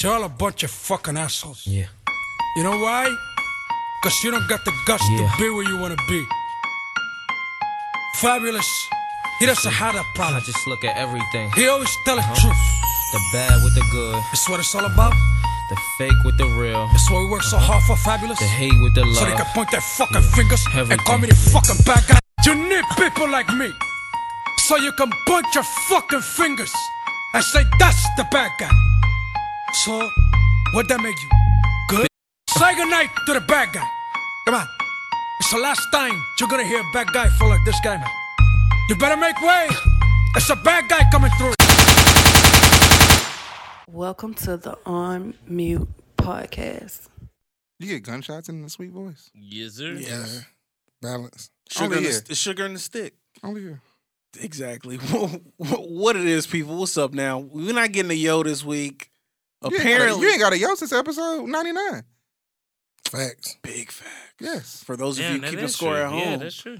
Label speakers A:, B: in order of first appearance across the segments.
A: They're all a bunch of fucking assholes.
B: Yeah.
A: You know why? Because you don't got the guts
B: Yeah.
A: to be where you want to be. Fabulous. He doesn't have that
B: I
A: problem.
B: just look at everything.
A: He always tell the truth.
B: The bad with the good,
A: It's what it's all about.
B: the fake with the real,
A: It's why we work so hard for Fabulous.
B: the hate with the
A: So they can
B: love.
A: point their fucking fingers and call me the
B: Everything.
A: fucking bad guy. You need people like me. So you can point your fucking fingers and say that's the bad guy. So, what that make you? Good? Say goodnight to the bad guy. Come on. It's the last time you're gonna hear a bad guy feel like this guy, man. You better make way. It's a bad guy coming through.
C: Welcome to the On Mute Podcast.
D: You get gunshots in the sweet voice.
E: Yes, sir.
F: Yeah.
D: Balance.
F: Sugar,
D: Only
F: and the,
D: here.
F: st- sugar and the stick.
D: Only here.
F: Exactly. what it is, people? What's up now? We're not getting a yo this week.
D: You ain't gotta-
F: Apparently,
D: you ain't got a yo since episode ninety nine. Facts.
F: big facts.
D: Yes.
F: For those
E: Damn,
F: of you
E: that
F: keeping
E: is
F: score
E: true.
F: at
E: Yeah,
F: home,
E: that's true.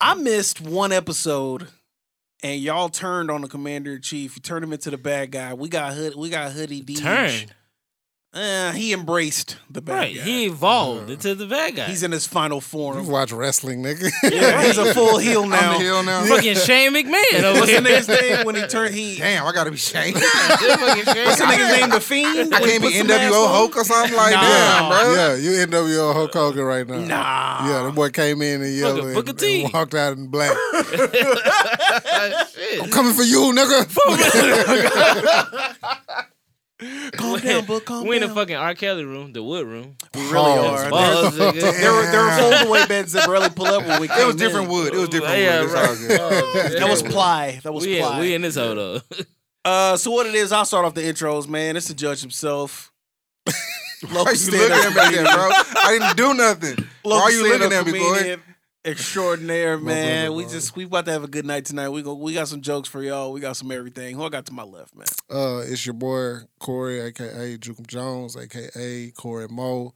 F: I missed one episode, and y'all turned on the commander in chief. You turned him into the bad guy. We got hood. We got hoodie. Deej.
E: Turned.
F: Uh, he embraced the bad
E: Right.
F: guy. Uh-huh.
E: He evolved into the bad guy.
F: He's in his final form.
D: You watch wrestling, nigga.
F: Yeah, he's a full heel now.
D: I'm the heel now.
E: fucking Shane McMahon over
F: What's the
E: here.
F: nigga's name when he turned? He
D: Damn, I gotta be shamed.
F: what's the nigga's name? The fiend.
D: I
F: When he
D: can't be
F: puts the mask
D: NWO
F: on?
D: Hulk or something like
F: Nah.
D: that, bro.
G: Yeah, you NWO Hulk Hogan right now.
F: Nah.
G: Yeah, the boy came in and yelled
E: Booker-
G: and,
E: Booker T.
G: and walked out in black. I'm coming for you, nigga.
F: Calm down, book. Calm
E: We in the
F: down.
E: fucking R. Kelly room, the wood room.
F: We really
G: Pause.
F: are. There,
E: Balls, nigga.
F: there were there were foldaway beds that barely pull up when we came
D: It was
F: in.
D: different wood. It was different
E: Yeah,
D: wood. It's
E: right.
D: all good.
F: That was ply. That was
E: We in,
F: ply.
E: we in this hole though.
F: Uh, so what it is? I'll start off the intros, man. It's the judge himself. Local
D: Why you looking at me like that, bro? I didn't do nothing.
F: local
D: Why you looking
F: stand-up
D: at me, boy?
F: comedian Extraordinaire, man.
G: brother,
F: we
G: bro.
F: just we about to have a good night tonight. We go. We got some jokes for y'all. We got some everything. Who I got to my left, man?
G: uh, it's your boy Corey, aka Jukum Jones, aka Corey Moe,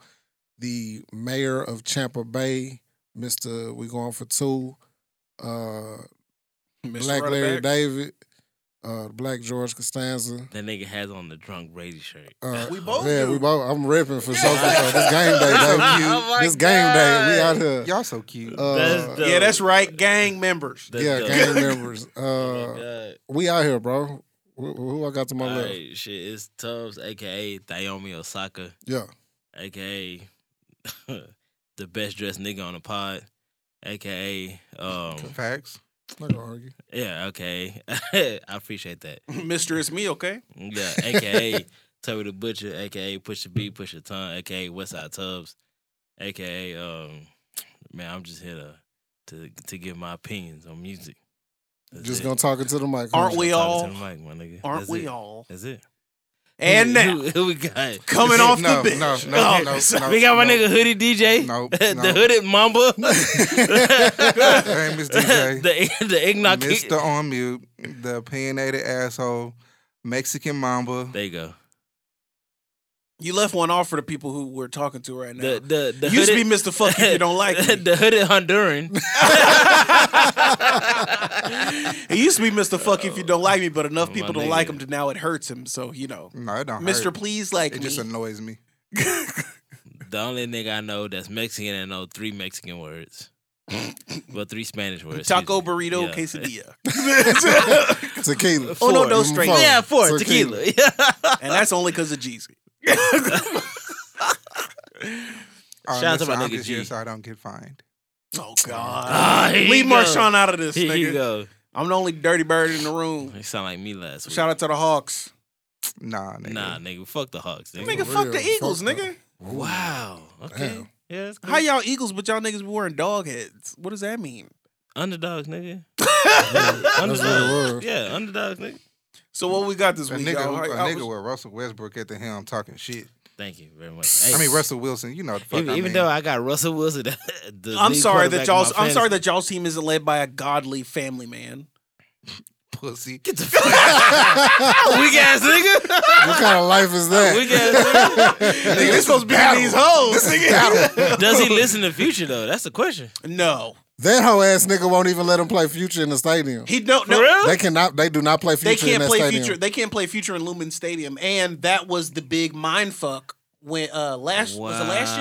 G: the mayor of Champa Bay, Mister. We going for two. Uh,
F: Mr.
G: Black Larry
F: Running Back.
G: David, uh, Black George Costanza.
E: That nigga has on the drunk Brady shirt.
G: Uh,
F: We both
G: yeah,
F: do.
G: we both. I'm repping for sure. for sure. This game day, baby.
E: Oh my
G: this game day, we out here.
D: Y'all so cute.
G: Uh,
E: That's dope.
F: Yeah, that's right. Gang members.
E: That's
G: yeah,
E: dope.
G: gang members. Uh,
E: Oh
G: we out here, bro. Who, who I got to
E: my
G: my
E: God. All
G: left?
E: right, shit. It's Tubbs, aka Naomi Osaka,
G: Yeah,
E: aka the best dressed nigga on the pod, aka um,
D: Facts.
G: not gonna argue.
E: yeah, okay. I appreciate that.
F: Mister, it's me. Okay.
E: Yeah, aka Toby the Butcher, aka Push the Beat, Push the Tongue, aka Westside Tubbs, aka um man, I'm just here to to, to give my opinions on music. That's
G: Just
E: it.
G: gonna talk into the mic.
E: I'm
F: Aren't
E: just
F: we
E: talking
F: all?
E: to the mic, my nigga.
F: Aren't
E: That's
F: we
E: it.
F: all?
E: That's it.
F: And
E: Who-
F: now
E: who, who we got?
F: coming off
D: no,
F: the bench. Oh,
D: No, no, no, no.
E: we got my
D: no.
E: nigga Hoodie DJ,
D: Nope,
E: the
D: nope.
E: Hooded Mamba,
D: Hey, Miss DJ.
E: the the Eggnog.
D: Mr. On Mute, the opinionated asshole, Mexican Mamba.
E: There you go.
F: You left one off for the people who we're talking to right now.
E: The the the
F: Used to
E: hooded-
F: be Mr. Fuck if you don't like me.
E: the hooded Honduran.
F: It used to be Mr. Fuck if you don't like me, but enough
E: My
F: people don't
E: nigga.
F: like him to now it hurts him. So you know,
D: No, it don't
F: Mr.
D: hurt.
F: Please like
D: It
F: me.
D: just annoys me.
E: The only nigga I know that's Mexican and know three Mexican words. well, three Spanish words.
F: Taco
E: excuse me.
F: burrito
E: Yeah.
F: quesadilla.
G: Tequila.
F: Oh, no, no,
G: Four.
F: straight.
G: Four.
E: Yeah, four tequila.
F: and that's only because of Jeezy.
D: All right,
E: Shout out to
D: listen,
E: my
D: I'm
E: nigga
D: just here
E: G.
D: so I don't get fined.
F: Oh God.
E: Ah, here
F: Leave
E: you go.
F: Marshawn out of this,
E: Here you
F: nigga.
E: go.
F: I'm the only dirty bird in the room.
E: You sound like me last week.
F: Shout out to the Hawks.
D: Nah, nigga.
E: nah, nigga, fuck the Hawks. Nigga.
F: Nigga,
G: For
F: fuck the
G: real,
F: Eagles,
G: fuck
F: nigga.
E: Wow. Okay.
G: Damn.
E: Yeah, that's cool.
F: How y'all Eagles, but y'all niggas be wearing dog heads? What does that mean?
E: underdogs, nigga.
G: That's what it was.
E: Yeah, underdogs, nigga.
F: So what we got this
D: A
F: week,
D: nigga,
F: y'all?
D: a
F: I- I
D: nigga
F: was-
D: with Russell Westbrook at the helm talking shit.
E: Thank you very much. Hey,
D: I mean Russell Wilson, you know what the fuck
E: Even,
D: I
E: even
D: mean.
E: though I got Russell Wilson, the
F: I'm
E: lead
F: sorry that
E: quarterback
F: y'all.
E: in my
F: I'm sorry
E: fantasy.
F: that y'all's team isn't led by a godly family man.
D: pussy.
E: Get the fuck out. Weak ass nigga.
G: What kind of life is that?
E: Weak ass nigga.
F: Nigga, this supposed to be in these hoes.
D: Battle.
E: Does he listen to Future though? That's the question.
F: No,
G: That whole ass nigga won't even let him play Future in the stadium.
F: He no no.
G: They cannot. They do not play Future
F: They
G: in
F: can't
G: that
F: play
G: stadium.
F: future. They can't play future in Lumen Stadium, and that was the big mind fuck when uh last was it last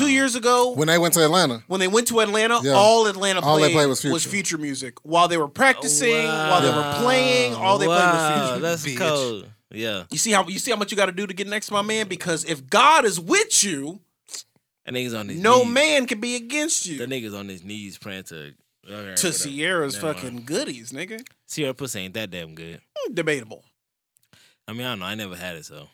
F: year, two years ago
G: When they went to Atlanta,
F: when they went to Atlanta,
G: Yeah.
F: all Atlanta played,
G: All they played
F: was,
G: was
F: future.
G: Future.
F: music. While they were practicing, while they were playing, all they played was
E: wow,
F: future.
E: That's
F: bitch.
E: cold. Yeah,
F: You see how you see how much you got to do to get next to my man because if God is with you,
E: that nigga's on his
F: no
E: knees.
F: man can be against you.
E: That nigga's on his knees praying to okay,
F: to
E: whatever.
F: Sierra's
E: Never
F: fucking
E: mind.
F: goodies, nigga.
E: Sierra pussy ain't that damn good.
F: Mm, Debatable.
E: I mean, I don't know. I never had it, so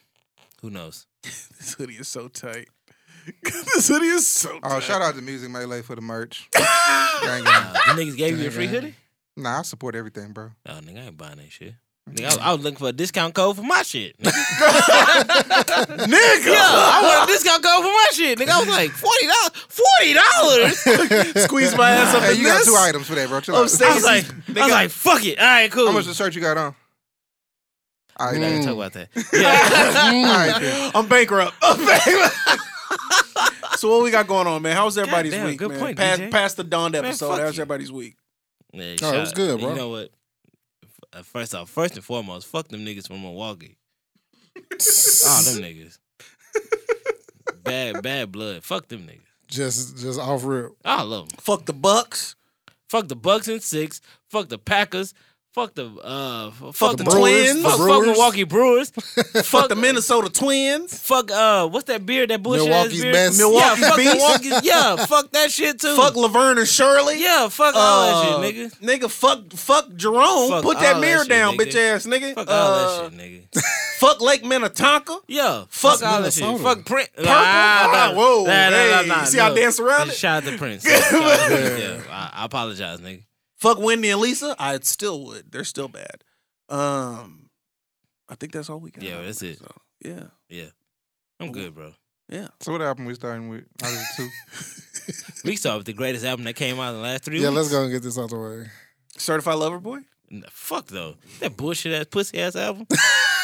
E: who knows?
F: This hoodie is so tight. this hoodie is so tight.
D: Oh, shout out to Music Melee for the merch. Gang, gang.
E: Uh, you niggas gave you a free hoodie?
D: Nah, I support everything, bro.
E: Oh, nigga, I ain't buying that shit. Nigga, I was, I was looking for a discount code for my shit. Nigga,
F: nigga.
E: I want a discount code for my shit. Nigga, I was like forty dollars. Forty dollars.
F: Squeeze my ass up
D: Hey,
F: in
D: you got
F: this.
D: two items for that, bro. Chill out.
F: I'm
E: I
F: saying-
E: was like, I was like, fuck it. All right, cool.
D: How much the shirt you got on? Ah, All
E: We
D: right,
E: not gonna
D: then.
E: talk about that. Yeah.
D: All right, then.
F: I'm bankrupt. I'm bankrupt. so what we got going on, man? How was everybody's
E: Goddamn,
F: week,
E: good
F: man?
E: point,
F: past,
E: DJ.
F: past the dawned
E: Man,
F: episode.
E: fuck
F: How's
E: you.
F: everybody's week?
E: Yeah,
G: No, it was
E: shout-
G: good, bro.
E: You know what? Uh, First off, first and foremost, fuck them niggas from Milwaukee. Oh, them niggas. bad, bad blood. Fuck them niggas.
G: just just off rip.
E: I love them.
F: Fuck the Bucks.
E: Fuck the Bucks and six. Fuck the Packers. Fuck the uh. Fuck,
F: the
E: Twins.
F: Brewers,
E: Fuck,
G: the
E: fuck
G: Brewers.
E: Milwaukee Brewers.
F: Fuck the Minnesota Twins.
E: Fuck uh. What's that beard? That bullshit.
G: Milwaukee's
E: beard?
G: best.
F: Milwaukee's
E: yeah, fuck
F: beast.
E: Milwaukee's. Yeah, fuck that shit too.
F: Fuck uh, Laverne and Shirley.
E: Yeah, fuck all that shit, nigga.
F: Nigga, fuck, fuck Jerome.
E: Fuck
F: Put
E: all
F: that
E: that
F: mirror
E: shit,
F: down,
E: nigga.
F: bitch ass nigga.
E: Fuck
F: uh,
E: all that shit, nigga.
F: Fuck Lake Minnetonka.
E: Yeah,
F: Fuck
E: fuck, all that shit.
G: Minnesota.
E: Fuck Prince.
F: Purple? Ah, whoa, hey, you see how I dance around it?
E: Shout out to Prince. Shout out to Prince, yeah, I, I apologize, nigga.
F: Fuck Wendy and Lisa. I still would. They're still bad. Um, I think that's all we got.
E: Yeah, that's it.
F: So, yeah.
E: I'm good, bro.
D: So what album we starting with? Out of the two.
E: We start with the greatest album that came out in the last three
G: Yeah,
E: weeks.
G: let's go and get this out the way.
F: Certified Lover Boy.
E: Nah, Fuck though, that bullshit ass pussy ass album.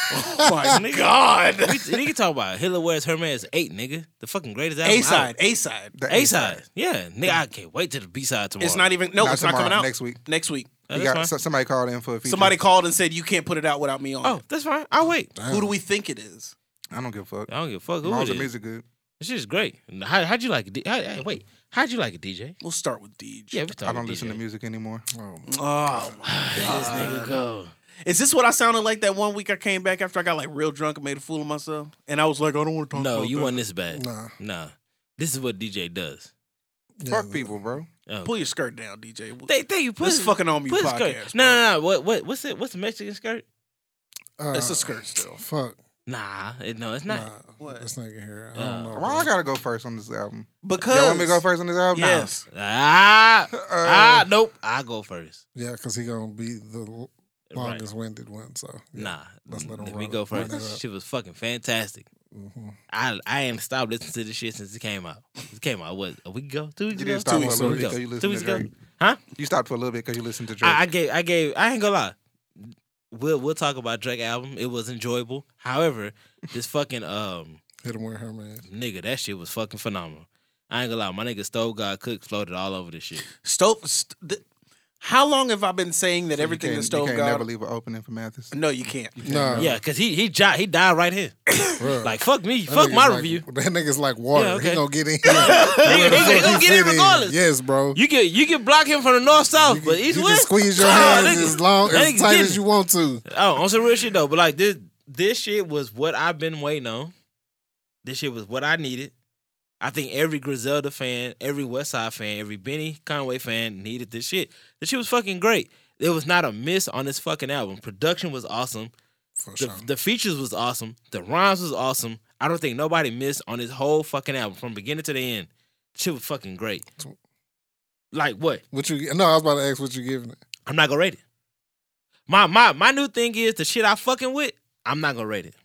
F: Oh my God.
E: we, nigga talk about Hitler wears her man's eight, nigga. The fucking greatest album.
F: A side. A side.
D: The
E: A side. Yeah, nigga, I can't wait till the B side tomorrow.
F: It's not even. No,
D: Not
F: it's not
D: tomorrow,
F: coming out
D: next week.
F: Next week.
E: Oh,
D: You
E: that's
D: got
E: fine.
D: so- somebody called in for a feature.
F: Somebody called and said you can't put it out without me on.
E: oh,
F: it.
E: that's fine. I'll wait.
F: Who do we think it is?
D: I don't give a fuck.
E: I don't give a fuck
D: As
E: who
D: long
E: it
D: as the
E: is.
D: music good.
E: This shit's great. How, how'd you like it? D- How, hey, wait, how'd you like it, DJ?
F: We'll start with Deej.
E: Yeah, we
D: I don't listen to music anymore.
F: Oh,
E: This nigga go.
F: is this what I sounded like that one week I came back after I got like real drunk and made a fool of myself? And I was like, I don't want to talk
E: No,
F: about
E: you
F: that.
E: want this bad.
G: Nah.
E: Nah. This is what DJ does.
D: Fuck people, bro.
E: Oh.
F: Pull your skirt down, DJ.
E: They they you put
F: This fucking on me
E: put a
F: podcast.
E: skirt. No,
F: bro.
E: no, no. What what what's it? What's the Mexican skirt?
G: Uh,
F: It's a skirt still.
G: Fuck.
E: Nah, it, no, it's
G: Nah.
E: not.
F: What?
G: This nigga here. I
E: Uh,
G: don't know.
D: Why I gotta go first on this album?
F: Because
D: Y'all want me to go first on this album? Uh,
F: Yes.
E: Ah, ah, nope. I go first.
G: Yeah, because he gonna be the l- longest winded one. So yeah.
E: Nah,
G: Let's let 'em
E: let
G: run
E: me
G: it-
E: go first.
G: run it up.
E: She was fucking fantastic.
G: Mhm.
E: I I ain't stopped listening to this shit since it came out. It came out what a week ago, two weeks
D: You
E: ago,
D: didn't stop
E: Two
D: for a
E: weeks
D: little
E: ago.
D: bit because you
E: Two
D: listened
E: weeks
D: to
E: ago.
D: Drake.
E: Huh?
D: You stopped for a little bit because you listened to Drake.
E: I, I gave, I gave, I ain't gonna lie. We'll we'll talk about Drake album. It was enjoyable. However, this fucking um
G: Hit him with her man.
E: nigga, that shit was fucking phenomenal. I ain't gonna lie, my nigga Stove God Cook floated all over this shit.
F: Stove. St- th- how long have I been saying that everything
D: you
F: the
D: can't,
F: stove
D: you can't
F: got?
D: never leave an opening for Mathis.
F: no, you can't.
G: Nah,
E: Yeah, cause he he jo- he died right here.
G: bruh.
E: Like fuck me,
G: That
E: fuck
G: nigga's
E: my
G: like-
E: review.
G: That nigga's like water.
E: Yeah, okay.
G: He gonna get in. Where the
E: he
G: fuck
E: gonna
G: he
E: get in
G: fit
E: regardless.
G: Yes, bro.
E: You can you can block him from the north south, but
G: you
E: east
G: can
E: west.
G: squeeze your
E: nah,
G: hands
E: nigga.
G: as long
E: That
G: as
E: nigga
G: tight
E: getting
G: as you
E: it.
G: want to.
E: Oh, on some real shit though. But like this this shit was what I've been waiting on. This shit was what I needed. I think every Griselda fan, every West Side fan, every Benny Conway fan needed this shit. This shit was fucking great. There was not a miss on this fucking album. Production was awesome.
G: For
E: The,
G: sure.
E: the features was awesome. The rhymes was awesome. I don't think nobody missed on this whole fucking album from beginning to the end. Shit was fucking great. Like what?
G: What you? No, I was about to ask what you giving it.
E: I'm not gonna rate it. My my my new thing is the shit I fucking with. I'm not gonna rate it.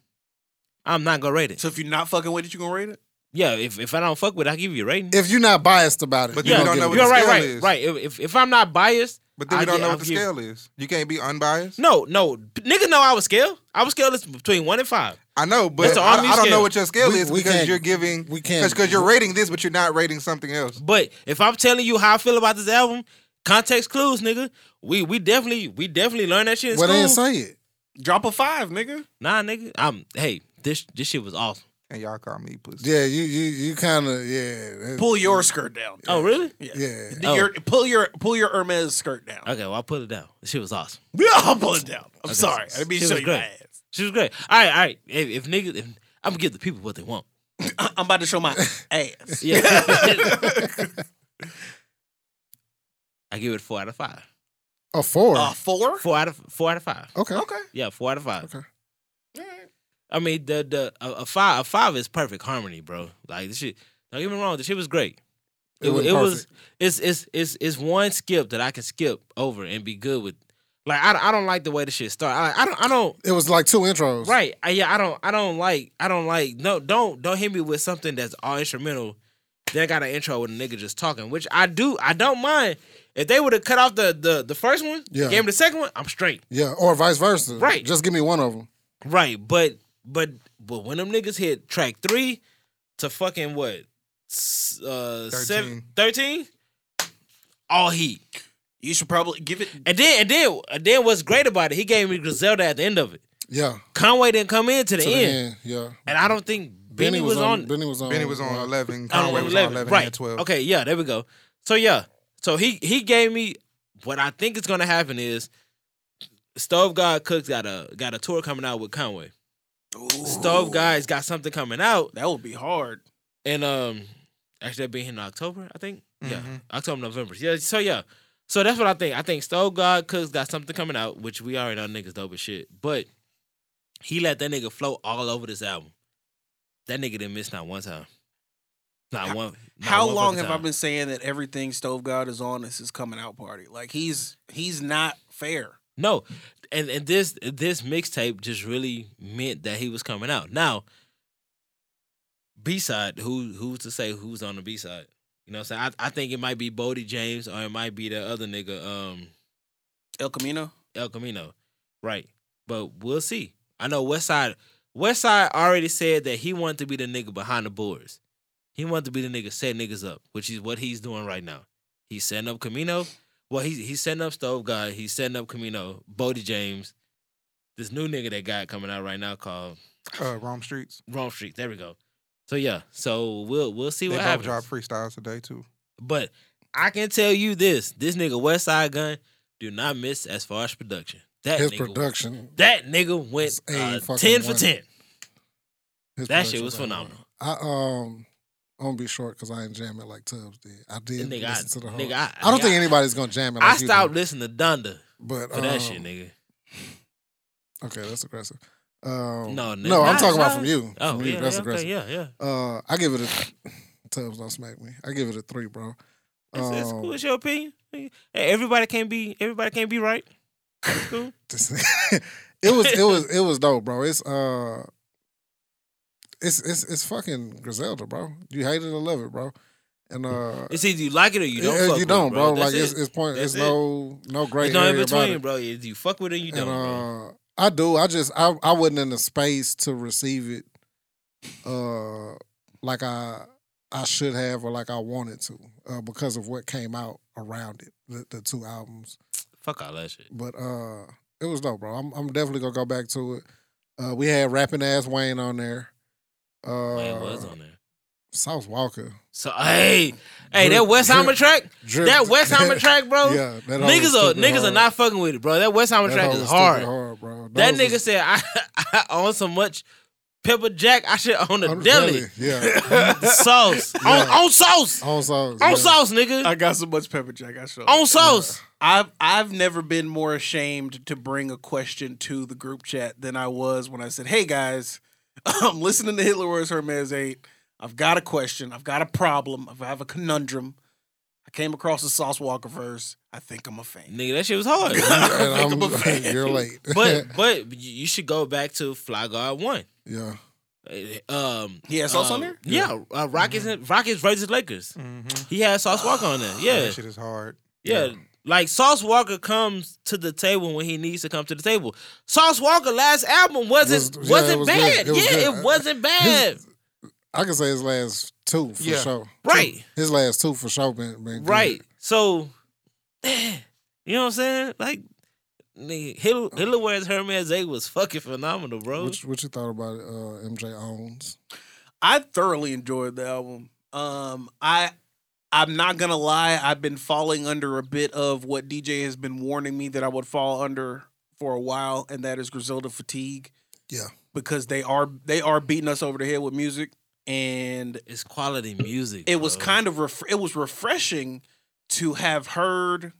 E: I'm not gonna rate it.
F: So if you're not fucking with it, you gonna rate it?
E: Yeah, if, if I don't fuck with, it, I give you a rating.
G: If you're not biased about it,
D: But
G: you
E: yeah,
D: you
G: don't
D: don't
G: get
D: know
G: it.
D: what
E: you're
D: the
E: right,
D: scale
E: right,
D: is.
E: right. If, if if I'm not biased,
D: But then we
E: I
D: don't
E: get-
D: know
E: I'll
D: what the
E: give-
D: scale is. You can't be unbiased.
E: no, no, P- nigga, know I was scale. I was scale is between one and five.
D: I know, but
E: That's the
D: I,
E: Omni
D: I don't
E: scale.
D: know what your scale
G: We-
D: is
G: we
D: because
G: can't-
D: you're giving.
G: we can't-
D: because you're rating this, but you're not rating something else.
E: But if I'm telling you how I feel about this album, context clues, nigga. We we definitely we definitely learned that shit in
G: Well, they
E: school.
G: didn't say it.
F: Drop a five, nigga.
E: nah, nigga. I'm hey, this this shit was awesome.
D: And y'all call me pussy.
G: Yeah, you you you kind of yeah.
F: Pull your skirt down.
E: Oh really?
F: yeah.
G: yeah.
E: Oh.
F: Your, pull your pull your Hermes skirt down.
E: Okay, well I put it down. This shit was awesome.
F: I'll pull it down. I'm
E: Okay.
F: sorry. I didn't mean to
E: She
F: show
E: was
F: you my
E: great.
F: ass.
E: She was great. All right, all right. If, if niggas, if, I'm gonna give the people what they want.
F: I'm about to show my ass.
E: Yeah. I give it four out of five.
G: A four.
F: Uh, four?
E: Four out of four out of five.
G: okay.
F: Okay.
E: Yeah, four out of five.
G: Okay.
E: I mean, the the a, a five a five is perfect harmony, bro. Like this shit. Don't get me wrong. This shit was great.
G: It
E: It, wa-
G: wasn't
E: it was. It's it's it's it's one skip that I can skip over and be good with. Like I, I don't like the way the shit start. I, I don't I don't
G: It was like two intros.
E: Right. I, yeah, I don't I don't like I don't like no don't don't hit me with something that's all instrumental. Then I got an intro with a nigga just talking, which I do I don't mind. If they would have cut off the the the first one,
G: Yeah.
E: gave me the second one, I'm straight.
G: Yeah, or vice versa.
E: Right.
G: Just give me one of them.
E: Right. But but but when them niggas hit track three to fucking what? S- Uh, seven, 13? All heat.
F: You should probably give it.
E: And then and then and then what's great about it, he gave me Griselda at the end of it.
G: Yeah.
E: Conway didn't come in to the,
G: To the
E: end.
G: end. Yeah.
E: And I don't think Benny, was, on
G: Benny was Uh, on.
D: Benny was on eleven.
E: I don't
D: Conway
E: know,
D: was on eleven.
E: right.
D: Right. Twelve.
E: Okay, yeah, there we go. So yeah, so he he gave me what I think is gonna happen is Stove God Cooks got a got a tour coming out with Conway. Stove Guy's got something coming out,
F: That would be hard.
E: and um, actually that being in October, I think.
F: Mm-hmm.
E: Yeah, October, November. Yeah, so yeah, so that's what I think. I think Stove God Cooks got something coming out, which we already know niggas dope as shit, but he let that nigga float all over this album. That nigga didn't miss not one time. Not one. not
F: How
E: one
F: long
E: fucking
F: have I
E: time.
F: been saying that everything Stove God is on is his coming out party? Like he's he's not fair.
E: No, and and this this mixtape just really meant that he was coming out. Now, B side, who who's to say who's on the B side? You know, what I'm saying I, I think it might be Bodie James or it might be the other nigga, um,
F: El Camino.
E: El Camino, right? But we'll see. I know West Side. West Side already said that he wanted to be the nigga behind the boards. He wanted to be the nigga set niggas up, which is what he's doing right now. He's setting up Camino. Well, he's he's setting up Stove Guy. He's setting up Camino, Bodie James, this new nigga that got coming out right now called
D: Uh, Rome Streets.
E: Wrong Street. There we go. So yeah, so we'll we'll see
D: They
E: what
D: both
E: happens.
D: dropped freestyles today too.
E: But I can tell you this: this nigga West Side Gun do not miss as far as production. That
G: His
E: nigga
G: production.
E: that nigga went
G: It's a
E: uh,
G: fucking
E: 10 for
G: wonder.
E: 10.
G: His
E: That shit
G: production
E: was
G: background.
E: phenomenal.
G: I um, I'm gonna be short because I ain't jamming like Tubbs did. I did
E: Nigga, I-
G: listen to the whole.
E: nigga, I-
G: I, don't
E: nigga,
G: think
E: I-
G: anybody's gonna jam it. Like
E: I
G: you did,
E: stopped listening to Donda
G: but
E: for that
G: um,
E: shit, nigga.
G: Okay, that's aggressive. Um,
E: No,
G: no,
E: nigga,
G: no, I'm
E: not-
G: talking about
E: not-
G: from you.
E: Oh,
G: from you.
E: yeah,
G: that's
E: yeah,
G: aggressive.
E: okay, yeah, yeah.
G: Uh, I give it a Tubbs don't smack me. I give it a three, bro.
E: That's, that's
G: Um,
E: cool. It's your opinion. Hey, everybody can't be everybody can't be right. That's cool.
G: this- it was it was it was dope, bro. It's uh it's it's it's fucking Griselda, bro. You hate it or love it, bro. And uh
E: It's either you like it or you don't.
G: it-
E: fuck
G: you
E: with
G: don't,
E: it,
G: bro.
E: bro.
G: Like
E: That's
G: it's
E: it.
G: it's point it's
E: That's it.
G: no no gray
E: There's no in
G: area about
E: between,
G: it.
E: bro. Either you fuck with it or you
G: And
E: don't, bro.
G: uh I do. I just I I wasn't in the space to receive it uh like I I should have or like I wanted to uh because of what came out around it, the, the two albums.
E: Fuck all that shit.
G: But uh it was dope, bro. I'm I'm definitely gonna go back to it. Uh we had rapping ass Wayne on there. Uh
E: Wayne was on there.
G: South Walker.
E: So hey, hey,
G: Drip-
E: that Westheimer
G: drip-
E: track,
G: drip-
E: that Westheimer track, bro.
G: Yeah, that hoe was
E: niggas are
G: stupid
E: niggas are
G: hard.
E: not fucking with it, bro. That Westheimer
G: That
E: track
G: hoe
E: is
G: was stupid
E: hard.
G: bro.
E: That
G: Those
E: nigga
G: was
E: said, I, I own so much pepper jack, I should own a
G: on the
E: deli.
G: belly. Yeah.
E: sauce. On, on sauce.
G: on songs.
E: On
G: yeah.
E: sauce, nigga.
F: I got so much pepper jack. I show.
E: On sauce.
F: I've I've never been more ashamed to bring a question to the group chat than I was when I said, "Hey guys, I'm listening to Hitler Wears Hermes 8. I've got a question. I've got a problem. I have a conundrum. I came across the Sauce Walker verse. I think I'm a fan."
E: Nigga, that shit was hard.
G: And
F: Think I'm a
G: I'm,
F: fan.
G: you're late.
E: but but you you should go back to Fly Guard 1.
G: yeah.
E: Um,
F: He had Sauce on
E: um,
F: there?
E: Yeah, uh, Rockets
G: Mm-hmm.
E: and Rockets versus Lakers. He had Sauce Walker on
G: Ah,
E: there. Mm-hmm. Yeah,
D: That shit is hard.
E: yeah. Like Sauce Walker comes to the table when he needs to come to the table. Sauce Walker last album wasn't was,
G: Was- yeah,
E: not
G: it was
E: bad.
G: good. It was
E: yeah,
G: good.
E: it wasn't bad.
G: I can say his last two for
D: Yeah.
G: sure.
E: Right.
G: Two- His last two for sure been, been good.
E: Right. So, you know what I'm saying? Like, nigga, Hitler, Hitler wears Hermes A was fucking phenomenal, bro.
G: What, you- what you thought about uh, MJ Owens?
F: I thoroughly enjoyed the album. Um, I I'm not gonna lie, I've been falling under a bit of what DJ has been warning me that I would fall under for a while, and that is Griselda fatigue.
G: Yeah.
F: Because they are they are beating us over the head with music, and
E: it's quality music.
F: it was
E: bro.
F: kind of ref- it was refreshing to have heard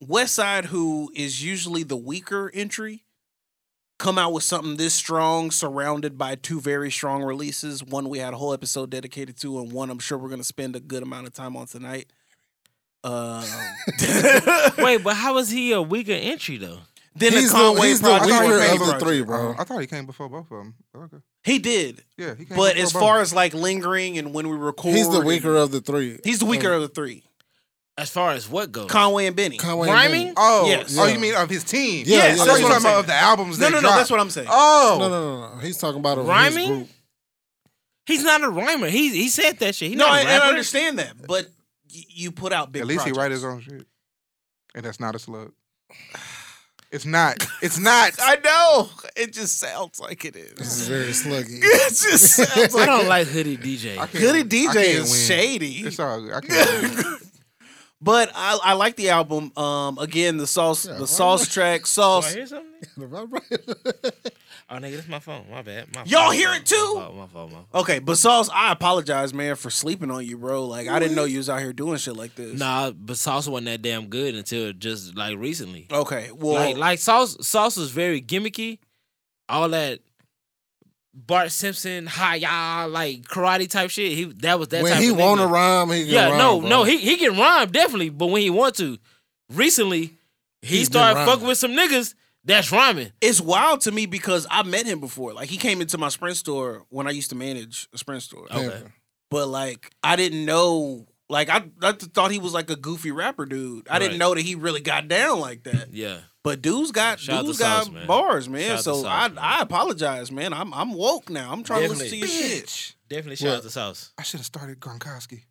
F: West Side, who is usually the weaker entry, come out with something this strong, surrounded by two very strong releases. One we had a whole episode dedicated to, and one I'm sure we're going to spend a good amount of time on tonight. Um,
E: Wait, but how is he a weaker entry though?
F: then
G: He's
F: the
G: the-
F: Conway
G: he's the
F: project,
G: weaker
F: was
G: of
F: Baby
G: the
F: Project.
G: three, bro.
D: Uh, I thought he came before both of them. Okay.
F: He did,
D: Yeah, he came
F: but
D: before
F: as
D: both.
F: far as like lingering and when we record,
G: He's the weaker of the three. Uh,
F: He's the weaker of the three,
E: As far as what goes,
F: Conway and Benny.
G: Conway
E: Rhyming?
G: Benny.
D: Oh,
F: Yes.
D: oh, you mean of his team?
G: Yeah, Yes, yeah,
D: oh,
G: that's
D: you talking
G: what I'm
D: about
F: saying.
D: of the albums?
F: No,
D: that
F: no, no.
D: dropped.
F: That's what I'm saying.
D: Oh,
G: No, no, no, no. He's talking about a
E: Rhyming?
G: Group.
E: he's not a rhymer. He he said that shit. He
F: no,
E: not
F: I,
E: a
F: and I
E: rapper.
F: understand that, but y- you put out big.
D: At least he write his
F: projects.
D: own shit, and that's not a slug. It's not. It's not.
F: I know. It just sounds like it
G: This
F: is.
G: is very sluggy.
F: it just sounds
E: I
F: like
E: don't like hoodie DJ.
D: I can't-
F: Goody
D: I
F: DJ
D: can't
F: is
D: win.
F: shady.
D: It's all. good. I can't. win.
F: But I, I like the album. Um, again, the sauce,
G: Yeah,
F: the
G: why
F: sauce
G: not?
F: track,
E: Do I
F: sauce.
E: hear something? Oh nigga, that's my phone. My bad. My
F: Y'all
E: fault,
F: hear
E: my
F: it
E: fault,
F: too?
E: My fault. My fault. My fault.
F: Okay, but sauce, I apologize, man, for sleeping on you, bro. Like I didn't know you was out here doing shit like this.
E: Nah, but Sauce wasn't that damn good until just like recently.
F: Okay, well,
E: like like sauce sauce was very gimmicky, all that Bart Simpson hi ya like karate type shit. He that was that
G: when
E: type
G: he
E: of
G: want to
E: nigga.
G: rhyme, he can
E: Yeah,
G: rhyme,
E: no,
G: bro.
E: no, he he can rhyme definitely, but when he want to, recently he
G: He's been
E: started
G: rhyming.
E: fucking with some niggas that's rhyming.
F: it's wild to me because I met him before. Like he came into my Sprint store when I used to manage a Sprint store.
E: Okay.
G: Never.
F: but like I didn't know. Like I, I th- thought he was like a goofy rapper dude. I didn't
E: Right.
F: know that he really got down like that.
E: Yeah.
F: But dude's got
E: Shout out to
F: dude's got
E: Sauce, man.
F: bars, man.
E: Shout out to
F: so
E: Sauce,
F: I
E: man.
F: I apologize, man. I'm I'm woke now. I'm trying to listen to your shit.
D: Bitch.
E: Definitely shout out to Sauce.
D: I should have started Gronkowski.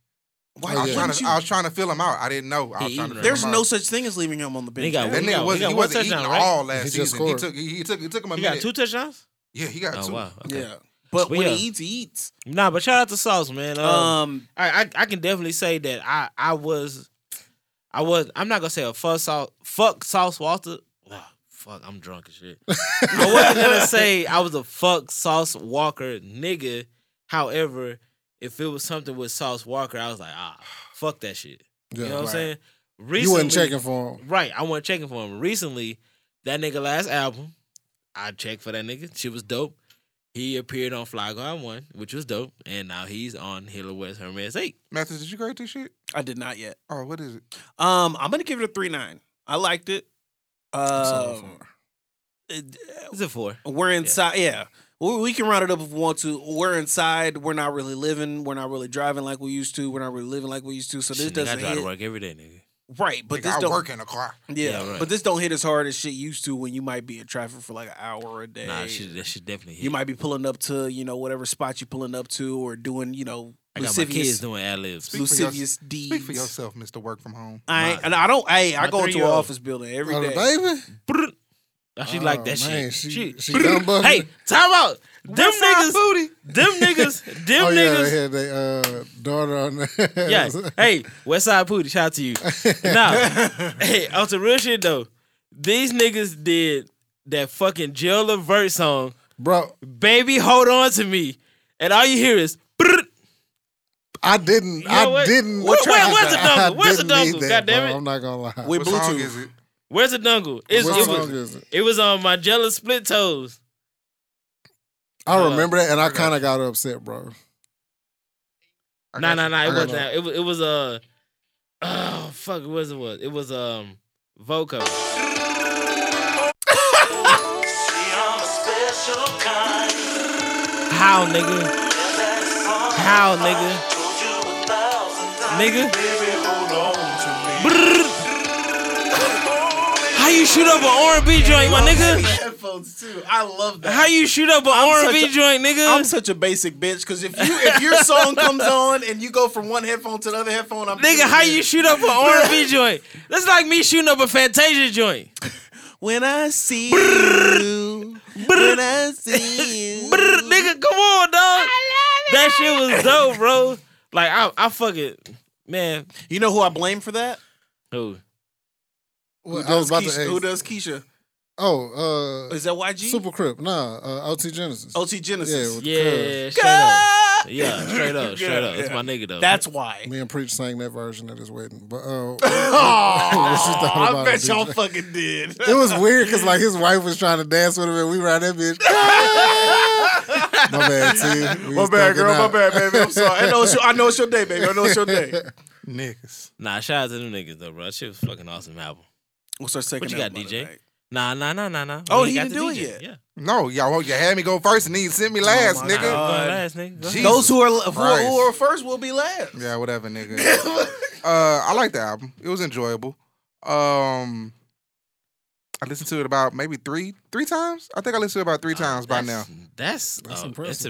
F: Why
G: Oh,
D: I was,
G: yeah.
D: trying
F: wouldn't
D: to,
F: you?
D: I was trying to fill him out. I didn't know. I was trying to
E: He eating
D: fill
F: There's
D: him
F: no
D: out.
F: such thing as leaving him on the bench.
E: He got-
D: That
E: he
D: nigga wasn't.
E: he
D: He
E: got one
D: wasn't eating
E: touchdown, right?
D: all
G: He
D: last
G: just
D: season. He
G: scored.
D: took. He, he took. It took him a
E: He got
D: minute.
E: two touchdowns?
D: yeah, he got two.
E: Oh wow. Okay.
F: yeah, but
E: Well,
F: when
E: yeah.
F: he eats, he eats.
E: Nah, but shout out to Sauce, man. Um,
F: Um,
E: I, I I can definitely say that I I was I was I'm not gonna say a fuck sauce fuck sauce Walker. Ah, fuck, I'm drunk as shit. I wasn't gonna say I was a fuck sauce Walker nigga. However, if it was something with Sauce Walker, I was like ah fuck that shit.
G: Yeah,
E: you know what I'm
G: right.
E: saying?
G: You wasn't checking for him.
E: Right, I wasn't checking for him. Recently, that nigga last album, I checked for that nigga. She was dope. He appeared on Fly Guy One, which was dope, and now he's on Hiller West Hermes Eight.
D: Mathis, did you grade this shit?
F: I did not yet.
D: Oh, what is it?
F: Um, I'm gonna give it a three nine. I liked it.
G: So
F: Um,
G: far.
F: it-
E: It's a four.
F: We're inside. Yeah. We, we can round it up if we want to. We're inside. We're not really living. We're not really driving like we used to. We're not really living like we used to. So this
E: Shit, nigga, I
F: doesn't
E: drive to
F: hit.
E: work every day, nigga.
F: Right, but
D: Nigga,
F: this
D: I
F: don't.
D: work in a car.
F: Yeah,
E: Yeah, right.
F: but this don't hit as hard as shit used to when you might be in traffic for like an hour a day.
E: Nah, that shit, that shit definitely hit.
F: you might be pulling up to you know whatever spot you pulling up to or doing you know
E: I got my kids
F: lascivious,
E: doing ad libs.
D: Speak for yourself.
F: lascivious deeds.
D: Speak for yourself, Mister Work from Home.
F: I ain't,
E: My-
F: and I don't. Hey, I
E: my
F: go into an
E: three-year-old.
F: office building every
G: Oh, the
F: day.
G: baby?
E: She like that
G: Oh, man,
E: shit.
G: she-
E: She,
G: she done bugging.
E: hey, time out. Them niggas,
D: booty.
E: them niggas, them
G: oh, yeah,
E: niggas.
G: they had their uh, daughter on there.
E: Yeah. Hey, Westside Pooty, shout out to you. Nah. hey, on some real shit though. These niggas did that fucking Jill Levert song,
G: Bro,
E: Baby Hold On To Me. And all you hear is brrrt.
G: I didn't.
E: know
G: I
E: what?
G: didn't.
E: Where- where-
G: I
E: where's the
G: didn't
E: dongle? Where's the
G: need
E: dongle?
G: that,
E: God damn
G: bro.
E: it.
G: I'm not going to lie.
F: With
D: What
F: Bluetooth,
D: song is it?
E: Where's the dungle? It's,
G: what
E: it,
G: song
E: was,
G: is it?
E: it was on my jealous split toes.
G: I
E: Uh,
G: remember that, and I kind of got upset, bro.
D: I got
E: Nah, nah,
D: you.
E: nah.
D: I
E: It
D: got
E: wasn't
D: you.
E: that. It was it was uh oh fuck, it was it was. It was um Voco.
H: I'm a special kind.
E: How, nigga? How, nigga? Nigga? Brrr. How you shoot up an R&B joint, my nigga?
F: Headphones too. I love that.
E: How you shoot up an R&B
F: such a-
E: joint, nigga?
F: I'm such a basic bitch because if you if your song comes on and you go from one headphone to the other headphone, I'm
E: nigga, how you shoot up an R&B joint? That's like me shooting up a Fantasia joint.
F: When I see you, when I see you,
E: Brr, nigga, come on, dog. That shit was dope, bro. Like I, I fucking man.
F: you know who I blame for that?
E: Who?
G: Well, I
F: Does
G: was about
F: Keisha-
G: to ask.
F: Who does Keisha?
G: Oh, uh,
F: Is that YG?
G: Super Crip. Nah, uh, OT Genesis.
F: OT Genesis.
G: Yeah, with
E: Yeah,
G: the
E: straight up. Yeah, straight up, straight
F: Yeah,
E: up. It's
F: yeah.
E: my nigga though.
F: That's why.
G: Cubs. Me and Preach sang that version at his wedding, but uh,
F: Aw, I
G: about
F: bet
G: it,
F: y'all
G: DJ?
F: fucking did.
G: it was weird because like his wife was trying to dance with him, and we were out that bitch. my bad, T. We
F: My
G: was
F: bad, girl.
G: thugging out.
F: My bad, baby. I'm sorry. I know, it's your, I know it's your day, baby. I know it's your day.
D: Niggas.
E: Nah, shout out to them niggas though, bro. That shit was fucking awesome album.
F: What's our second?
E: What you got,
F: album, by
E: DJ?
F: the way?
E: Nah, nah, nah, nah, nah.
F: Oh,
E: We
F: he
E: got
F: didn't
E: the
F: do it
E: DJ.
F: yet.
E: Yeah.
D: No, y'all, you had me go first and then you sent me last,
F: Oh my
D: nigga.
E: Nah,
F: God.
E: go last, nigga. Go ahead.
D: Jesus
F: Those who are who, are, who
D: Christ.
F: are first will be last.
D: Yeah, whatever, nigga. uh, I like the album. It was enjoyable. Um, I listened to it about maybe three, three times. I think I listened to it about three
F: Oh,
D: times by now.
E: That's- That's
G: That's
E: uh,
G: impressive.
E: That's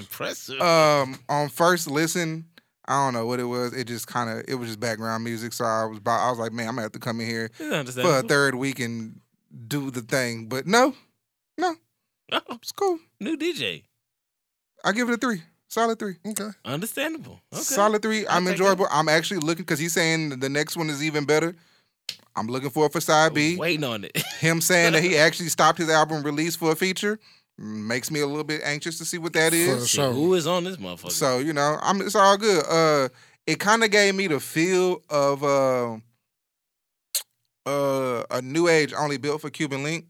E: impressive.
D: Um, on first listen, I don't know what it was. It just kind of, it was just background music. So I was, about, I was like, man, I'm gonna have to come in here
E: It's understandable.
D: for a third week and do the thing. But no, no,
E: Oh,
D: it's cool.
E: new DJ.
D: I give it a three, solid three.
G: Okay.
E: Understandable. Okay.
D: Solid three.
E: I'll
D: I'm
E: take
D: enjoyable. I'm actually looking because he's saying the next one is even better. I'm looking for it for side B.
E: Waiting on it.
D: Him saying that he actually stopped his album release for a feature makes me a little bit anxious to see what that
G: For
D: is.
G: sure.
E: Who is on this motherfucker?
D: So you know, I'm it's all good. Uh, it kind of gave me the feel of uh, uh, a new age only built for Cuban Link.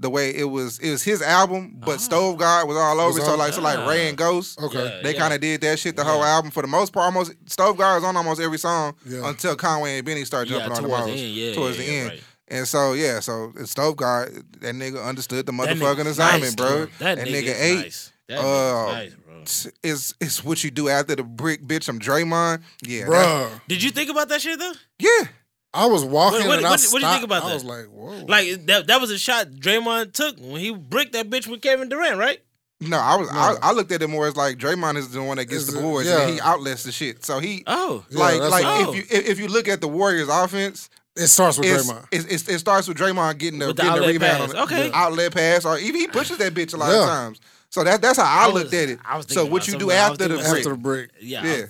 D: The way it was, it was his album, but
E: Ah. Uh,
D: Stove God was all over.
G: Was
D: it. so
G: all-
D: like, so like Ray and Ghost.
G: Okay.
E: Yeah,
D: They
E: yeah.
D: kind of did that shit the
E: Yeah.
D: whole album for the most part. Almost Stove God was on almost every song
G: Yeah.
D: until Conway and Benny started
E: yeah,
D: jumping on the
E: towards the
D: walls.
E: end. Yeah,
D: towards
E: yeah,
D: the
E: yeah,
D: end.
E: right.
D: And so yeah, so it's Stove God, that nigga understood the
E: That
D: motherfucking
E: nigga's
D: assignment,
E: nice,
D: bro.
E: though. That, nigga, is
D: ate.
E: Nice. That
D: Uh,
E: nigga's nice, bro.
D: It's it's what you do after the brick, bitch. I'm Draymond. Yeah, that-
G: Bruh,
E: Did you think about that shit though?
D: yeah.
G: I was walking
E: What- what-
G: and I
E: what- what do you think
G: stopped.
E: about
G: I
E: that?
G: was like, whoa.
E: Like that that was a shot Draymond took when he bricked that bitch with Kevin Durant, right?
D: No, I was I,
G: No.
D: I looked at it more as like Draymond is the one that gets
G: Is
D: the
G: it-
D: boards
G: yeah.
D: and he outlets the shit. So he
E: Oh.
G: Yeah,
D: like
G: that's
D: like
E: what-
D: if you if, if you look at the Warriors offense,
G: it starts with
D: it's,
G: Draymond.
D: it's, it's, it starts with Draymond getting the,
E: With the
D: getting the
E: outlet
D: rebound on
E: pass.
D: the-
E: Okay.
D: the outlet pass or even he pushes that bitch a lot
G: Yeah.
D: of times. So that that's how I,
E: I was-
D: looked at it.
E: I was
D: so
E: thinking
D: what
E: about
D: you do
E: something. I was
D: after the
E: thinking about
D: brick?
G: After the brick.
E: Yeah.
D: Yeah.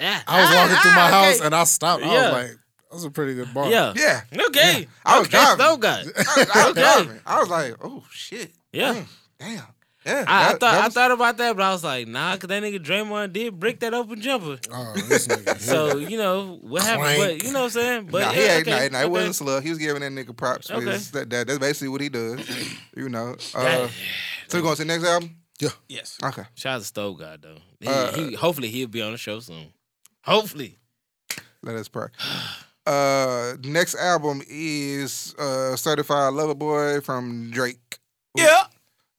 E: Yeah.
G: I was walking through my house
E: Ah, okay.
G: and I stopped. I
E: Yeah.
G: was like, that was a pretty good bar.
E: Yeah.
D: yeah,
E: Okay.
D: I was
E: okay.
D: driving.
E: Snow
D: I,
E: guy.
D: I was
E: Okay.
D: driving. I was like, oh shit,
E: Yeah.
D: Mm, damn, yeah.
E: I, I
D: that-
E: thought
D: that
E: I
D: was-
E: thought about that, but I was like, nah, cause that nigga Draymond did break that open jumper.
G: Oh, this nigga.
E: So you know what happened,
G: Clank.
E: but you know what I'm saying. But
D: nah,
E: yeah,
D: he ain't,
E: okay,
D: nah, nah, it
E: okay.
D: wasn't slow. He was giving that nigga props. for
E: Okay.
D: his- that, that- that's basically what he does. You know. Uh,
E: That-
D: so we going to the next album?
F: Yes.
D: Okay.
E: Shout out to Stove God though. He,
D: Uh,
E: he- hopefully he'll be on the show soon. Hopefully.
D: Let us pray. Uh, next album is uh, Certified Lover Boy from Drake.
F: Yeah.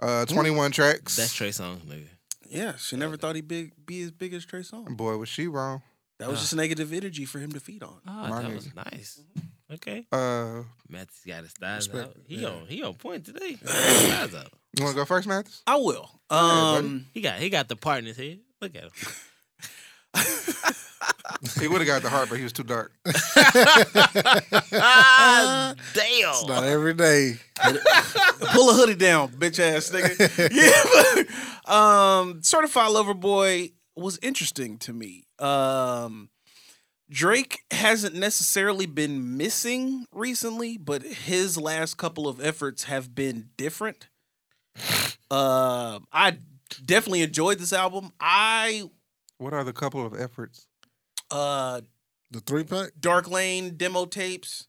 D: Uh, 21 tracks.
E: That's Trey Songz, nigga.
F: Yeah. She never thought he'd big, be as big as Trey Songz.
D: Boy, was she wrong.
F: That was just negative energy for him to feed on.
E: Oh,
D: My
E: that
D: nigga.
E: was nice. Okay.
D: Uh,
E: Mathis got his thighs
G: Respect.
E: out. He on he on point today. He got his thighs out.
D: you want to go first, Mathis?
F: I will.
D: ahead, buddy.
F: Um,
E: He got he got the part in his head. Look at him.
D: He would have got the heart, but he was too dark.
E: Ah
G: It's
E: damn.
G: not every day.
F: pull a hoodie down, bitch ass nigga. yeah. but, um, Certified Lover Boy was interesting to me. Um, Drake hasn't necessarily been missing recently, but his last couple of efforts have been different. Uh, I definitely enjoyed this album. I
D: What are the couple of efforts?
F: uh,
G: The three pack?
F: Dark Lane demo tapes.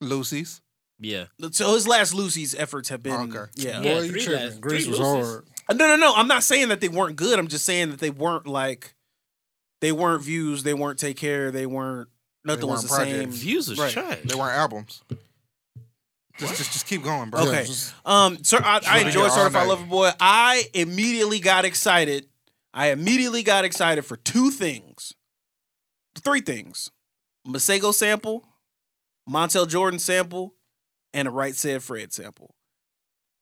D: Lucy's.
E: Yeah.
F: So his last Lucy's efforts have been
D: Okay.
F: yeah.
E: Yeah,
G: Boy, you
E: three
G: tripping.
E: guys,
G: Grease
E: three
G: was
E: losses.
G: hard.
F: Uh, No, no, no. I'm not saying that they weren't good. I'm just saying that they weren't like they weren't views. They weren't take care. They weren't nothing
D: They
F: was the
D: weren't projects.
F: same.
E: Views was
F: Right.
E: trash.
D: They weren't albums. Just, just, just keep going, bro.
G: Yeah,
F: Okay.
G: just-
F: Um, sir, I, I
D: Sure,
F: enjoyed
D: yeah, all
F: Certified
D: night.
F: Lover Boy. I immediately got excited I immediately got excited for two things. Three things. Masego sample, Montel Jordan sample, and a Right Said Fred sample.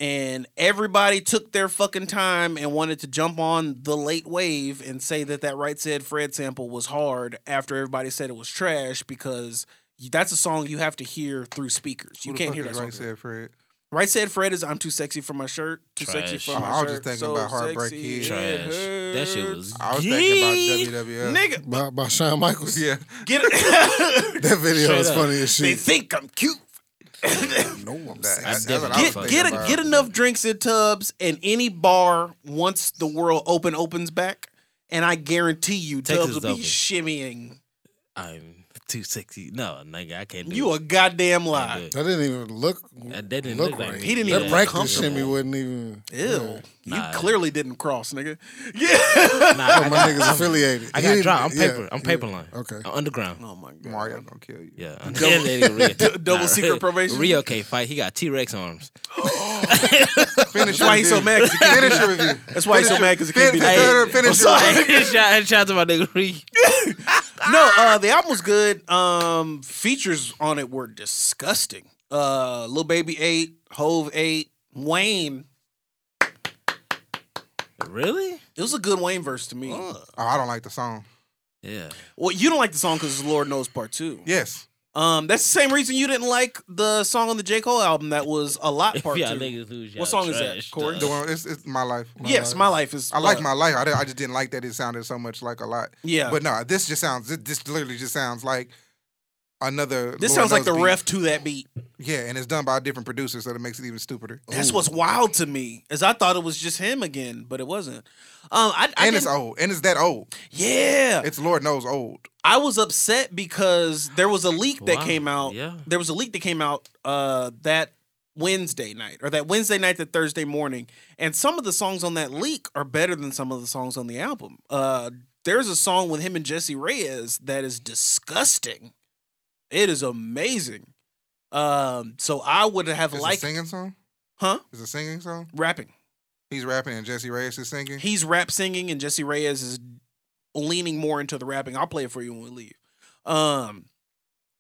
F: And everybody took their fucking time and wanted to jump on the late wave and say that that Right Said Fred sample was hard after everybody said it was trash because that's a song you have to hear through speakers. You
D: Who the
F: can't
D: fuck
F: hear that
D: is
F: song.
D: Right said Fred.
F: Right said Fred is I'm too sexy for my shirt. Too sexy
E: Trash.
F: for my
E: Oh,
F: shirt.
D: I was just thinking
F: so
D: about Heartbreak
F: sexy
D: Kid.
F: it
E: Trash. That shit
F: hurts.
E: was.
D: I was thinking about
F: Yee!
D: WWF.
F: Nigga,
G: by, by Shawn Michaels.
D: Yeah.
F: get it.
G: That video
E: Straight
G: is
E: up.
G: funny as
F: they
G: shit.
F: think I'm cute.
G: no, I'm
D: That-
G: saying.
D: that's
E: did-
D: what I was
F: Get
D: thinking
F: get
D: about.
F: get enough drinks in tubs in any bar once the world open opens back, and I guarantee you
E: Texas
F: tubs will be
E: open.
F: shimmying.
E: I'm too sexy. No, nigga, I can't do
F: You
E: it.
F: a goddamn
E: Can't do
F: lie.
E: it.
G: That didn't even look.
E: That didn't
G: look
E: look like
G: right.
E: me.
F: He didn't
E: Yeah.
F: even
G: That
F: look
G: practice
F: comfortable.
G: shimmy wasn't even.
F: Ew.
G: Yeah.
E: Nah.
F: You clearly didn't cross, nigga. Yeah.
E: Nah,
G: Oh,
E: I
G: my
E: got,
G: niggas affiliated.
E: I
G: He
E: got
G: didn't-
E: dropped. I'm
G: yeah,
E: paper. I'm
G: yeah.
E: paper line.
G: Okay.
E: I'm underground.
F: Oh my god.
D: Mario gonna kill you.
E: Yeah. Double,
F: double secret probation?
E: Rio can't fight. He got T Rex arms.
D: Finish
F: That's
D: your
F: why he's so
D: review.
F: mad. 'cause he can't
D: Finish your review.
F: That's why he's so mad because it can't be.
D: Finish-
F: the
D: finish
F: I'm
D: your-
F: sorry.
E: shout, shout out to my nigga Rio.
F: No,
D: Ah!
F: uh, the album was good. Um, features on it were disgusting. Uh, Lil Baby eight, Hove eight, Wayne.
E: Really?
F: It was a good Wayne verse to me.
D: Oh, I don't like the song.
E: Yeah.
F: Well, you don't like the song because it's Lord Knows Part Two.
D: Yes.
F: Um, that's the same reason you didn't like the song on the J Cole album that was a lot
E: If
F: part
E: y'all
F: two.
E: niggas lose,
F: What
E: y'all
F: song is that,
E: trash,
F: Corey?
E: dog.
D: The one, it's, it's my life.
F: Yes, my life is.
D: I like
F: uh,
D: my life. I, di- I just didn't like that it sounded so much like a lot.
F: Yeah,
D: But no, this just sounds. This, this literally just sounds like another.
F: this
D: Lord
F: sounds like
D: knows
F: the
D: beat.
F: ref to that beat.
D: Yeah, and it's done by a different producer, so that makes it even stupider.
F: That's what's wild to me. Is I thought it was just him again, but it wasn't. Um, I, I
D: and it's
F: didn't-
D: old. And it's that old.
F: yeah.
D: It's Lord knows old.
F: I was upset because there was a leak that
E: Wow,
F: came out.
E: yeah.
F: There was a leak that came out uh, that Wednesday night or that Wednesday night to Thursday morning. And some of the songs on that leak are better than some of the songs on the album. Uh, there's a song with him and Jesse Reyes that is disgusting. It is amazing. Um, so I would have
D: It's a
F: liked
D: singing song.
F: Huh?
D: It's a singing song.
F: rapping.
D: He's rapping and Jesse Reyes is singing.
F: He's rap singing and Jesse Reyes is leaning more into the rapping. I'll play it for you when we leave. Um,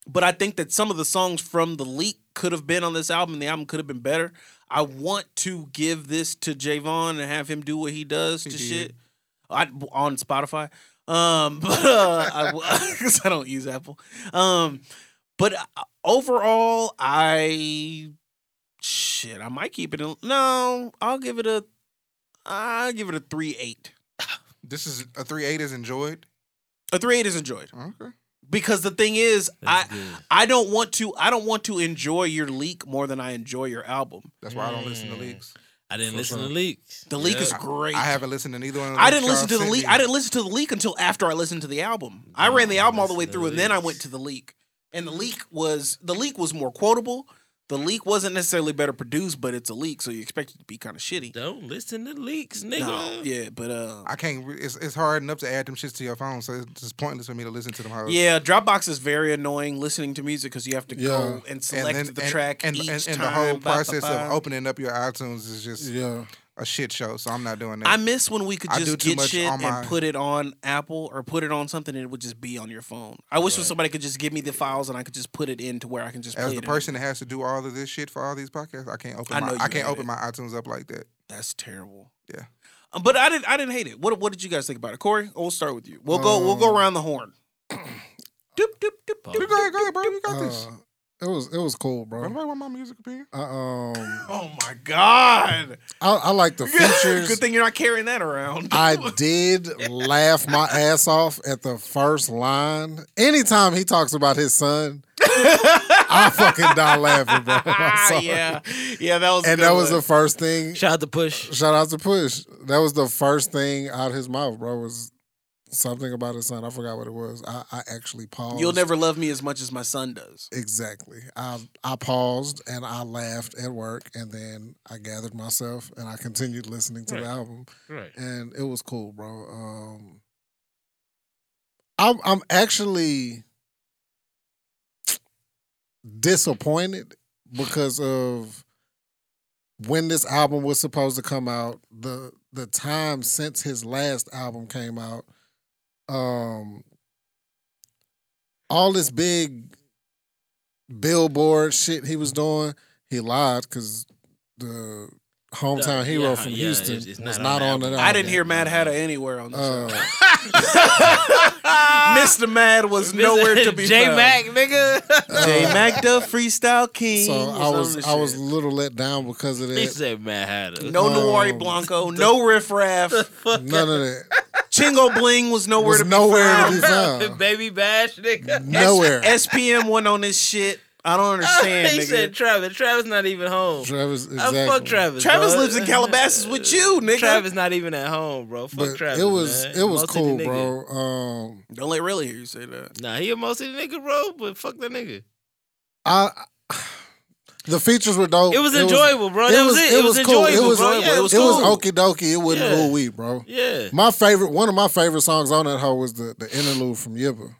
F: but I think that some of the songs from the leak could have been on this album. The album could have been better. I want to give this to Javon and have him do what he does
D: He
F: to
D: did.
F: shit I, on Spotify. Um, but uh, I, cause I don't use Apple. Um, but uh, overall, I shit, I might keep it. In, no, I'll give it a. I'll give it a three eight.
D: This is a three eight is enjoyed.
F: A three eight is enjoyed
D: Okay.
F: because the thing is,
E: That's
F: I
E: good.
F: I don't want to I don't want to enjoy your leak more than I enjoy your album.
D: That's why I don't listen to
E: Mm.
D: leaks.
E: I didn't
D: For
E: listen
D: sure.
E: to leaks.
F: The leak
E: Yeah.
F: is great.
D: I haven't listened to neither one of them.
F: I didn't listen to the leak. I didn't listen to the leak until after I listened to the album. I ran the
E: Oh,
F: album all the way
E: listen to
F: through, and then I
E: leaks.
F: went to the leak. And the leak was the leak was more quotable. The leak wasn't necessarily better produced, but it's a leak, so you expect it to be kind of shitty.
E: Don't listen to leaks, nigga.
F: No, yeah, but uh,
D: I can't. re- It's, it's hard enough to add them shits to your phone, so it's just pointless for me to listen to them. How
F: yeah, Dropbox is very annoying listening to music because you have to go
G: Yeah.
F: and select the track
D: and,
F: each
D: and, and
F: time.
D: the whole
F: ba, ba,
D: process
F: ba.
D: of opening up your iTunes is just
G: Yeah.
D: a shit show. So I'm not doing that.
F: I miss when we could
D: I do
F: just
D: too
F: get
D: much
F: shit
D: on my-
F: and put it on Apple or put it on something and it would just be on your phone. I wish when somebody could just give me the files and I could just put it in to where I can just
D: As
F: play
D: the
F: it in.
D: person that has to do all of this shit for all these podcasts, I can't open
F: I know
D: my
F: you
D: I can't
F: hate
D: open
F: it.
D: my iTunes up like that.
F: That's terrible.
D: Yeah.
F: Um, but I didn't I didn't hate it. What what did you guys think about it? Corey, we'll start with you. We'll go we'll go
D: Um,
F: around the horn. doop, doop, doop,
E: Pause.
D: Go
F: doop.
D: ahead, go ahead, bro. You got this.
G: Uh, it was it was cool, bro.
D: Nobody want my music opinion.
G: I, um,
F: Oh my god.
G: I, I like the features.
F: Good thing you're not carrying that around.
G: I did laugh my ass off at the first line. Anytime he talks about his son, I fucking die laughing, bro. I'm sorry.
F: yeah. Yeah, that was a
G: And
F: good
G: that was
F: one.
G: the first thing.
E: Shout out to Push.
G: Shout out to Push. That was the first thing out his mouth, bro. Was something about his son. I forgot what it was. I, I actually paused.
F: You'll never love me as much as my son does.
G: Exactly. I I paused and I laughed at work, and then I gathered myself and I continued listening to the
E: Right.
G: album,
E: Right.
G: and it was cool, bro. Um, I'm I'm actually disappointed because of when this album was supposed to come out, the the time since his last album came out, um, all this big billboard shit he was doing, he lied because the
E: Yeah,
G: hometown hero from
E: yeah,
G: Houston
E: it's- it's
G: was
E: not on
G: not
E: the
G: on it.
E: album.
D: Oh,
F: I didn't hear Mad Hatter anywhere on the show.
G: Uh,
F: Mr. Mad was nowhere to be
E: J
F: found.
E: Mac, nigga.
G: Uh,
F: J Mac, the freestyle king.
G: so I
F: on
G: was
F: the
G: I was a
F: shit.
G: little let down because of
E: he
G: that.
E: said Manhattan.
F: no
G: um,
F: Nowari Blanco, no Riff Raff.
G: None of that
F: Chingo Bling was nowhere
G: was
F: to be
G: nowhere
F: found.
G: to be found.
E: Baby Bash, nigga.
G: Nowhere.
F: SPM went on this shit. I don't understand,
E: he
F: nigga.
E: said Travis. Travis not even home.
G: Travis, exactly.
E: I fuck Travis.
F: Travis
E: dog.
F: lives in Calabasas with you, nigga.
E: Travis not even at home, bro. Fuck
G: But
E: Travis.
G: it was
E: man.
G: it was
E: Most of the
G: cool,
E: nigga.
G: bro. Um,
F: Don't let really hear you say that.
E: Nah, he a most of the nigga, bro. But fuck that nigga.
G: I the features were dope.
E: It was enjoyable, bro.
G: Oh, it
E: That was,
G: was
E: it. It was,
G: cool.
E: enjoyable,
G: It was
E: bro. Yeah,
G: it was,
E: cool.
G: okie dokie. It wasn't
E: Yeah.
G: ooh wee, bro.
E: Yeah.
G: My favorite, one of my favorite songs on that hoe was the the interlude from Yibba.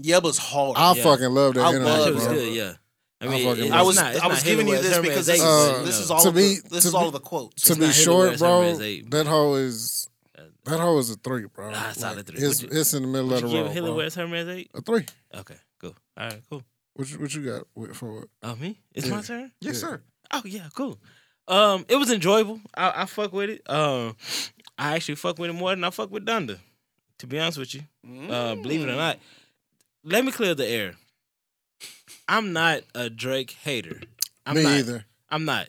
F: Yeba's hard.
G: I
E: Yeah.
G: fucking love that
F: I
E: Nah,
F: love
E: shit
G: interlude,
E: was
G: bro.
E: good. Yeah. I
G: I
E: mean,
G: fucking
E: it-
G: love
F: I was
E: it's not- it's
F: I was
E: not
F: giving you
E: Hitler,
F: this
E: it's
F: because
E: Hermes
F: they-
E: Abrams,
G: Uh,
E: you
F: this is
E: know.
F: all
G: To
F: of the-
G: me-
F: this
G: to
F: is all
G: me-
F: of the quotes.
G: To
E: It's
G: be
E: not Hitler,
G: short,
E: it's
G: bro,
E: Hermes Ape.
G: that hoe is
E: Uh,
G: that hoe is a three, bro.
E: Ah, it's solid three.
G: It's
E: Would
G: it's in the middle
E: Would
G: of
E: you
G: the
E: give
G: road,
E: Hitler
G: bro.
E: West Hermes eight?
G: A three.
E: Okay, cool. All right, cool.
G: What you, what you got with- for it?
E: Oh me? It's
G: Yeah.
E: my turn.
D: Yes, sir.
E: Oh yeah, cool. Um, it was enjoyable. I, I fuck with it. Um, I actually fuck with it more than I fuck with Donda. To be honest with you, uh, believe it or not, let me clear the air. I'm not a Drake hater. I'm
G: Me
E: not.
G: either.
E: I'm not.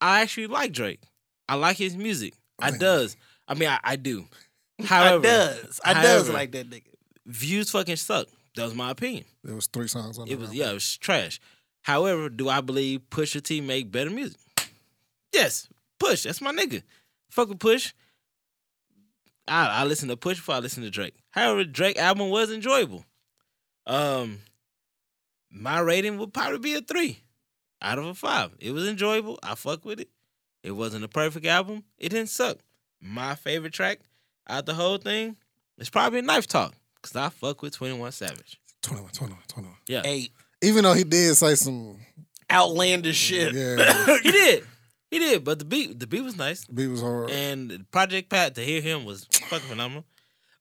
E: I actually like Drake. I like his music. I does. I mean, I, I do.
F: I
E: However,
F: does. I does
E: however,
F: like that nigga.
E: views fucking suck. That was my opinion.
G: There was three songs on
E: It
G: that
E: was
G: album.
E: yeah, it was trash. However, do I believe Pusha T make better music? Yes, Push. That's my nigga. Fuck with Push. I, I listen to Push before I listen to Drake. However, Drake album was enjoyable. Um, my rating would probably be a three out of a five. It was enjoyable. I fuck with it. It wasn't a perfect album. It didn't suck. My favorite track out the whole thing is probably Knife Talk because I fuck with Twenty One Savage.
G: 21, 21, 21.
E: Yeah,
F: Hey,
G: Even though he did say some,
F: outlandish shit.
G: yeah,
E: he did. He did, but the beat the beat was nice,
G: beat was hard.
E: and Project Pat to hear him was fucking phenomenal.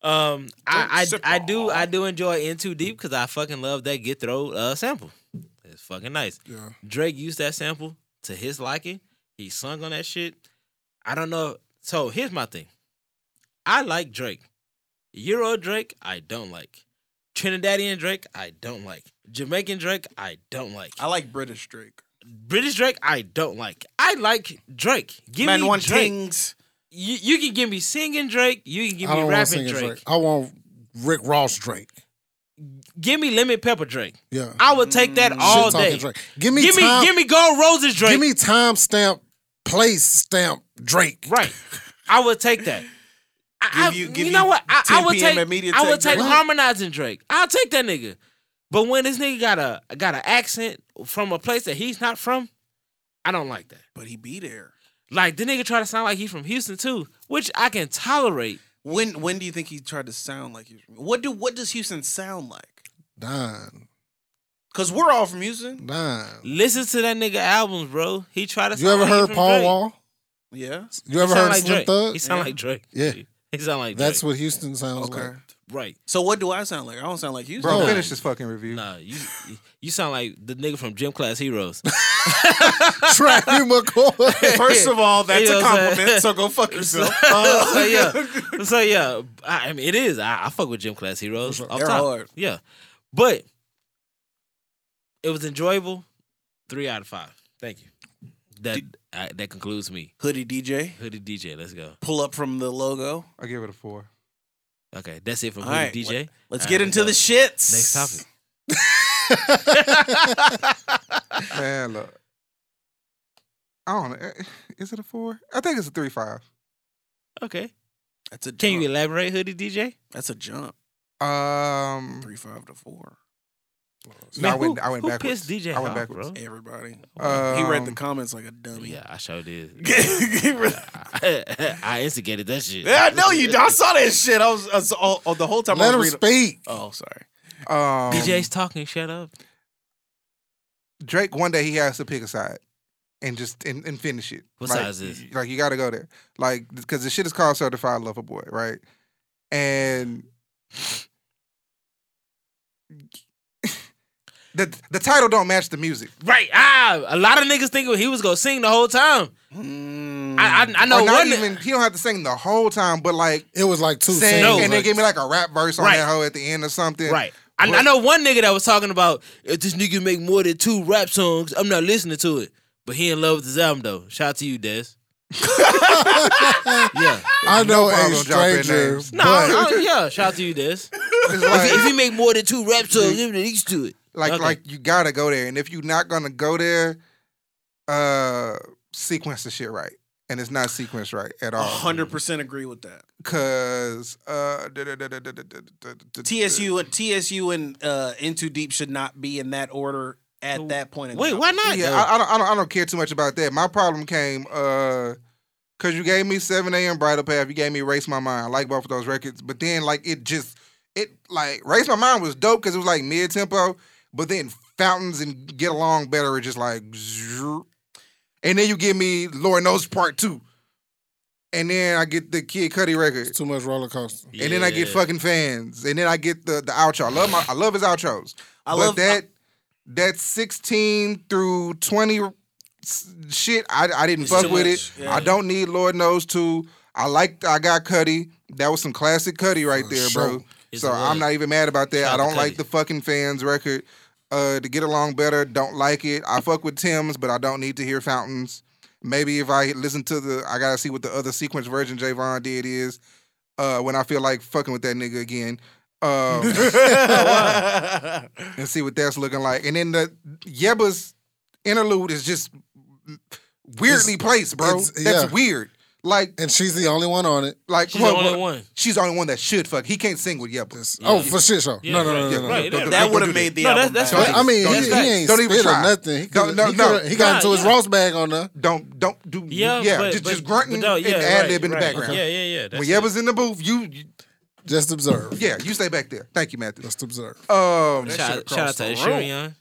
E: Um, I, I I do I do enjoy In Too Deep because I fucking love that Get Throw uh, sample. It's fucking nice.
G: yeah,
E: Drake used that sample to his liking. He sung on that shit. I don't know. So here's my thing. I like Drake. Euro Drake, I don't like. Trinidadian Drake, I don't like. Jamaican Drake, I don't like.
F: I like British Drake.
E: British Drake, I don't like. I like Drake. Give
F: Man
E: me
F: want
E: Drake.
F: things.
E: You, you can give me singing Drake. You can give
G: I
E: me
G: don't want
E: rapping
G: singing
E: Drake.
G: Drake. I want Rick Ross Drake.
E: Give me lemon pepper Drake.
G: Yeah,
E: I would take that all
G: Shit-talking
E: day.
G: Mm, Drake. Give me
E: Give me
G: time.
E: give me gold roses Drake.
G: give me time stamp, place stamp Drake.
E: right. I would take that. I,
F: Give you-
E: I-
F: give
E: know
F: you
E: what? I, I
F: 10
E: would
F: PM
E: take.
F: at Media
E: I
F: Tech
E: would take
F: Drake.
E: harmonizing Drake. I'll take that nigga. But when this nigga got a got an accent from a place that he's not from, I don't like that.
F: But he be there.
E: Like the nigga try to sound like he's from Houston too, which I can tolerate.
F: When when do you think he tried to sound like he what do what does Houston sound like?
G: Don,
F: Cause we're all from Houston.
G: Don.
E: Listen to that nigga albums, bro. He tried to.
G: You ever heard Paul Wall?
F: Yeah.
G: You ever heard
E: sound like
G: Slim
E: Drake.
G: Thug?
E: He sound like Drake.
G: Yeah.
E: he sound like
G: That's
E: Drake.
G: what Houston sounds
F: Okay.
G: like.
E: right.
F: So what do I sound like? I don't sound like Houston.
D: Bro,
G: No.
D: finish this fucking review.
E: Nah, you you sound like the nigga from Gym Class Heroes.
G: Trappy McCoy.
F: First of all, that's
E: You know
F: a
E: what I'm saying?
F: compliment, so go fuck
E: so,
F: yourself.
G: Oh,
E: so, yeah, so yeah, I, I mean it is. I, I fuck with Gym Class Heroes.
G: For sure.
E: off
F: They're
E: top.
F: hard.
E: Yeah, but it was enjoyable. Three out of five. Thank you. That I, that concludes me.
F: Hoodie DJ.
E: Hoodie DJ, let's go.
F: Pull up from the logo.
D: I give it a four.
E: Okay, that's it from
F: All
E: Hoodie
F: right,
E: DJ.
F: Let's
E: All
F: get
E: right,
F: into the
E: let's
F: shits.
E: go. next topic.
D: Man, look. I don't know. Eh, Is it a four? I think it's a three five.
E: Okay,
F: That's a jump.
E: can you elaborate, Hoodie DJ?
F: that's a jump.
D: Um,
F: Three five to four.
D: no, I
E: Man,
D: went.
E: who-
D: I went
E: who
D: backwards.
E: pissed DJ
D: I went
E: off,
D: backwards.
E: bro?
F: Everybody.
D: Um,
F: he read the comments like a dummy.
E: Mm-hmm. Yeah, I sure did.
F: He read-
E: I, instigated that shit.
F: yeah, I know you. I saw that shit. I was, I was all, all- the whole time.
G: Let
F: I
G: him
F: was reading-
G: speak.
F: Oh, sorry.
D: Um,
E: DJ's talking. Shut up.
D: Drake. One day he has to pick a side, and just and, and finish it.
E: What
D: like,
E: size is
D: y- Like you got to go there, like because the shit is called Certified Lover Boy, right? And the the title don't match the music.
E: Right. Ah, a lot of niggas think he was gonna sing the whole time. I, I I know
D: Mm. or not
E: one.
D: even he don't have to sing the whole time, but like
G: It was like two
D: sing,
G: singles.
D: and they give me like a rap verse on
E: Right.
D: that hoe at the end or something.
E: Right. I, I
D: But-
E: know one nigga that was talking about if this nigga make more than two rap songs, I'm not listening to it. But he in love with his album though. Shout out to you, Des. yeah.
G: I know a
D: problem dropping
G: stranger,
D: names.
E: No,
G: but
E: I- I- yeah. Shout out to you, Des.
D: It's like,
E: if he make more than two rap songs, him at least do it.
D: like
E: Okay.
D: like you gotta go there. And if you're not gonna go there, uh sequence the shit right. And it's not sequenced right
F: Oh,
D: at all.
F: hundred percent agree with that.
D: Cause uh da- da- da- da- da- da- da- da- da-
F: TSU and TSU and uh, Into Deep should not be in that order at that point. In
E: Wait,
F: time.
E: why not?
D: Yeah,
E: though?
D: I, I don't I don't I don't care too much about that. My problem came uh cause you gave me seven AM bridal path, you gave me Race My Mind. I like both of those records, but then like it just it like Race My Mind was dope because it was like mid tempo, but then Fountains and Get Along Better are just like zzzz. and then you give me Lord Knows Part Two. And then I get the Kid Cudi record.
G: it's too much roller coaster.
E: Yeah.
D: And then I get fucking fans. And then I get the the outro. I love my I love his outros.
F: I
D: but
F: love-
D: that that 16 through 20 s- shit, I, I didn't
E: It's
D: fuck
E: too
D: with
E: much,
D: it.
E: yeah.
D: I don't need Lord knows two. I liked I got Cuddy. That was some classic Cuddy right there, bro.
G: sure.
E: It's
D: so
E: a
D: I'm
E: word.
D: not even mad about that.
E: Shout
D: I
E: out to
D: don't like
E: Cudi.
D: the fucking fans record. Uh, to get along better, don't like it. I fuck with Tim's, but I don't need to hear Fountains. Maybe if I listen to the, I gotta see what the other sequence version Javon did is. Uh, when I feel like fucking with that nigga again, um, and see what that's looking like. And then the Yeba's interlude is just weirdly placed, bro.
G: it's-
D: That's
G: yeah.
D: weird. Like,
G: And she's the only one on it.
D: like
E: She's
D: well,
E: the only
D: well,
E: one.
D: She's the only one that should fuck. He can't sing with Yeba.
G: It's- Oh, for shit show.
E: Yeah,
G: no, no,
E: right,
G: no, no, no.
E: right,
G: no.
E: that-
D: don't-
F: That
D: don't
F: would
D: do
F: have made the
E: No, that's-
F: album.
E: that's
F: better.
E: right.
G: But, I mean,
D: Don't
G: he,
D: even-
G: he ain't
D: don't even
G: spit or
D: try.
G: nothing. He,
D: Don't-
G: coulda-
D: no,
G: he,
D: no.
G: coulda- he got
E: Nah,
G: into his
E: yeah.
G: roast bag on there.
D: Don't don't do yeah,
E: Yeah, but-
D: just,
E: but-
D: just grunting
E: but no, yeah,
D: and ad lib
E: right,
D: in the
E: right.
D: background.
E: Yeah, yeah, yeah.
D: When
E: that's it.
D: Yeba's in the booth, you, you
G: Just observe.
D: yeah, you stay back there. Thank you, Matthew.
G: Just observe.
D: Um,
E: Shout, shout out to Ashurian.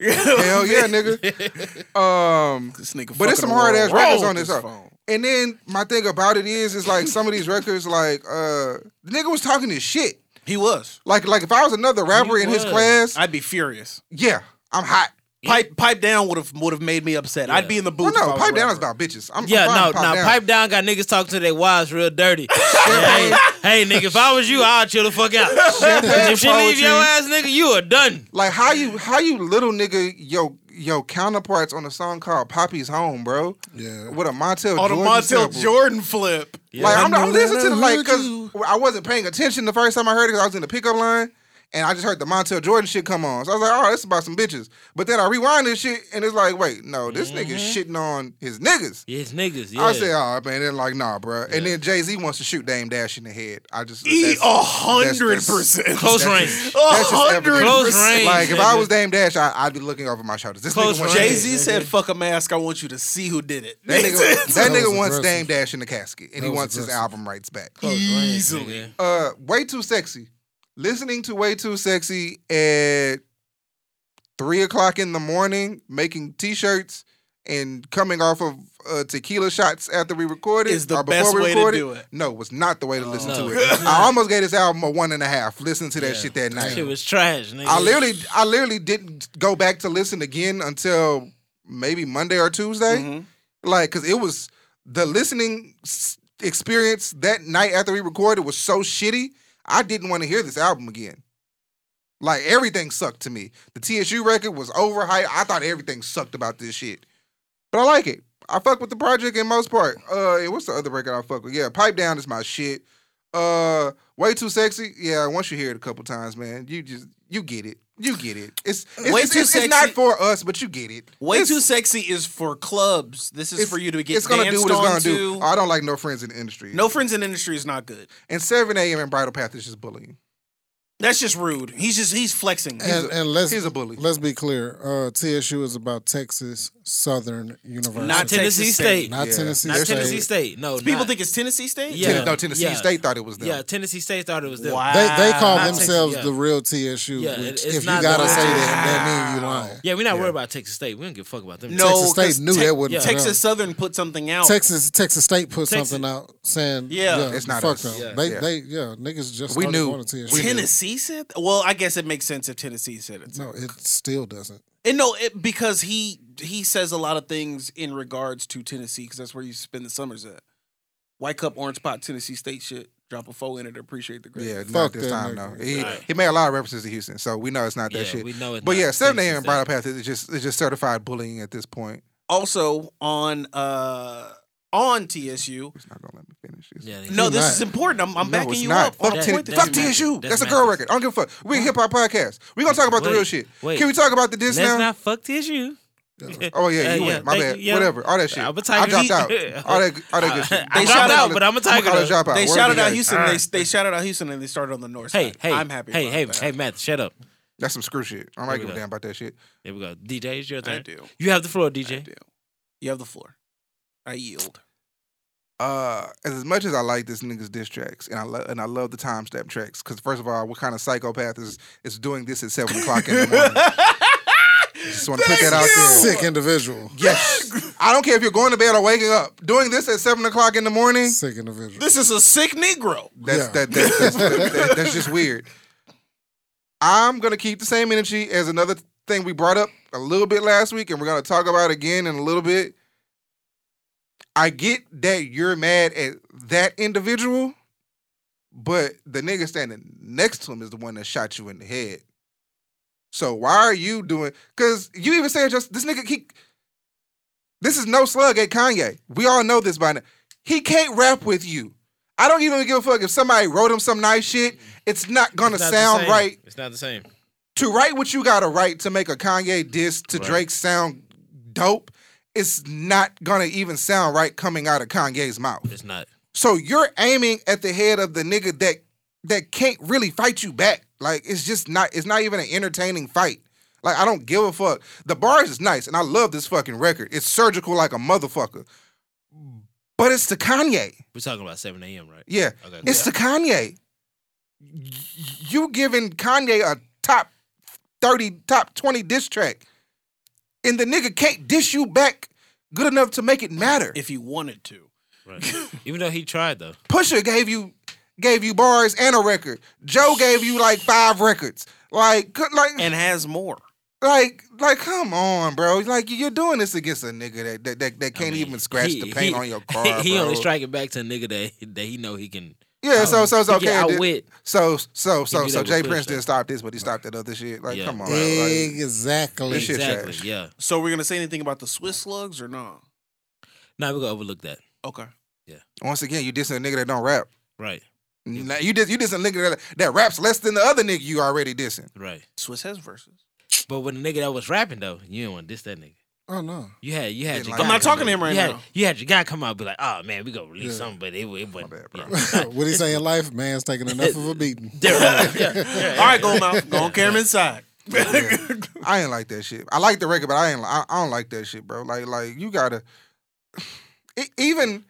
D: hell yeah, nigga. Um,
F: This nigga
D: But it's some
F: fucking
D: hard ass
F: around
D: records
F: with
D: on this
F: his
D: hoe.
F: phone.
D: And then my thing about it is, is like some of these records, like uh, the nigga was talking his shit.
F: He was.
D: Like like if I was another rapper in his
E: was.
D: class,
F: I'd be furious.
D: yeah, I'm hot.
F: Pipe Pipe Down would have would have made me upset. I'd be in the
D: Well,
F: booth. if I
D: no,
F: was
D: pipe down is
F: rapper.
D: about bitches. I'm I'm
E: Yeah,
D: fine
E: no,
D: with
E: no. Pipe down got niggas talking to their wives real dirty. Yeah, hey, hey, nigga, if I was you, I'd chill the fuck out. if she leave your ass, nigga, you are done.
D: Like how you how you little nigga yo yo counterparts on a song called Poppy's Home, bro.
G: Yeah.
D: With a Montel
F: on a
D: Jordan
F: Montel
D: sample.
F: Jordan flip.
D: Like I'm, I'm
G: know
D: listening to the
G: that I
D: like
G: heard you.
D: because I wasn't paying attention the first time I heard it because I was in the pickup line and I just heard the Montel Jordan shit come on. So I was like, oh, this is about some bitches. But then I rewind this shit and it's like, wait, no, this nigga's shitting on his niggas.
E: Yes, niggas. Yeah.
D: I say, oh man, they're like, nah, bruh. And then Jay Z wants to shoot Dame Dash in the head. I just
F: E
D: that's-
F: a hundred
D: that's-
F: percent.
E: Close
F: A
E: range.
D: that's just
F: hundred
D: evidence.
E: Close
F: percent.
E: range.
D: Like if
E: nigga.
D: I was Dame Dash, I, I'd be looking over my shoulders. This
E: Close
D: nigga wants
E: range.
F: Jay Z said, "Fuck a mask. I want you to see who did it."
D: That nigga, that
G: That
D: nigga
G: was
D: wants Dame
G: aggressive.
D: Dash in the casket, and he
G: was
D: wants his
G: aggressive.
D: album rights back.
F: easily.
D: Uh, way too sexy. Listening to way too sexy at three o'clock in the morning, making t-shirts and coming off of uh, tequila shots after we recorded
F: Is the
D: or before
F: best
D: we
F: way to
D: recorded.
F: do it.
D: No, was not the way to listen
E: No.
D: to it. I almost gave this album a one and a half. Listen to that
E: Yeah.
D: shit that night.
E: Shit was trash, nigga.
D: I literally, I literally didn't go back to listen again until maybe Monday or Tuesday,
F: Mm-hmm.
D: like because it was the listening s- experience that night after we recorded was so shitty. I didn't want to hear this album again. Like everything sucked to me. The TSU record was overhyped. I thought everything sucked about this shit, but I like it. I fuck with the project in most part. Uh, and what's the other record I fuck with? Yeah, Pipe Down is my shit. Uh, way too sexy. Yeah, once you hear it a couple times, man, you just you get it. You get it. It's, it's
F: Way
D: it's,
F: Too
D: it's, it's not
F: Sexy-
D: for us, but you get it.
F: Way
D: It's-
F: too sexy is for clubs. This is
D: it's-
F: for you to get
D: It's gonna do
F: danced
D: what it's gonna
F: on
D: do.
F: to.
D: I don't like no friends in the industry.
F: No friends in industry is not good.
D: And seven a.m. and Bridal Path is just bullying.
F: That's just rude. He's just he's flexing.
G: And, and let's
D: he's a bully.
G: let's be clear. Uh, TSU is about Texas Southern University,
F: Not Texas
E: Tennessee
F: State.
E: State.
G: not
D: Yeah.
G: Tennessee.
E: Not
G: State.
E: Tennessee State. No,
F: People
E: not-
F: think it's Tennessee State.
E: Yeah.
D: Ten- no, Tennessee
E: yeah.
D: State thought it was them.
E: Yeah, Tennessee State thought it was them.
F: Wow.
G: They they call
F: Not Texas,
G: themselves
E: yeah.
G: the real TSU.
E: Yeah, it-
G: which
E: it's
G: if you
E: not
G: gotta
E: the-
G: say that, that means you
D: Uh,
G: lying.
E: Yeah, we're not worried about Texas State. We don't give a fuck about them.
F: No,
G: Texas State
F: 'cause
G: knew
F: Tex-
G: that wasn't
F: Texas Southern put something out.
G: Texas Texas State put
E: Texas-
G: something out saying,
F: Yeah.
D: It's not
G: fuck
D: us.
G: them.
E: Yeah.
G: They
D: Yeah.
G: they yeah niggas just
D: We
G: started
D: knew.
G: going to TSU.
D: We knew.
F: Tennessee said. th- Well, I guess it makes sense if Tennessee said it.
G: No, it still doesn't.
F: And no, it, because he he says a lot of things in regards to Tennessee because that's where you spend the summers at. White Cup, Orange Pot, Tennessee State shit. Drop a four in it. Appreciate the grade.
D: Yeah,
G: Fuck
D: not this
G: that
D: time
G: nigga.
D: though. He,
E: Right.
D: he made a lot of references to Houston, so we know it's not that
E: Yeah,
D: shit.
E: we know it.
D: but
E: not
D: yeah, seven
E: Texas
D: a.m.
E: State.
D: brought up path. It's just it's just certified bullying at this point.
F: Also on uh on TSU.
D: It's not gonna let me finish. It's-
E: Yeah, they-
F: No,
G: You're
F: this
G: not.
F: is important. I'm, I'm
D: No,
F: backing
D: it's
F: you
D: not.
F: up.
D: Fuck,
F: on
E: That-
D: T-
F: point
E: that-
F: that
D: fuck
F: you
E: doesn't matter.
D: TSU.
E: Doesn't
D: That's a
E: matter.
D: girl record. I don't give a fuck. We a hip hop podcast. We gonna talk about the
E: Wait,
D: real shit.
E: wait.
D: Can we talk about the diss
E: Let's
D: now?
E: not fuck TSU.
D: Oh yeah,
E: Uh,
D: you
E: yeah,
D: went. My
E: thank
D: bad.
E: you, yeah.
D: Whatever. All that shit. i
E: I'm a Tiger.
D: dropped out. All that. All that good shit.
E: I
D: I'm
E: dropped
D: college-
E: out, but I'm a Tiger,
D: college
E: though.
D: dropout.
F: They
D: Word
F: shouted
D: to
F: out
D: you.
F: Houston. They, they shouted out Houston and they started on the north
E: Hey,
F: side.
E: hey,
F: I'm happy.
E: Hey,
F: about
E: hey,
F: that.
E: hey, Matt, shut up.
D: That's some screw shit. I
E: Here
D: might
E: we
D: give a
E: go.
D: damn about that shit.
E: There we go. DJ, it's your
F: I
E: turn.
F: do.
E: You have the floor,
F: I
E: DJ.
F: do. You have the floor. I yield.
D: uh, as much as I like this nigga's diss tracks, and I love and I love the timestamp tracks, because first of all, what kind of psychopath is is doing this at seven o'clock in the morning? Just want to put that out there.
G: Sick individual.
D: Yes, I don't care if you're going to bed or waking up. Doing this at seven o'clock in the morning,
G: Sick individual.
F: This is a sick Negro.
D: that's
G: Yeah.
D: that, that, that's, that- that's just weird. I'm gonna keep the same energy as another thing we brought up a little bit last week, and we're gonna talk about again in a little bit. I get that you're mad at that individual, but the nigga standing next to him is the one that shot you in the head. So why are you doing? Because you even said just this nigga he. This is no slug at Kanye. We all know this by now. He can't rap with you. I don't even give a fuck if somebody wrote him some nice shit. It's not gonna
E: It's not the
D: sound
E: same.
D: right.
E: It's not the same.
D: To write what you gotta write to make a Kanye diss to Drake sound dope, it's not gonna even sound right coming out of Kanye's mouth.
E: It's not.
D: So you're aiming at the head of the nigga that that can't really fight you back. Like it's just not it's not even an entertaining fight. Like I don't give a fuck. The bars is nice and I love this fucking record. It's surgical like a motherfucker. But it's to Kanye.
E: We're talking about 7 a.m., right?
D: Yeah.
E: Okay.
D: It's to Kanye. Y- You giving Kanye a top 30, top 20 diss track. And the nigga can't diss you back good enough to make it matter.
F: If you wanted to.
E: Right. Even though he tried, though.
D: Pusha gave you gave you bars and a record. Joe gave you like five records. Like co- like
F: And has more.
D: like like come on, bro. Like you're doing this against a nigga that that that, that
E: I
D: can't
E: mean,
D: even scratch
E: he-
D: the paint
E: he-
D: on your car.
E: He
D: bro.
E: only striking back to a nigga that, that he know he can.
D: Yeah, so so it's
E: Um, he
D: okay.
E: can
D: it did-
E: outwit.
D: So so
E: do
D: so
E: that
D: so
E: with
D: Jay
E: Pusha.
D: Prince didn't stop this, but he stopped that other shit. Like
E: Yeah.
D: come on, bro. Like,
G: Exactly.
D: This shit
E: Exactly.
D: trash.
E: Yeah.
F: So we're gonna say anything about the Swiss slugs or no?
E: Now we're gonna overlook that.
F: Okay.
D: once again, you dissing a nigga that don't rap.
E: Right.
D: Nah, You dis you dissing a nigga that, that raps less than the other nigga you already dissing.
E: Right.
F: Swiss has verses.
E: But with the nigga that was rapping though, you didn't want to diss that nigga.
G: Oh no.
E: You had you had
D: Didn't
E: your
D: like
E: guy
D: I'm not
E: come
F: talking to
E: out-
F: him right
E: you had-
F: now.
E: you had your guy come out and be like, oh man, we gonna release
G: Yeah.
E: something, but it, it wasn't.
D: bad, bro.
E: yeah.
G: what he saying? Life, man's taking enough of a beating.
F: All right, go mouth. Go on, carry him inside.
D: I ain't like that shit. I like the record, but I ain't. I, I don't like that shit, bro. Like, like you gotta e- even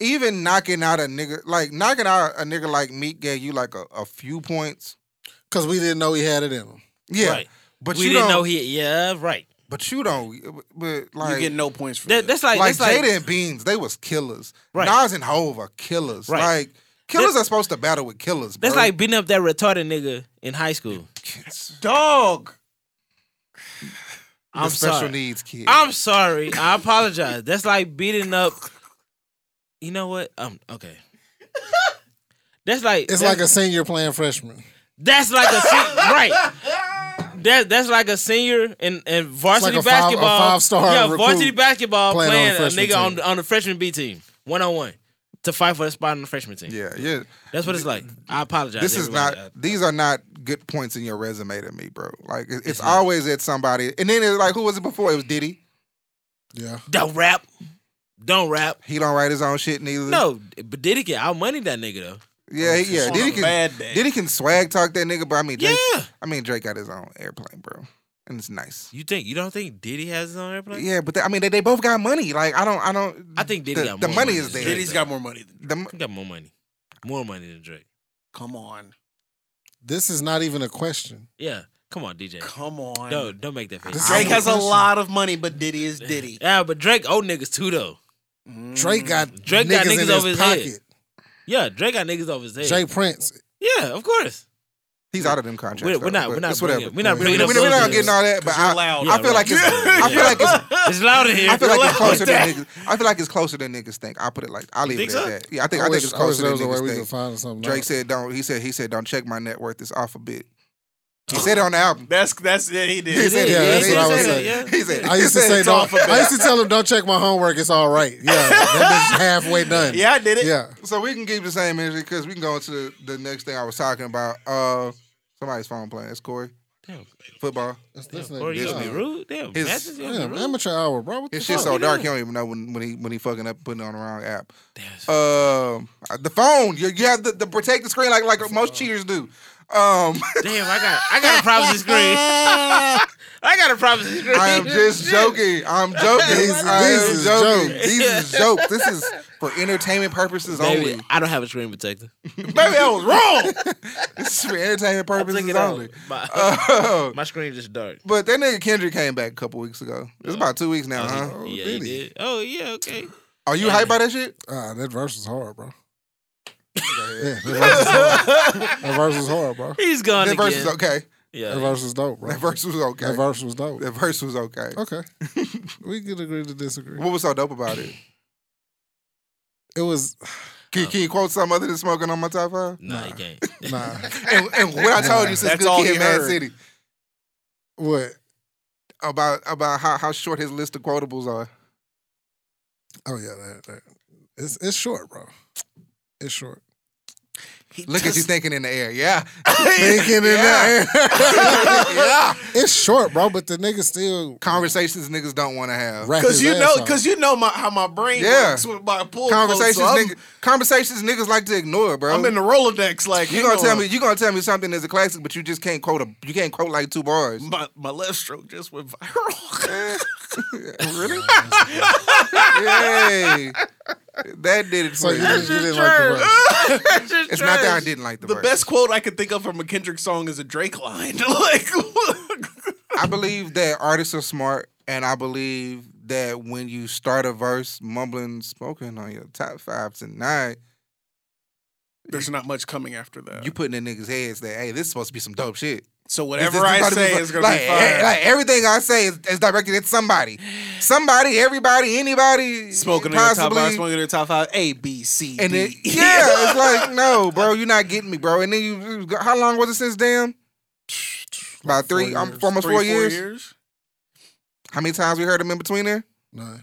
D: even knocking out a nigga like knocking out a nigga like Meek gave you like a, a few points.
G: Because we didn't know he had it in him.
D: Yeah,
E: Right.
D: but
E: we
D: you
E: didn't
D: don't.
E: know he. Yeah, right.
D: but you don't. But like
F: you get no points for
E: That,
F: that.
E: that's like,
D: like
E: that's like
D: Jada and Beans, they was killers.
E: Right.
D: Nas and Hove are killers.
E: Right.
D: Like killers
E: That-
D: are supposed to battle with killers. Bro.
E: that's like beating up that retarded nigga in high school.
D: kids.
F: Dog.
D: The
E: I'm
D: special
E: sorry.
D: needs kid.
E: I'm sorry. I apologize. That's like beating up. You know what? Um. Okay. That's like
G: It's
E: that's,
G: like a senior playing freshman.
E: that's like a sen- right. That that's like a senior in, in varsity
G: a five- a
E: basketball.
G: five-star
E: yeah,
G: recruit
E: varsity basketball
G: playing
E: playing,
G: on the
E: a
G: freshman
E: nigga on
G: team.
E: the- on the freshman B team one on one to fight for a spot on the freshman team.
D: yeah, yeah.
E: That's what it's like. I apologize.
D: this is
E: everybody.
D: not these are not good points in your resume to me bro like it- it's, always at somebody and then it's like who was it before it was diddy
G: Yeah.
E: don't rap. Don't rap.
D: he don't write his own shit neither
E: No, but Diddy can outmoney that nigga though.
D: Yeah, he- yeah.
F: on
D: Diddy
F: a
D: can
F: bad day.
D: Diddy can swag talk that nigga, but I mean, Drake,
E: Yeah.
D: I mean Drake got his own airplane, bro, and it's nice.
E: You think you don't think Diddy has his own airplane?
D: Yeah, but they, I mean they, they both got money. Like I don't, I don't.
E: I think Diddy
D: the,
E: got
D: the
E: more
D: money
E: money
D: is
E: than
D: there.
E: Diddy.
F: Diddy's got more money than.
D: The, mo-
E: He got more money, more money than Drake.
F: Come on,
G: This is not even a question.
E: Yeah, come on, DJ.
F: come on.
E: Don't don't make that face.
G: This
F: Drake
G: is-
F: has a
G: question.
F: lot of money, but Diddy is Diddy.
E: Yeah, but Drake old niggas too though.
F: Mm.
G: Drake got
E: Mm. Drake
G: niggas,
E: got niggas
G: in
E: over his
G: his
E: head.
G: pocket.
E: Yeah, Drake got niggas off his head.
G: Jay Prince.
E: Yeah, of course.
D: he's out of them contracts.
E: We're,
D: though,
E: we're not.
D: but
E: We're not.
D: it's whatever.
E: Bringing, we're not
D: We-
E: bringing
D: we-
E: up.
D: we're
E: those
D: not getting
E: niggas.
D: all that, but I,
F: loud.
D: I feel
E: Yeah,
D: like it's.
E: right.
D: I feel like it's.
E: It's loud in here.
D: I feel like it's
E: Relax.
D: closer than niggas. I feel like it's closer than niggas think. I put it like I'll leave
E: think
D: it at
E: so?
D: that. Yeah, I
G: I,
D: think I,
G: wish,
D: think it's
G: I wish
D: closer
G: there
D: than
G: was a way
D: niggas
G: we could
D: think.
G: find something.
D: Drake
G: else.
D: said don't. He said he said don't check my net worth. It's off a bit. He said it on the album.
F: That's that's yeah, he did.
D: He said,
G: Yeah, that's
E: he
G: what I
E: did
G: was
E: say that,
G: saying.
E: yeah.
D: He said.
G: I
D: he
G: used to
D: said
G: say
D: it's
G: don't.
D: off a bit.
G: I used to tell him don't check my homework. It's all right. Yeah, that bitch halfway done.
F: Yeah, I did it.
G: yeah.
D: So we can keep the same energy because we can go into the next thing I was talking about. Uh, somebody's phone playing. It's Corey.
E: Damn.
D: Football.
G: That's, that's
E: Damn, Corey, you
G: not-
E: gonna be rude? Damn,
D: His-
E: Mathis, you gonna be
G: Damn,
E: rude?
G: amateur hour, bro. What the
D: His shit's
G: fuck?
D: so dark. He don't even know when, when he when he fucking up putting it on the wrong app.
E: Damn, it's-
D: Um, the phone. You, you have the, the protect the screen like like most cheaters do. Um,
E: Damn, I got I got a privacy screen. I got a privacy screen.
D: I am just
E: Shit.
D: joking. I'm joking.
G: These-
D: I
G: these
D: am
G: is
D: joking.
G: jokes.
D: These is jokes. This is for entertainment purposes only.
E: Baby, I don't have a screen protector.
D: Baby, I was wrong. this is for entertainment
E: Take
D: purposes
E: it out.
D: only.
E: My,
D: Uh,
E: my screen just dark.
D: but that nigga Kendrick came back a couple weeks ago. It's about two weeks now, huh?
E: Oh, he- yeah, he
G: did he?
E: did. Oh yeah, okay.
D: Are you hyped by that shit?
G: Ah, that verse is hard, bro. yeah, that verse is hard. that verse is hard, bro.
E: He's gone
D: That
E: again.
D: verse is okay.
G: That
E: Yeah,
G: verse is dope, bro.
D: That verse was okay.
G: That verse was dope.
D: That verse was okay.
G: Okay, we could agree to disagree.
D: What was so dope about it?
G: It was
D: Can, can you quote something other than smoking on my top five?
E: nah, he can't.
G: nah.
D: And, and what I told you since
F: That's
D: Good
F: all
D: Kid,
F: he
D: Mad
F: heard.
D: City
G: what?
D: about about how, how short his list of quotables are.
G: Oh yeah, that, that. it's it's short, bro. It's short.
F: He
D: Look at
F: does-
D: you thinking in the air. Yeah.
G: Thinking in
D: Yeah.
G: the air.
D: yeah.
G: it's short, bro. But the nigga still
D: Conversations niggas don't want to have.
G: rap
F: Cause
G: his
F: you
G: ass
F: know,
G: off.
F: cause you know my how my brain
D: Yeah.
F: works with my pull quotes,
D: Conversations,
F: Oh, so I'm,
D: niggas, conversations niggas like to ignore, bro.
F: I'm in the Rolodex. Like
D: you
F: hang
D: gonna tell
F: on.
D: me you gonna tell me something that's a classic, but you just can't quote a you can't quote like two bars.
F: my my left stroke just went viral.
D: really? Yay! That did it
G: So
D: for
G: you
D: you.
G: didn't, you didn't like the verse.
D: It's not that I didn't like the,
F: the
D: verse.
F: best quote I could think of from a Kendrick song is a Drake line. like,
D: I believe that artists are smart, and I believe that when you start a verse mumbling spoken on your top five tonight,
F: there's not much coming after that.
D: you putting in niggas' heads that hey, this is supposed to be some dope shit.
F: so
D: This-
F: whatever
D: this
F: I
D: about to be
F: say
D: some-
F: is gonna
D: like,
F: be
D: eh,
F: fire.
D: Like everything I say is, is directed at somebody, somebody, everybody, anybody,
F: Smoking on your top
D: possibly.
F: five, smoking on your top five, A, B, C,
D: and then
F: D.
D: yeah, it's like no, bro, you're not getting me, bro. And then you, you- how long was it since damn? About
G: four
D: three, um,
G: years.
D: almost
F: Three,
D: four, years. How many times we heard him in between there?
G: No.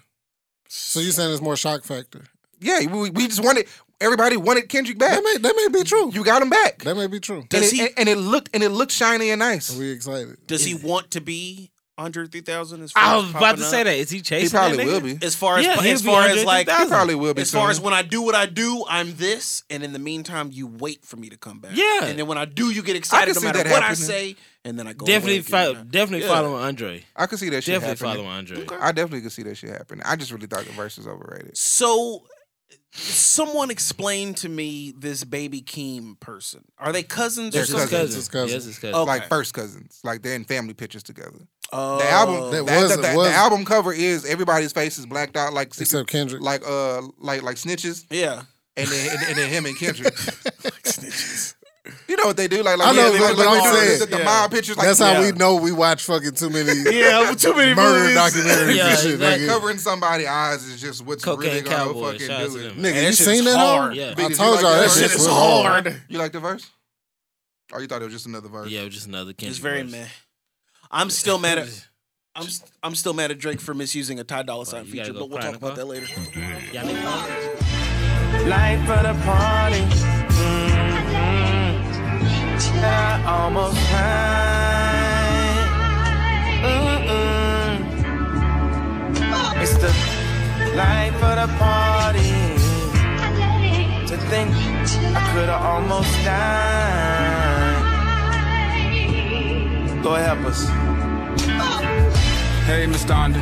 G: So you saying it's more shock factor?
D: Yeah, we, we just wanted everybody wanted Kendrick back.
G: That may that may be true.
D: You got him back.
G: That may be true.
D: and,
F: Does
D: it,
F: he-
D: and, and it looked and it looked shiny and
G: Are
D: nice.
G: we excited?
F: Does he want to be under three thousand?
E: I was about to say that. Is he chasing?
D: He probably
E: that
D: will
E: nigga?
D: be. He
F: As far as
E: Yeah, he'll
F: as
E: be
F: far
E: under
F: as like
E: 3,000.
D: probably will be.
F: as far
D: soon.
F: as when I do what I do, I'm this, and in the meantime, you wait for me to come back.
E: Yeah.
F: and then when I do, you get excited no
D: see
F: matter
D: that
F: what I
D: happening.
F: say, and then I go
E: Definitely,
F: away
E: fo-
F: again.
E: definitely
F: Yeah.
E: following Andre.
D: I could see that shit
E: Definitely
D: happening.
E: following Andre.
D: I definitely could see that shit happening. I just really thought the verse was overrated.
F: So, someone explained to me this baby Keem person. Are they cousins?
D: They're
F: or
E: It's his
F: something?
D: cousins.
E: cousin.
G: It's
E: Yes,
G: his cousin.
E: his cousin.
F: Okay.
D: Like first cousins, like they're in family pictures together.
F: Oh,
D: The album,
G: That
D: the- the-
G: was-
D: the, the
G: was-
D: album cover is everybody's face is blacked out, like
G: Except Kendrick.
D: like uh like like snitches,
F: yeah.
D: and then and, and then him and Kendrick. You know what they do? Like, like
G: I know,
D: yeah, they-
G: but-
D: like,
G: but
D: like,
G: I'm
D: you know,
G: saying-
D: the, the
F: Yeah.
D: mob pictures. Like,
G: That's how
D: yeah,
G: we know we watch fucking too many
F: Yeah, too many
G: murder documentaries
E: Yeah,
G: and shit.
E: exactly.
G: Nigga,
D: covering somebody's eyes is just what's really
E: Cocaine
D: gonna
E: Cowboy.
D: fucking
E: Shout out
D: do
E: to
D: it.
E: them.
G: nigga
F: that
G: you
F: shit
G: seen
F: is
G: that?
F: hard.
G: Hard.
E: Yeah,
D: Did
G: I
D: you
G: told
D: like
G: y'all
D: that
G: that
D: verse?
G: shit
D: That shit
G: was
D: is
G: hard.
D: You like the verse? Oh, you thought it was just another verse?
E: Yeah, it was just another Kendrick.
F: It's very
E: verse.
F: meh. I'm still mad at I'm I'm still mad at Drake for misusing a Ty Dolla Sign
E: you gotta
F: feature,
E: go
F: but we'll
E: cry in
F: talk
E: the
F: about that
E: car?
F: later.
E: Y'all niggas hungry?
H: Life of the party. mm I almost cried. Mm-mm. It's the life of the party. To think I could could've almost died. Lord help us.
I: Hey, Miss Donda,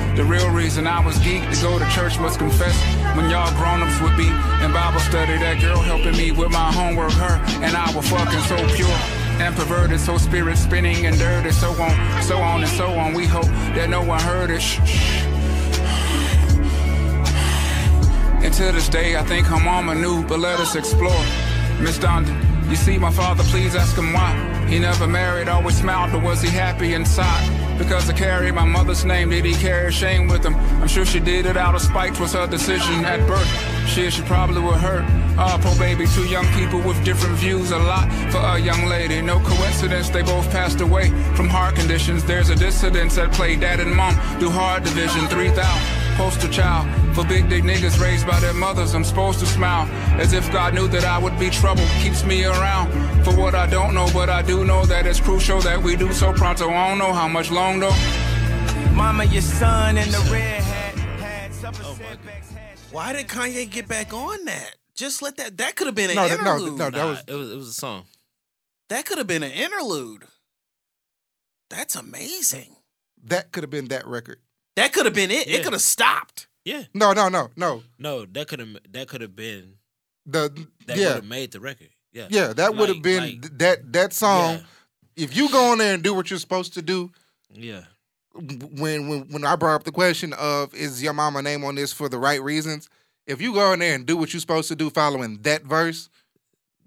I: The real reason I was geeked to go to church must confess. When y'all grown-ups would be in Bible study, that girl helping me with my homework, her and I were fucking so pure and perverted, so spirit spinning and dirty, so on, so on and so on. We hope that no one heard it. Shh, shh. And to this day, I think her mama knew, but let us explore. Miss Donda, you see my father, please ask him why. He never married, always smiled, but was he happy inside? Because I carry my mother's name, did he carry shame with him? I'm sure she did it out of spite, was her decision at birth. Shit, she probably would hurt. Ah, poor baby, two young people with different views, a lot for a young lady. No coincidence, they both passed away from heart conditions. There's a dissidence that play dad and mom do hard division, 3,000 poster child for big dick niggas raised by their mothers. I'm supposed to smile as if God knew that I would be trouble. Keeps me around for what I don't know, but I do know that it's crucial that we do so pronto. I don't know how much long though.
H: Mama, your son in the red hat had suffered
E: Oh
H: setbacks. had
F: Why did Kanye get back on that? Just let that. That could have been an
D: No, that- no,
F: interlude.
D: no,
E: Nah,
D: that was
E: it was it was a song.
F: That could have been an interlude. That's amazing.
D: that could have been that record.
F: That could have been it. It
E: Yeah.
F: could have stopped.
E: Yeah.
D: No, no, no, no.
E: No, that could have that could have been
D: The
E: that would
D: yeah,
E: have made the record. Yeah.
D: yeah, that would have
E: Like-
D: been
E: like-
D: th- that that song.
E: Yeah.
D: If you go in there and do what you're supposed to do,
E: Yeah.
D: when when when I brought up the question of is your mama name on this for the right reasons, if you go in there and do what you're supposed to do following that verse,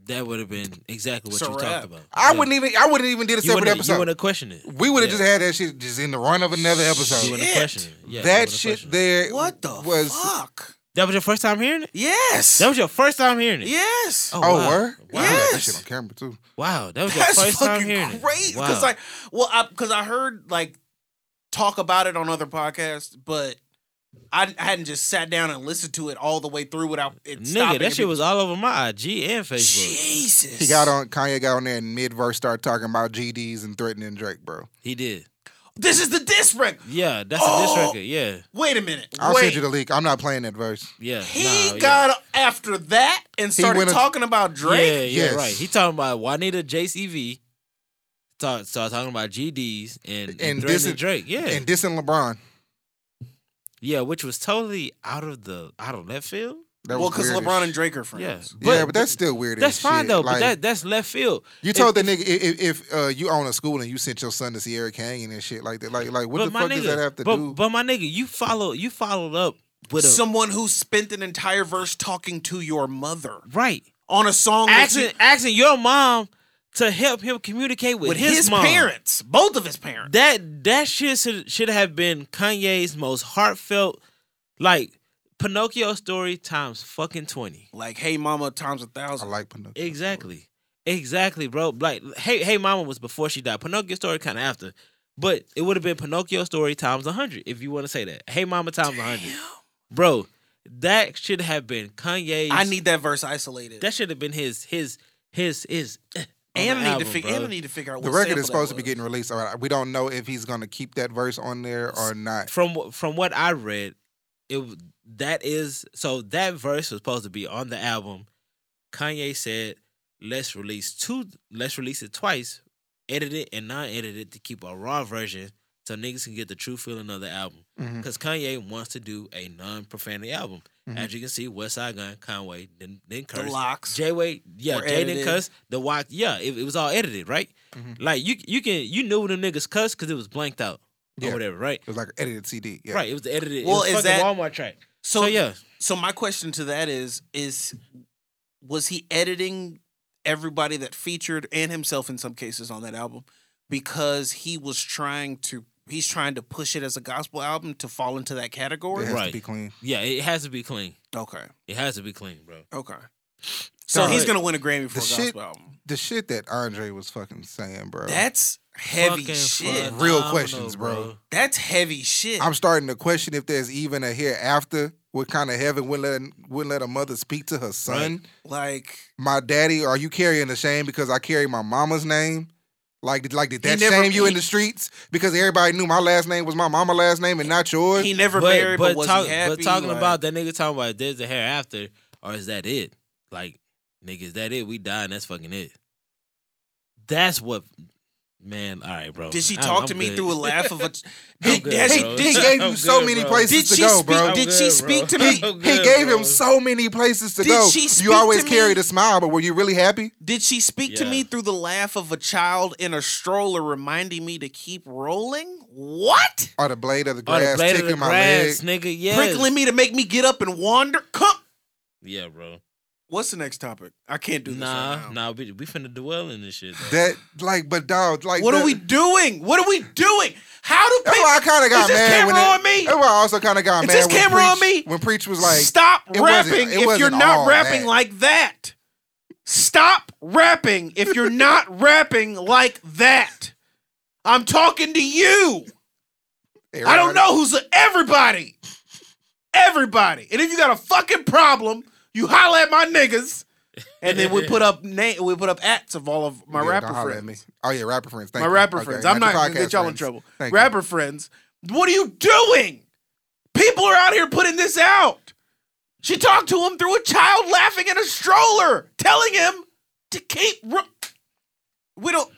E: That would have been exactly what
F: It's a
E: you
F: wrap.
E: talked about.
D: I
E: Yeah.
D: wouldn't even I wouldn't even did a
E: you
D: separate
E: wouldn't- You
D: episode.
E: wouldn't have questioned it.
D: we would have
E: Yeah.
D: just had that shit just in the run of another
E: You
D: episode.
E: wouldn't have
F: Shit.
E: questioned it. Yeah, you
D: that
E: wouldn't have
D: shit
E: questioned it.
D: there
F: What the
D: was
F: fuck?
E: That was your first time hearing it.
F: Yes.
E: That was your first time hearing it.
F: yes.
E: Oh,
D: oh
E: wow.
D: word
E: Wow.
D: Yeah, that
F: Yes.
D: shit on camera too.
E: Wow. That was your
F: That's
E: first time
F: fucking
E: hearing it.
F: crazy. Because
E: Wow.
F: like, well, I because I heard like talk about it on other podcasts, but I, I hadn't just sat down and listened to it all the way through without it
E: Nigga,
F: stopping.
E: that shit was all over my IG and Facebook.
F: Jesus.
D: He got on Kanye got on there and mid verse started talking about GDs and threatening Drake, bro.
E: He did.
F: This is the diss record.
E: Yeah, that's a
F: Oh.
E: diss record. Yeah,
F: Wait a minute.
D: I'll
F: Wait.
D: send you the leak. I'm not playing that verse.
E: yeah.
F: he
E: nah,
F: got after that and started
D: went a-
F: talking about
E: yeah.
F: Drake.
E: Yeah, yeah,
D: Yes.
E: right. He talking about Juanita JCV. Start, start talking about GDs and and,
D: And
E: and
D: this is-
E: Drake. Yeah,
D: And dissing LeBron.
E: yeah, which was totally out of the out of left field.
D: That
F: well,
D: because
F: because LeBron and Drake are friends.
E: Yeah,
D: yeah, but that's still weird. as
E: that's fine
D: shit.
E: though.
D: Like,
E: but that that's left field.
D: you
E: if-
D: told the nigga if, if uh, you own a school and you sent your son to Sierra Canyon and shit like that. Like, like what
E: but
D: the
E: my
D: fuck
E: nigga,
D: does that have to
E: but,
D: do?
E: but my nigga, you follow you followed up with a
F: Someone who spent an entire verse talking to your mother
E: right
F: on a song that
E: asking
F: you-
E: asking your mom to help him communicate with,
F: with his,
E: mom.
F: parents, both of his parents.
E: that that shit should, should have been Kanye's most heartfelt, like Pinocchio story times fucking twenty.
F: like, hey, mama, times a
D: I
F: thousand.
D: like Pinocchio.
E: Exactly, exactly, bro. Like, hey, hey, mama was before she died. Pinocchio story kind of after, but it would have been Pinocchio story times hundred if you want to say that. Hey, mama times hundred, bro. That should have been Kanye's.
F: I need that verse isolated.
E: that should have been his his his his. on
F: and I
E: the
F: need
E: album,
F: to figure.
E: bro.
F: And I need to figure out what
D: The record is
F: sample that
D: supposed to be
F: was.
D: getting released. All right, we don't know if he's gonna keep that verse on there or not.
E: from wh- from what I read, it w- that is so that verse was supposed to be on the album. Kanye said, "Let's release two. Let's release it twice, edited and non-edited, to keep a raw version so niggas can get the true feeling of the album." Because Kanye wants to do a non-profanity album. As you can see, West Side Gun, Conway, then then curse,
F: locks
E: J-Way, yeah,
F: were
E: Jay didn't
F: edited.
E: cuss, the Watch, yeah, it, it was all edited, right? Like you you can you knew when the niggas cussed because it was blanked out.
D: Yeah.
E: or whatever, right?
D: It was like an edited CD. Yeah.
E: Right. It was the edited.
F: Well,
E: it
F: is
E: was fucking
F: that-
E: Walmart track?
F: So,
E: so yeah,
F: So my question to that is is was he editing everybody that featured and himself in some cases on that album because he was trying to he's trying to push it as a gospel album to fall into that
D: It
F: category?
D: has to
E: Right.
D: be clean.
E: yeah, it has to be clean.
F: Okay.
E: It has to be clean, bro.
F: Okay. So
D: Dog,
F: he's going to win a Grammy for
D: the
F: a gospel
D: shit-
F: album.
D: The shit that Andre was fucking saying, bro.
F: That's heavy
E: Fucking
F: shit.
E: phenomenal,
D: Real questions, bro.
F: That's heavy shit.
D: I'm starting to question if there's even a hereafter. What kind of heaven wouldn't let wouldn't let a mother speak to her son?
F: like
D: My daddy, are you carrying the shame because I carry my mama's name? Like, did, like did
F: He
D: that
F: never-
D: shame you in
F: he-
D: the streets because everybody knew my last name was my mama last name and not yours?
F: he never married but,
E: But, but,
F: was
E: talk,
F: he happy?
E: but talking
F: Like,
E: about that nigga talking about there's a hereafter, or is that it? Like, nigga, is that it? We die and that's fucking it. That's what, man. All right, bro.
F: Did she
E: I'm-
F: talk
E: I'm
F: to me
E: good.
F: through a laugh of a
E: I'm
F: Did-
E: good,
F: has-
D: he,
E: bro.
D: he
F: did-
D: gave you
E: I'm
D: so
E: good,
D: many
E: bro.
D: places
F: Did
D: to
F: she
D: go,
F: speak-
D: bro.
E: I'm
F: did she
E: good,
F: speak to
E: bro.
F: me?
E: I'm
D: he
E: good,
D: gave
E: bro.
D: him so many places to
F: Did
D: go.
F: she speak
D: you always
F: to me?
D: carried a smile, but were you really happy?
F: Did she speak to
E: Yeah.
F: me through the laugh of a child in a stroller, reminding me to keep rolling? What?
D: Or the blade of the
E: Or
D: grass
E: the blade of
D: tickling
E: the
D: my
E: grass,
D: leg?
E: nigga. Yeah,
F: Prickling me to make me get up and wander? Come.
E: Yeah, bro.
F: What's the next topic? I can't do this.
E: Nah,
F: right now.
E: nah. We, we finna dwell in this shit. Though.
D: That like, but dog, like,
F: What
D: the-
F: are we doing? What are we doing? How do
D: That's
F: people?
D: why I kind of got
F: Is this
D: mad when
F: camera
D: it-
F: on me?
D: That's why I also kind of got
F: Is
D: mad
F: this
D: when
F: camera on
D: Preach-
F: me?
D: when Preach was like,
F: Stop
D: it wasn't-
F: rapping
D: it
F: if you're
D: wasn't
F: not
D: all
F: rapping
D: that.
F: like that. Stop rapping if you're not rapping like that. I'm talking to you. I don't
D: Everybody-
F: know who's everybody. Everybody. And if you got a fucking problem, you holler at my niggas. And then we put up name we put up ats of all of my
D: Yeah,
F: rapper
D: don't holler at me.
F: friends.
D: Oh yeah, rapper friends. Thank
F: My
D: you.
F: rapper
D: Okay,
F: friends. I'm not
D: your
F: gonna
D: podcast
F: get y'all in
D: friends.
F: trouble.
D: Thank you.
F: rapper friends. What are you doing? People are out here putting this out. She talked to him through a child laughing in a stroller, telling him to keep. Ru- we don't.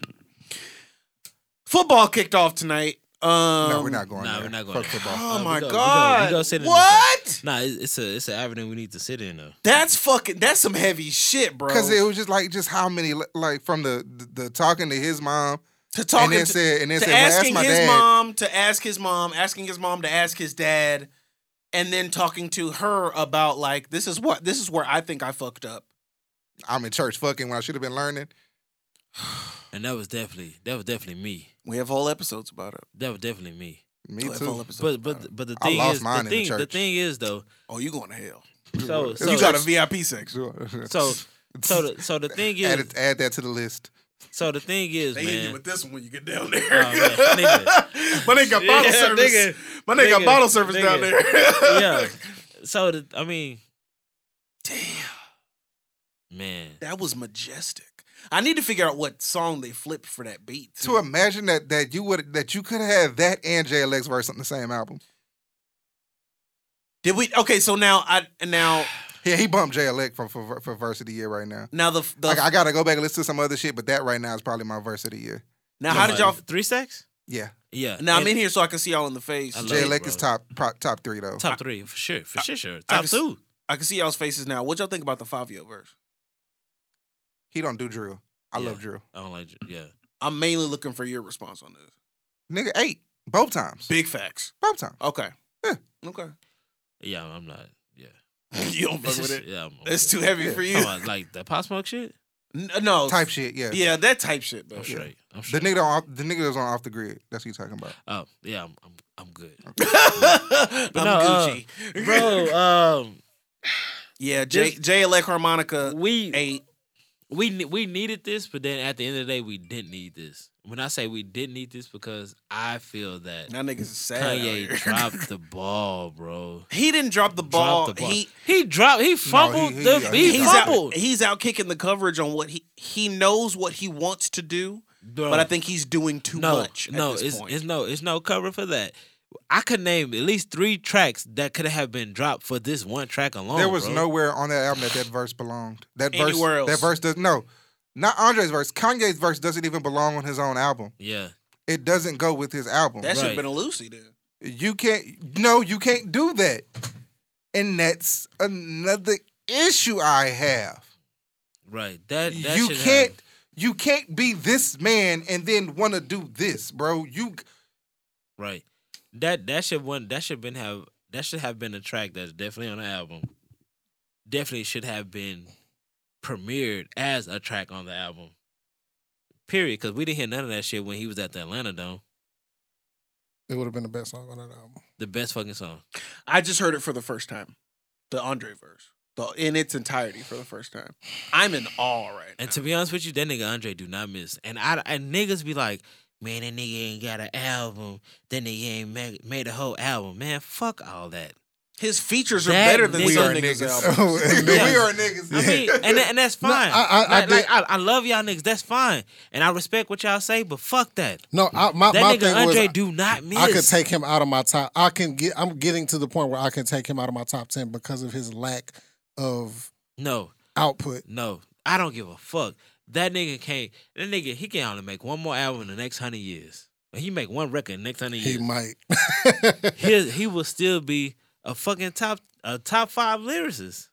F: Football kicked off tonight. Um,
D: No, we're not going.
E: nah,
D: there.
E: we're not going
D: Fuck
E: there.
D: football.
F: Oh
E: Uh, we
F: my
E: go- we go- we
F: god!
E: go sit in this
F: what?
E: Nah, it's, it's a it's an avenue we need to sit in though.
F: That's fucking. That's some heavy shit, bro.
D: Because it was just like just how many like from the the, the talking to his mom
F: to
D: and
F: talking
D: then
F: to,
D: said and then
F: to
D: said well, that's
F: asking
D: my
F: his
D: dad.
F: mom to ask his mom, asking his mom to ask his dad, and then talking to her about like this is what this is where I think I fucked up.
D: I'm in church fucking when I should have been learning.
E: And that was definitely that was definitely me.
F: We have whole episodes about it.
E: That was definitely me.
D: Me
F: We have whole
D: too.
F: episodes
E: But
F: about Oh, it.
E: but but the
D: I
E: thing
D: lost
E: is
D: mine in
E: the
D: the
E: thing the,
D: church.
E: thing is though.
F: oh, you going to hell?
E: So
D: It
E: so
F: you got a VIP section.
E: so so the, so the thing
D: add,
E: is
D: it- add that to the list.
E: so the thing is
F: They hit you
E: man.
F: with this one when you get down there.
E: Oh, man, nigga.
F: My nigga got bottle
E: Yeah,
F: service.
E: nigga.
F: My nigga, got
E: Nigga.
F: bottle service down
E: Nigga.
F: there.
E: yeah. So the, I mean,
F: Damn,
E: man.
F: that was majestic. I need to figure out what song they flipped for that beat. too.
D: To imagine that that you would that you could have that and JLX verse on the same album.
F: Did we? Okay, so now I now
D: Yeah, he bumped JLX from for, for verse of the year right now.
F: now the the
D: Like, I gotta go back and listen to some other shit, but that right now is probably my verse of the year.
F: now how did y'all?
E: three stacks?
D: Yeah,
E: Yeah.
F: Now I'm
E: And
F: in here so I can see y'all in the face.
E: I love- it,
D: JLX is
E: bro.
D: top pro, top three though.
E: Top three for sure. For sure, sure.
F: I
E: Top
F: just-
E: two.
F: I can see y'all's faces now. What y'all think about the Fabio verse?
D: He don't do drill. I
E: Yeah.
D: love drill.
E: I don't like. Yeah.
F: I'm mainly looking for your response on this.
D: Nigga eight both times.
F: Big facts.
D: Both times.
F: Okay.
D: Yeah.
F: Okay.
E: Yeah. I'm not. Yeah.
F: you don't fuck with it.
E: yeah. I'm, I'm
F: It's too
E: good.
F: heavy for you.
E: Talking about, like the pop smoke shit.
F: N- no.
D: Type shit. Yeah.
F: Yeah, that type shit. Though.
E: I'm straight. I'm
D: The
E: straight.
D: nigga on off, the nigga that's on off the grid. That's what you talking about.
E: Oh yeah. I'm. I'm, I'm good.
F: I'm
E: But no, uh,
F: Gucci.
E: Bro. Um.
F: yeah, J
E: this-
F: J Elec Harmonica
E: We.
F: eight.
E: we ne- we needed this, but then at the end of the day, we didn't need this. When I say we didn't need this, because I feel that
F: Now niggas is sad. out
E: Kanye
F: here.
E: Oh, dropped the ball, bro.
F: He didn't drop the ball.
E: Dropped the ball.
F: He
E: He dropped. He fumbled.
D: he-
E: the,
D: he-
E: he,
F: he's
E: fumbled.
F: out, he's out kicking the coverage on what he he knows what he wants to do,
E: Bro,
F: but I think he's doing too
E: no,
F: much. At
E: no,
F: this
E: it's
F: point.
E: it's no, it's no cover for that. I could name at least three tracks that could have been dropped for this one track alone.
D: there was
E: bro.
D: nowhere on that album that that verse belonged. That
F: Anywhere
D: verse.
F: else.
D: That verse does no. Not Andre's verse. Kanye's verse doesn't even belong on his own album.
E: Yeah,
D: It doesn't go with his album.
F: that should have
E: Right.
F: been a Lucy then.
D: you can't. No, you can't do that. And that's another issue I have.
E: right. That, that
D: you
E: should have-
D: can't you can't be this man and then want to do this, bro. You
E: Right. That that should one that should been have that should have been a track that's definitely on the album. Definitely should have been premiered as a track on the album. Period. Because we didn't hear none of that shit when he was at the Atlanta Dome.
G: It would have been the best song on that album.
E: The best fucking song.
F: I just heard it for the first time, the Andre verse, the in its entirety for the first time. I'm in awe right now.
E: And to be honest with you, that nigga Andre do not miss. And I and niggas be like, man, that nigga ain't got an album. That nigga ain't made, made a whole album. Man, fuck all that.
F: His features are
E: That
F: better than
E: nigga-
F: some
E: We are
F: niggas'
E: niggas.
F: album.
G: and
E: Yeah.
G: then-
D: We are niggas.
E: I mean, and, that- and that's fine.
G: I- I- I
E: Like- like,
G: did-
E: I, I love y'all niggas. That's fine, and I respect what y'all say. But fuck that.
G: no, I, my,
E: That
G: my
E: nigga
G: thing
E: Andre
G: was
E: do not miss.
G: I could take him out of my top. I can get. I'm getting to the point where I can take him out of my top ten because of his lack of
E: no,
G: output.
E: no. I don't give a fuck. That nigga can't. That nigga he can only make one more album in the next hundred years. If He make one record in the next hundred
G: He
E: years.
G: might.
E: He he will still be a fucking top a top five lyricist.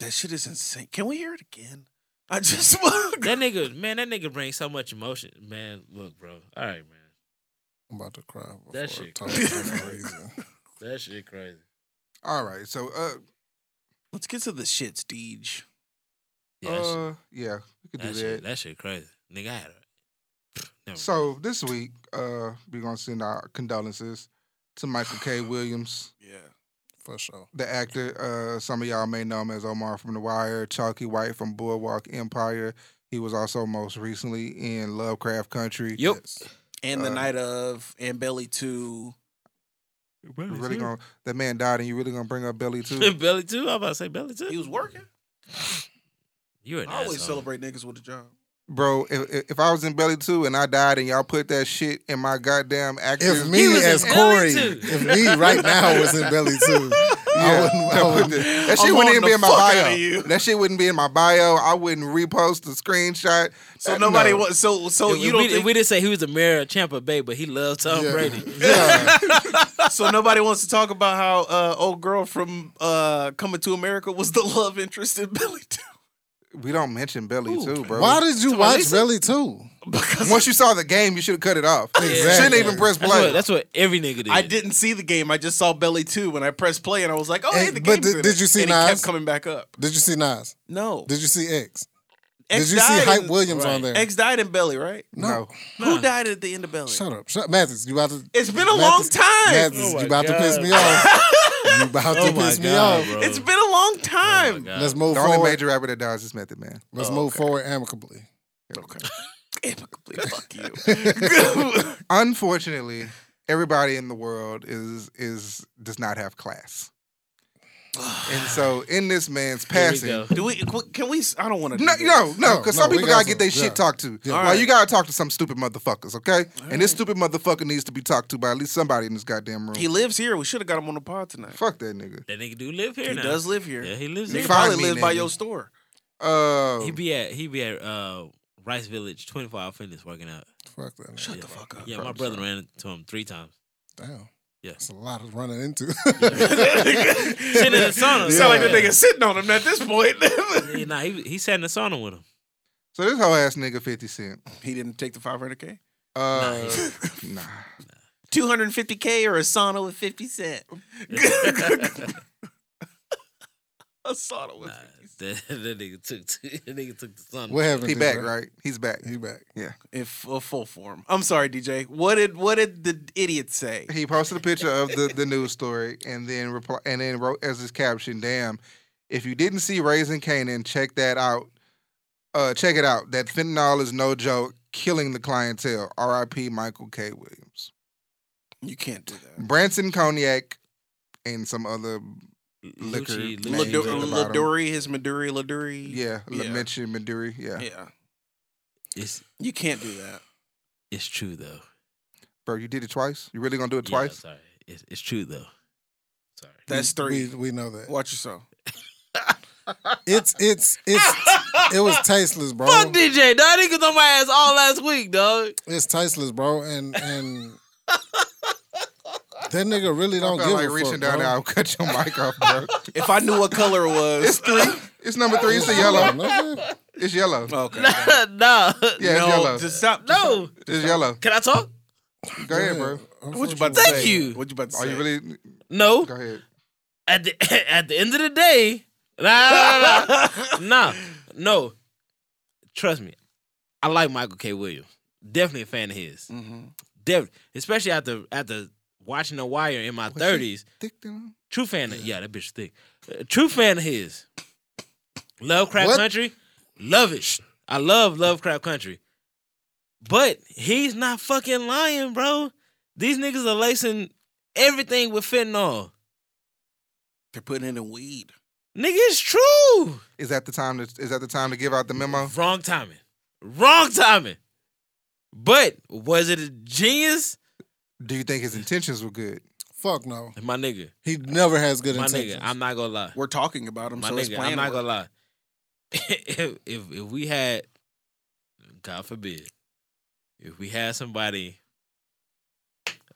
F: That shit is insane. Can we hear it again? I just want.
E: That nigga man, that nigga brings so much emotion. Man, look, bro. All right, man.
G: I'm about to cry.
E: That
G: before I
E: shit
G: talk
E: crazy.
G: for some reason.
E: That shit crazy.
D: All right, so uh,
F: Let's get to the shits, Deej.
E: Yeah,
G: Oh,
E: that, shit,
D: uh, yeah, we could
E: that,
D: do
E: shit,
D: that.
E: that shit crazy. Nigga, I had a, Never mind.
D: So this week, uh, we're gonna send our condolences to Michael K. Williams,
F: Yeah.
G: For sure.
D: the actor. Uh, some of y'all may know him as Omar from The Wire, Chalky White from Boardwalk Empire. He was also most recently in Lovecraft Country.
E: Yep.
F: And the
D: Uh,
F: night of, and Belly 2.
D: You really gonna that man died, and you really gonna bring up Belly too?
E: Belly too. I'm about to say Belly too.
F: He was working.
E: You're an
F: I always
E: asshole.
F: celebrate niggas with a job.
D: Bro, if, if- if I was in Belly too and I died, and y'all put that shit in my goddamn actor,
G: If me
E: was in
G: as Corey,
E: Belly too.
G: if me right now was in Belly too, I
D: Yeah.
G: wouldn't. I wouldn't
D: That shit
F: I'm
D: wouldn't
F: wanting
D: even
F: the
D: be in my
F: fuck outta
D: bio.
F: you.
D: That shit wouldn't be in my bio. I wouldn't repost the screenshot.
F: So
D: Uh,
F: nobody
D: no.
F: wants. So so
E: If
F: you
E: we,
F: don't.
E: if
F: Think,
E: we didn't say he was the mayor of Tampa Bay, but he loved Tom
G: yeah.
E: Brady.
G: Yeah.
F: so nobody wants to talk about how uh, old girl from uh, Coming to America was the love interest in Belly Two.
D: We don't mention Belly too, bro.
G: Why did you watch Belly too?
F: Because
D: Once you saw the game, you should have cut it off. Shouldn't even press
E: That's what,
D: play.
E: that's what every nigga did.
F: I didn't see the game. I just saw Belly Two when I pressed play, and I was like, "Oh, hey,
G: And-
F: the
G: but
F: game."
G: did- did you see
F: And it
G: Nas?
F: kept coming back up.
G: Did you see Nas?
F: No.
G: Did you see X?
F: X
G: did you see
F: died
G: Hype
F: in-
G: Williams
E: Right.
G: on there?
F: X died in Belly, right?
D: no.
F: Who died at the end of Belly?
G: Shut up, Shut, Mathis. You about to?
F: It's been a long
G: Mathis-
F: time.
G: Mathis,
E: Oh
G: you
E: my
G: about to piss
E: God.
G: me off. you about
E: Oh
G: to
E: my
G: piss me
E: god,
G: off.
E: bro.
F: It's been a long time.
E: God.
G: Let's move
D: The only
G: forward.
D: major rapper that dies is Method Man.
G: Let's move forward amicably.
D: Okay.
F: Amicably, fuck you.
D: Unfortunately, everybody in the world is is does not have class. And so in this man's
E: Here we
D: passing,
E: go.
F: Do we? qu- Can we? s- I don't want to.
D: No, no, no,
G: No,
D: because
G: no,
D: some
G: we
D: people
G: got
D: gotta
G: some-
D: get their
G: yeah.
D: shit talked to.
G: Yeah.
D: Now
F: Alright.
D: you gotta talk to some stupid motherfuckers, okay? And this stupid motherfucker needs to be talked to by at least somebody in this goddamn room.
F: He lives here. We should have got him on the pod tonight.
D: Fuck that nigga.
E: That nigga do live here
F: He
E: now.
F: does live here.
E: Yeah, he lives
F: He
E: here.
D: Fuck.
F: probably
D: Find me,
F: lives by
D: nigga.
F: your store.
D: Uh,
E: He be at he be at uh, Rice Village, twenty four hour fitness working out.
G: Fuck that.
F: Shut
G: Nigga.
F: the fuck up.
E: Yeah, my brother ran to him three times.
G: Damn.
E: Yeah.
G: That's a lot of running into.
E: Sitting in the sauna.
F: Sound like the nigga sitting on him at this point.
E: Yeah, nah, he he sat in the sauna with him.
D: so this whole ass nigga 50 Cent.
F: he didn't take the 500k.
D: Uh, nah.
F: 250k or a sauna with 50 cent. a sauna with
E: Nah, that, that nigga took that nigga took the sauna.
G: what happened?
D: He
G: to
D: back,
G: Drake?
D: right? He's back.
G: He back.
F: if a full form. I'm sorry, DJ. What did what did the idiot say?
D: He posted a picture of the, the news story and then reply, and then wrote as his caption, "Damn, if you didn't see Raising Canaan, check that out. Uh, check it out. That fentanyl is no joke, killing the clientele. R.I.P. Michael K. Williams,
F: You can't do that.
D: Branson Cognac, and some other liquor
E: Lucci-
D: names
E: Lucci-
D: at the
F: Ladu-
D: bottom.
F: Laduri, his Maduri, Laduri.
D: yeah,
F: Yeah.
D: Lamention Maduri. Yeah.
F: Yeah.
E: It's
F: You can't do that.
E: it's true though.
D: bro, you did it twice. You really gonna do it
E: Yeah,
D: twice?
E: sorry, it's it's true though. Sorry.
F: That's three.
G: We, we know that.
F: Watch yourself.
G: It's it's it's it was tasteless, bro.
E: Fuck DJ, dog. Niggas on my ass all last week, dog.
G: It's tasteless, bro. And and that nigga really
D: I
G: don't
D: felt
G: give
D: like
G: a
D: reaching
G: fuck,
D: down
G: bro.
D: there, I'll cut your mic off, bro.
F: If I knew what color it was.
D: it's number three. It's the
G: Come
D: yellow.
G: on, nigga.
D: It's yellow.
F: Okay.
E: nah.
D: Yeah, it's
F: no,
D: yellow.
F: just stop.
E: No.
D: It's yellow.
E: Can I talk?
D: Go ahead, bro.
F: What you about to
E: Thank
F: say?
E: you.
F: What you about to
D: Are
F: say?
D: you really?
E: No,
D: Go ahead.
E: at the at the end of the day, nah, nah, nah, nah, nah, no. Trust me, I like Michael K. Williams. Definitely a fan of his. Def- especially after after watching The Wire in my thirties.
D: Thick them.
E: True fan of yeah, that bitch thick. Uh, true fan of his. Lovecraft
D: What?
E: Country, love it. I love Lovecraft Country, but he's not fucking lying, bro. These niggas are lacing everything with fentanyl.
F: They're putting in the weed.
E: Nigga, it's true.
D: Is that the time to? Is that the time to give out the memo?
E: Wrong timing. Wrong timing. But was it a genius?
D: Do you think his intentions were good?
G: Fuck no.
E: My nigga.
G: He never has good
E: My
G: intentions.
E: nigga. I'm not gonna lie.
F: We're talking about them,
E: My
F: so it's
E: nigga. I'm
F: playing.
E: not gonna lie. if, if if we had, God forbid, if we had somebody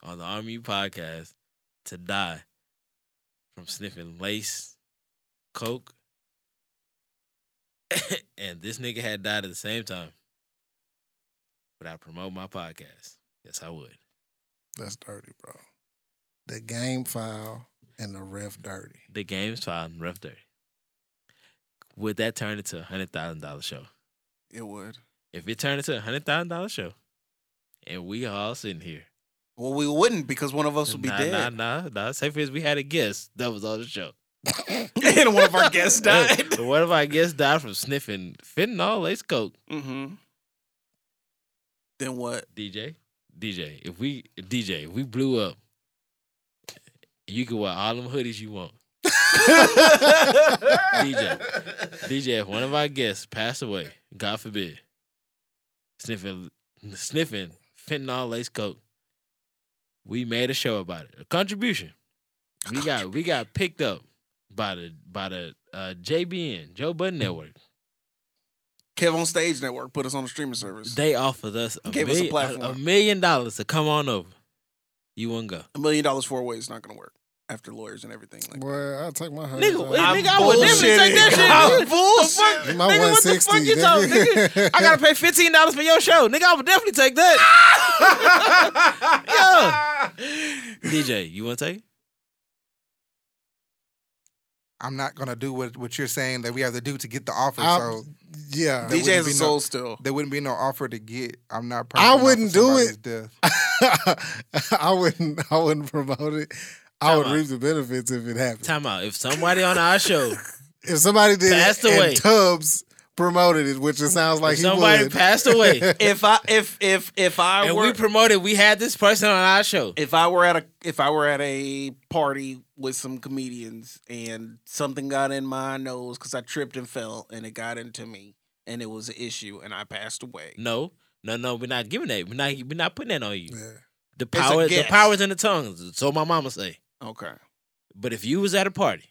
E: on the Army podcast to die from sniffing lace, coke, and this nigga had died at the same time, would I promote my podcast? Yes, I would.
G: That's dirty, bro. The game foul and the ref dirty.
E: The game's filed and rough dirty. Would that turn into a hundred thousand dollar show?
F: It would.
E: If it turned into a hundred thousand dollar show, and we all sitting here,
F: Well, we wouldn't because one of us would be
E: nah,
F: dead.
E: Nah, nah, nah. Say for instance, we had a guest that was on the show.
F: and one of our guests died.
E: But what if our guest died from sniffing fentanyl lace coke?
F: mm-hmm. Then what?
E: DJ, DJ, if we DJ, if we blew up, you can wear all them hoodies you want. DJ, DJ, if one of our guests passed away, God forbid, sniffing, sniffing fentanyl laced coke, we made a show about it, a contribution. We got we got picked up by the by the uh, JBN Joe Budden Network.
F: Kev on Stage Network put us on the streaming service.
E: They offered us a,
F: Gave us a
E: million- a
F: platform.
E: million dollars to come on over. You wouldn't go.
F: A million dollars four ways is not going to work after lawyers and everything. Like,
G: Boy, I'll take my hundred.
E: Nigga,
G: thousand.
E: nigga, I would never take that shit.
F: I'm
E: Nigga, what the fuck? Nigga, what
G: My
E: the
G: 160,
E: fuck you talking?
G: nigga.
E: Nigga, I gotta pay fifteen dollars for your show. Nigga, I would definitely take that. yeah. DJ, you wanna take it?
D: I'm not gonna do what, what you're saying that we have to do to get the offer.
G: I'm-
D: so
G: yeah.
D: There wouldn't
F: DJ's a
D: be no-
F: soul still.
D: there wouldn't be no offer to get. I'm not.
G: I
D: personal
G: wouldn't
D: for
G: do
D: somebody's
G: it.
D: death.
G: I wouldn't. I wouldn't promote it. I would reap the benefits if it happened.
E: Time out. If somebody on our show,
G: If somebody did
E: Passed
G: it
E: away.
G: and Tubbs promoted it, which it sounds like
E: if
G: he
E: somebody
G: would.
E: passed away
F: If I if if if I
E: and
F: were
E: we promoted, we had this person on our show.
F: if I were at a if I were at a party with some comedians and something got in my nose because I tripped and fell and it got into me and it was an issue and I passed away.
E: No, no, no, we're not giving that. We're not we're not putting that on you.
G: Yeah.
E: The power the
F: guess.
E: power's in the tongue. So my mama say.
F: Okay.
E: But if you was at a party,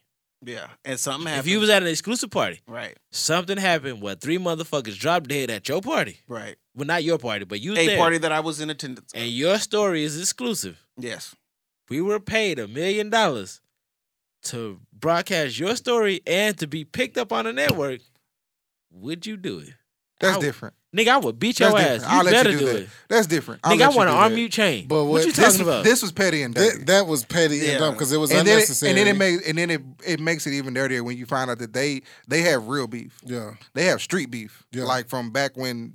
F: Yeah. And something happened.
E: if you was at an exclusive party,
F: right,
E: something happened where three motherfuckers dropped dead at your party.
F: right.
E: Well, not your party, but you was
F: A
E: there.
F: party that I was in attendance. at.
E: and your story is exclusive.
F: yes.
E: We were paid a million dollars to broadcast your story and to be picked up on the network. Would you do it?
D: That's
E: I-
D: different.
E: Nigga, I would beat your
D: That's
E: ass.
D: different.
E: You
D: I'll let
E: better
D: you
E: do,
D: do, that.
E: it.
D: That's different. I'll
E: Nigga, I
D: let you
E: want
D: do
E: an
D: that.
E: arm you chain.
G: But
E: what,
G: what-
E: you
G: this
E: talking
D: This,
E: about?
D: this was petty and dirty.
G: That, that was petty
F: Yeah.
G: and dumb because it was
D: and then it,
G: unnecessary.
D: and then it made and then it it makes it even dirtier when you find out that they they have real beef.
G: yeah.
D: They have street beef.
G: Yeah.
D: Like from back when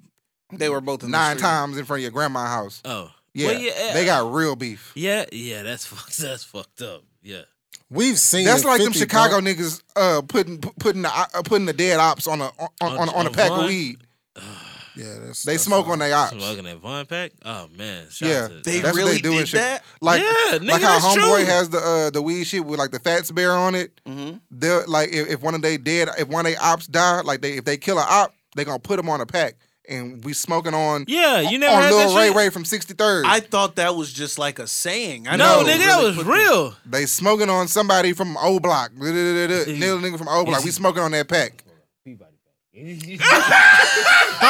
F: They were both in the
D: nine
F: street.
D: times in front of your grandma's house.
E: oh.
D: Yeah,
E: Well, yeah. uh,
D: They got real beef.
E: Yeah, yeah, that's fucked that's fucked up. Yeah.
G: We've seen
D: That's
G: it
D: like them
G: 50
D: Chicago
G: bro.
D: niggas uh, putting pu- putting the uh, putting the dead ops on a on on, on, a
E: on
D: pack
E: Vaughn?
D: of weed.
G: Yeah, that's,
D: They
G: that's
D: smoke
G: wild.
D: on their ops.
E: Smoking that Von Pack? Oh man. Shout
D: Yeah,
E: out to-
F: They
D: that's
F: really
D: what they do
F: did
D: and shit.
F: that?
D: Like,
E: Yeah, nigga,
D: like how
E: that's
D: homeboy
E: true.
D: has the uh, the weed shit with like the fats bear on it. Mm-hmm. They're like if, if one of they dead, if one of they ops die, like they if they kill a op, they gonna put them on a pack, and we smoking on
E: yeah, you never
D: on
E: had
D: Lil
E: that
D: Ray
E: shit?
D: Ray from sixty third.
F: I thought that was just like a saying. I
E: No,
F: know
E: nigga,
F: it
E: that
F: really
E: was
F: put-
E: real.
D: They smoking on somebody from O Block. Nigga, nigga from O Block. We smoking on that pack.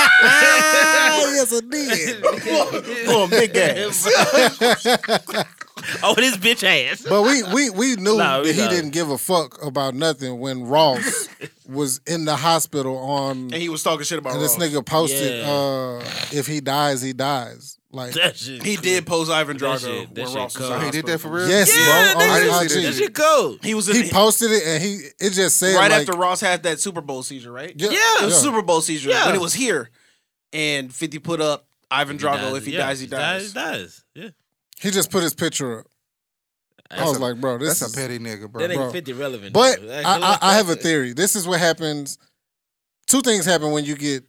G: Ah, yes, it did.
F: Oh, big ass.
E: oh, this bitch ass.
G: But we we we knew
E: Nah, we
G: that he
E: know.
G: didn't give a fuck about nothing when Ross was in the hospital on
F: and he was talking shit about
G: and this
F: Ross.
G: nigga posted
E: Yeah.
G: uh if he dies, he dies. Like,
E: That shit.
F: He did pose Ivan
E: That
F: Drago.
E: shit- that
F: when
E: shit
F: Ross was
E: cold.
F: in
D: So he did
F: hospital.
D: that for real?
G: yes,
E: Yeah,
G: bro,
E: nigga,
G: on
D: that shit-
E: That
G: IG.
E: shit cold.
F: He was in
G: He posted it and he it just said
F: right
G: like,
F: after Ross had that Super Bowl seizure, right?
G: Yeah,
F: it was
G: yeah.
F: Super Bowl seizure
E: Yeah.
F: when it was here, and Fifty put up Ivan
E: He
F: Drago.
E: dies,
F: if he
E: yeah,
F: dies, he dies.
E: He dies. Yeah.
G: He just put his picture up. I
E: That's
G: was
E: a-
G: like, bro, this
D: That's a
G: is.
D: petty nigga, bro.
E: That ain't
G: bro.
E: 50 relevant.
G: But
E: though.
G: I,
E: Like,
G: I, I have a theory. This is what happens. Two things happen when you get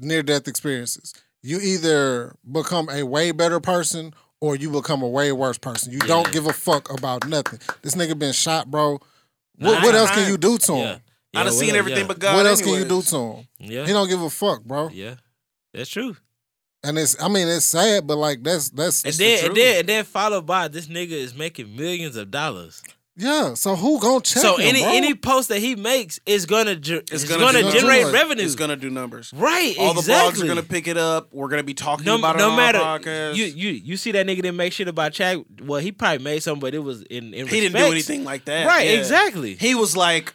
G: near death experiences. You either become a way better person or you become a way worse person. You don't give a fuck about nothing. This nigga been shot, bro. What,
E: Nah,
G: what
E: I-
G: else can
E: I-
G: you do to him?
E: Yeah.
F: I done
E: Yeah,
F: seen
E: well,
F: everything
E: yeah.
F: but God.
G: what else can you do
F: anyways.
G: to him?
E: Yeah.
G: He don't give a fuck, bro.
E: Yeah. That's true.
G: And it's I mean it's sad, but like that's that's
E: And
G: it's the
E: then,
G: truth.
E: and then, and then, followed by this nigga is making millions of dollars.
G: yeah. So who gonna check
E: so
G: him,
E: any
G: bro?
E: any post that he makes is gonna ge- it's,
F: gonna
E: gonna,
F: do
E: generate
G: numbers.
E: revenue.
F: It's gonna do numbers.
E: right.
F: All
E: exactly.
F: the blogs are gonna pick it up. We're gonna be talking
E: no,
F: about it
E: no
F: on
E: matter
F: our podcast.
E: you you you see that nigga didn't make shit about Chad. Well, he probably made something, but it was in, in
F: he didn't do
E: respects.
F: anything like that,
E: Right,
F: Yeah.
E: exactly.
F: He was like,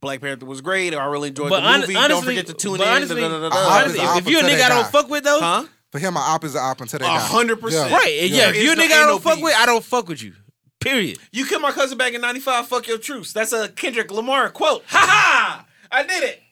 F: Black Panther was great. I really enjoyed
E: but
F: the
E: hon-
F: movie.
E: honestly,
F: Don't forget to tune
E: but
F: in.
E: Honestly,
F: da, da, da, da.
E: honestly,
D: Opposite,
E: if you a
D: opposite,
E: nigga I don't
D: they die.
E: fuck with though,
F: huh?
D: For him, my op is an op until they
F: A
D: die.
F: hundred percent.
G: Yeah.
E: right? Yeah,
G: Yeah.
E: if you a
F: It's no-
E: nigga I
F: ain't
E: don't
F: no
E: fuck with,
F: beef.
E: I don't fuck with you. Period.
F: You killed my cousin back in '95. Fuck your truce. That's a Kendrick Lamar quote. Ha ha! I did it.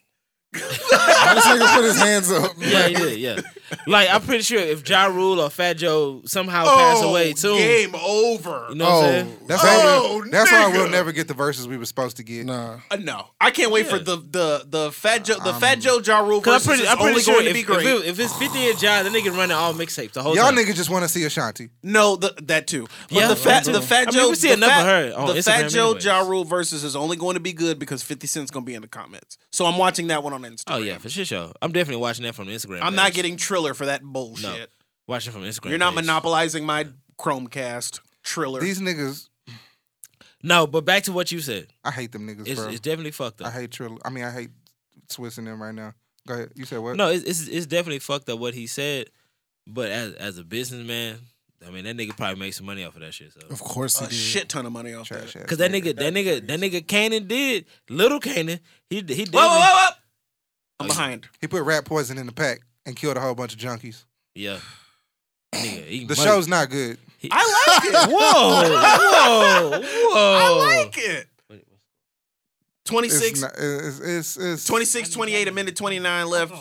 G: this nigga put his hands up.
E: Yeah,
G: Like,
E: yeah, yeah. Like I'm pretty sure if Ja Rule or Fat Joe somehow pass away soon,
F: Oh, Game over.
E: you
F: No.
E: know what I'm saying?
D: That's, why
F: Oh,
D: we'll, that's why we'll
F: nigga.
D: never get the verses we were supposed to get.
G: Nah.
F: Uh, no, I can't wait for the the the Fat Joe the Fat Joe Ja Rule
E: Um, Cause
F: versus is
E: I'm pretty, I'm pretty
F: only
E: sure
F: going
E: if,
F: to be
E: if
F: great.
E: it- if it's 50 and Ja, then they can run all mixtapes the whole
D: Y'all
E: time.
D: niggas just want to see Ashanti.
F: no, the, that too. But
E: Yeah,
F: the Fat
E: that
F: the
E: too.
F: Fat
E: I mean,
F: Joe
E: we see
F: the
E: enough of
F: fat,
E: her on
F: the Fat
E: Instagram
F: Joe
E: anyways.
F: Ja Rule versus is only going to be good because Fifty Cent's going to be in the comments. So I'm watching that one on Instagram.
E: Oh yeah, for sure. Show. I'm definitely watching that from the Instagram.
F: I'm not
E: page.
F: getting Triller for that bullshit.
E: no. Watching from Instagram.
F: You're not
E: page.
F: monopolizing my Chromecast Triller.
D: These niggas,
E: No, but back to what you said.
D: I hate them niggas,
E: It's,
D: bro.
E: it's definitely fucked
D: I
E: up.
D: hate Trill. I mean, I hate Swiss and them right now. Go ahead. You said what?
E: No, it's, it's it's definitely fucked up what he said. But as as a businessman, I mean that nigga probably makes some money off of that shit. So.
G: Of course he
F: a
G: did.
F: shit ton of money off that.
D: Trash ass
E: Cause that nigga, that nigga, that nigga, Cannon did little Cannon. He he did.
F: Whoa, whoa, whoa, whoa! I'm behind.
D: He put rat poison in the pack and killed a whole bunch of junkies.
E: Yeah. Nigga, he
D: The
E: money-
D: show's not good.
F: I like it.
E: Whoa, whoa, whoa!
F: I like it. 26,
D: It's, not, it's, it's, it's
F: 26, 28, a minute 29 left.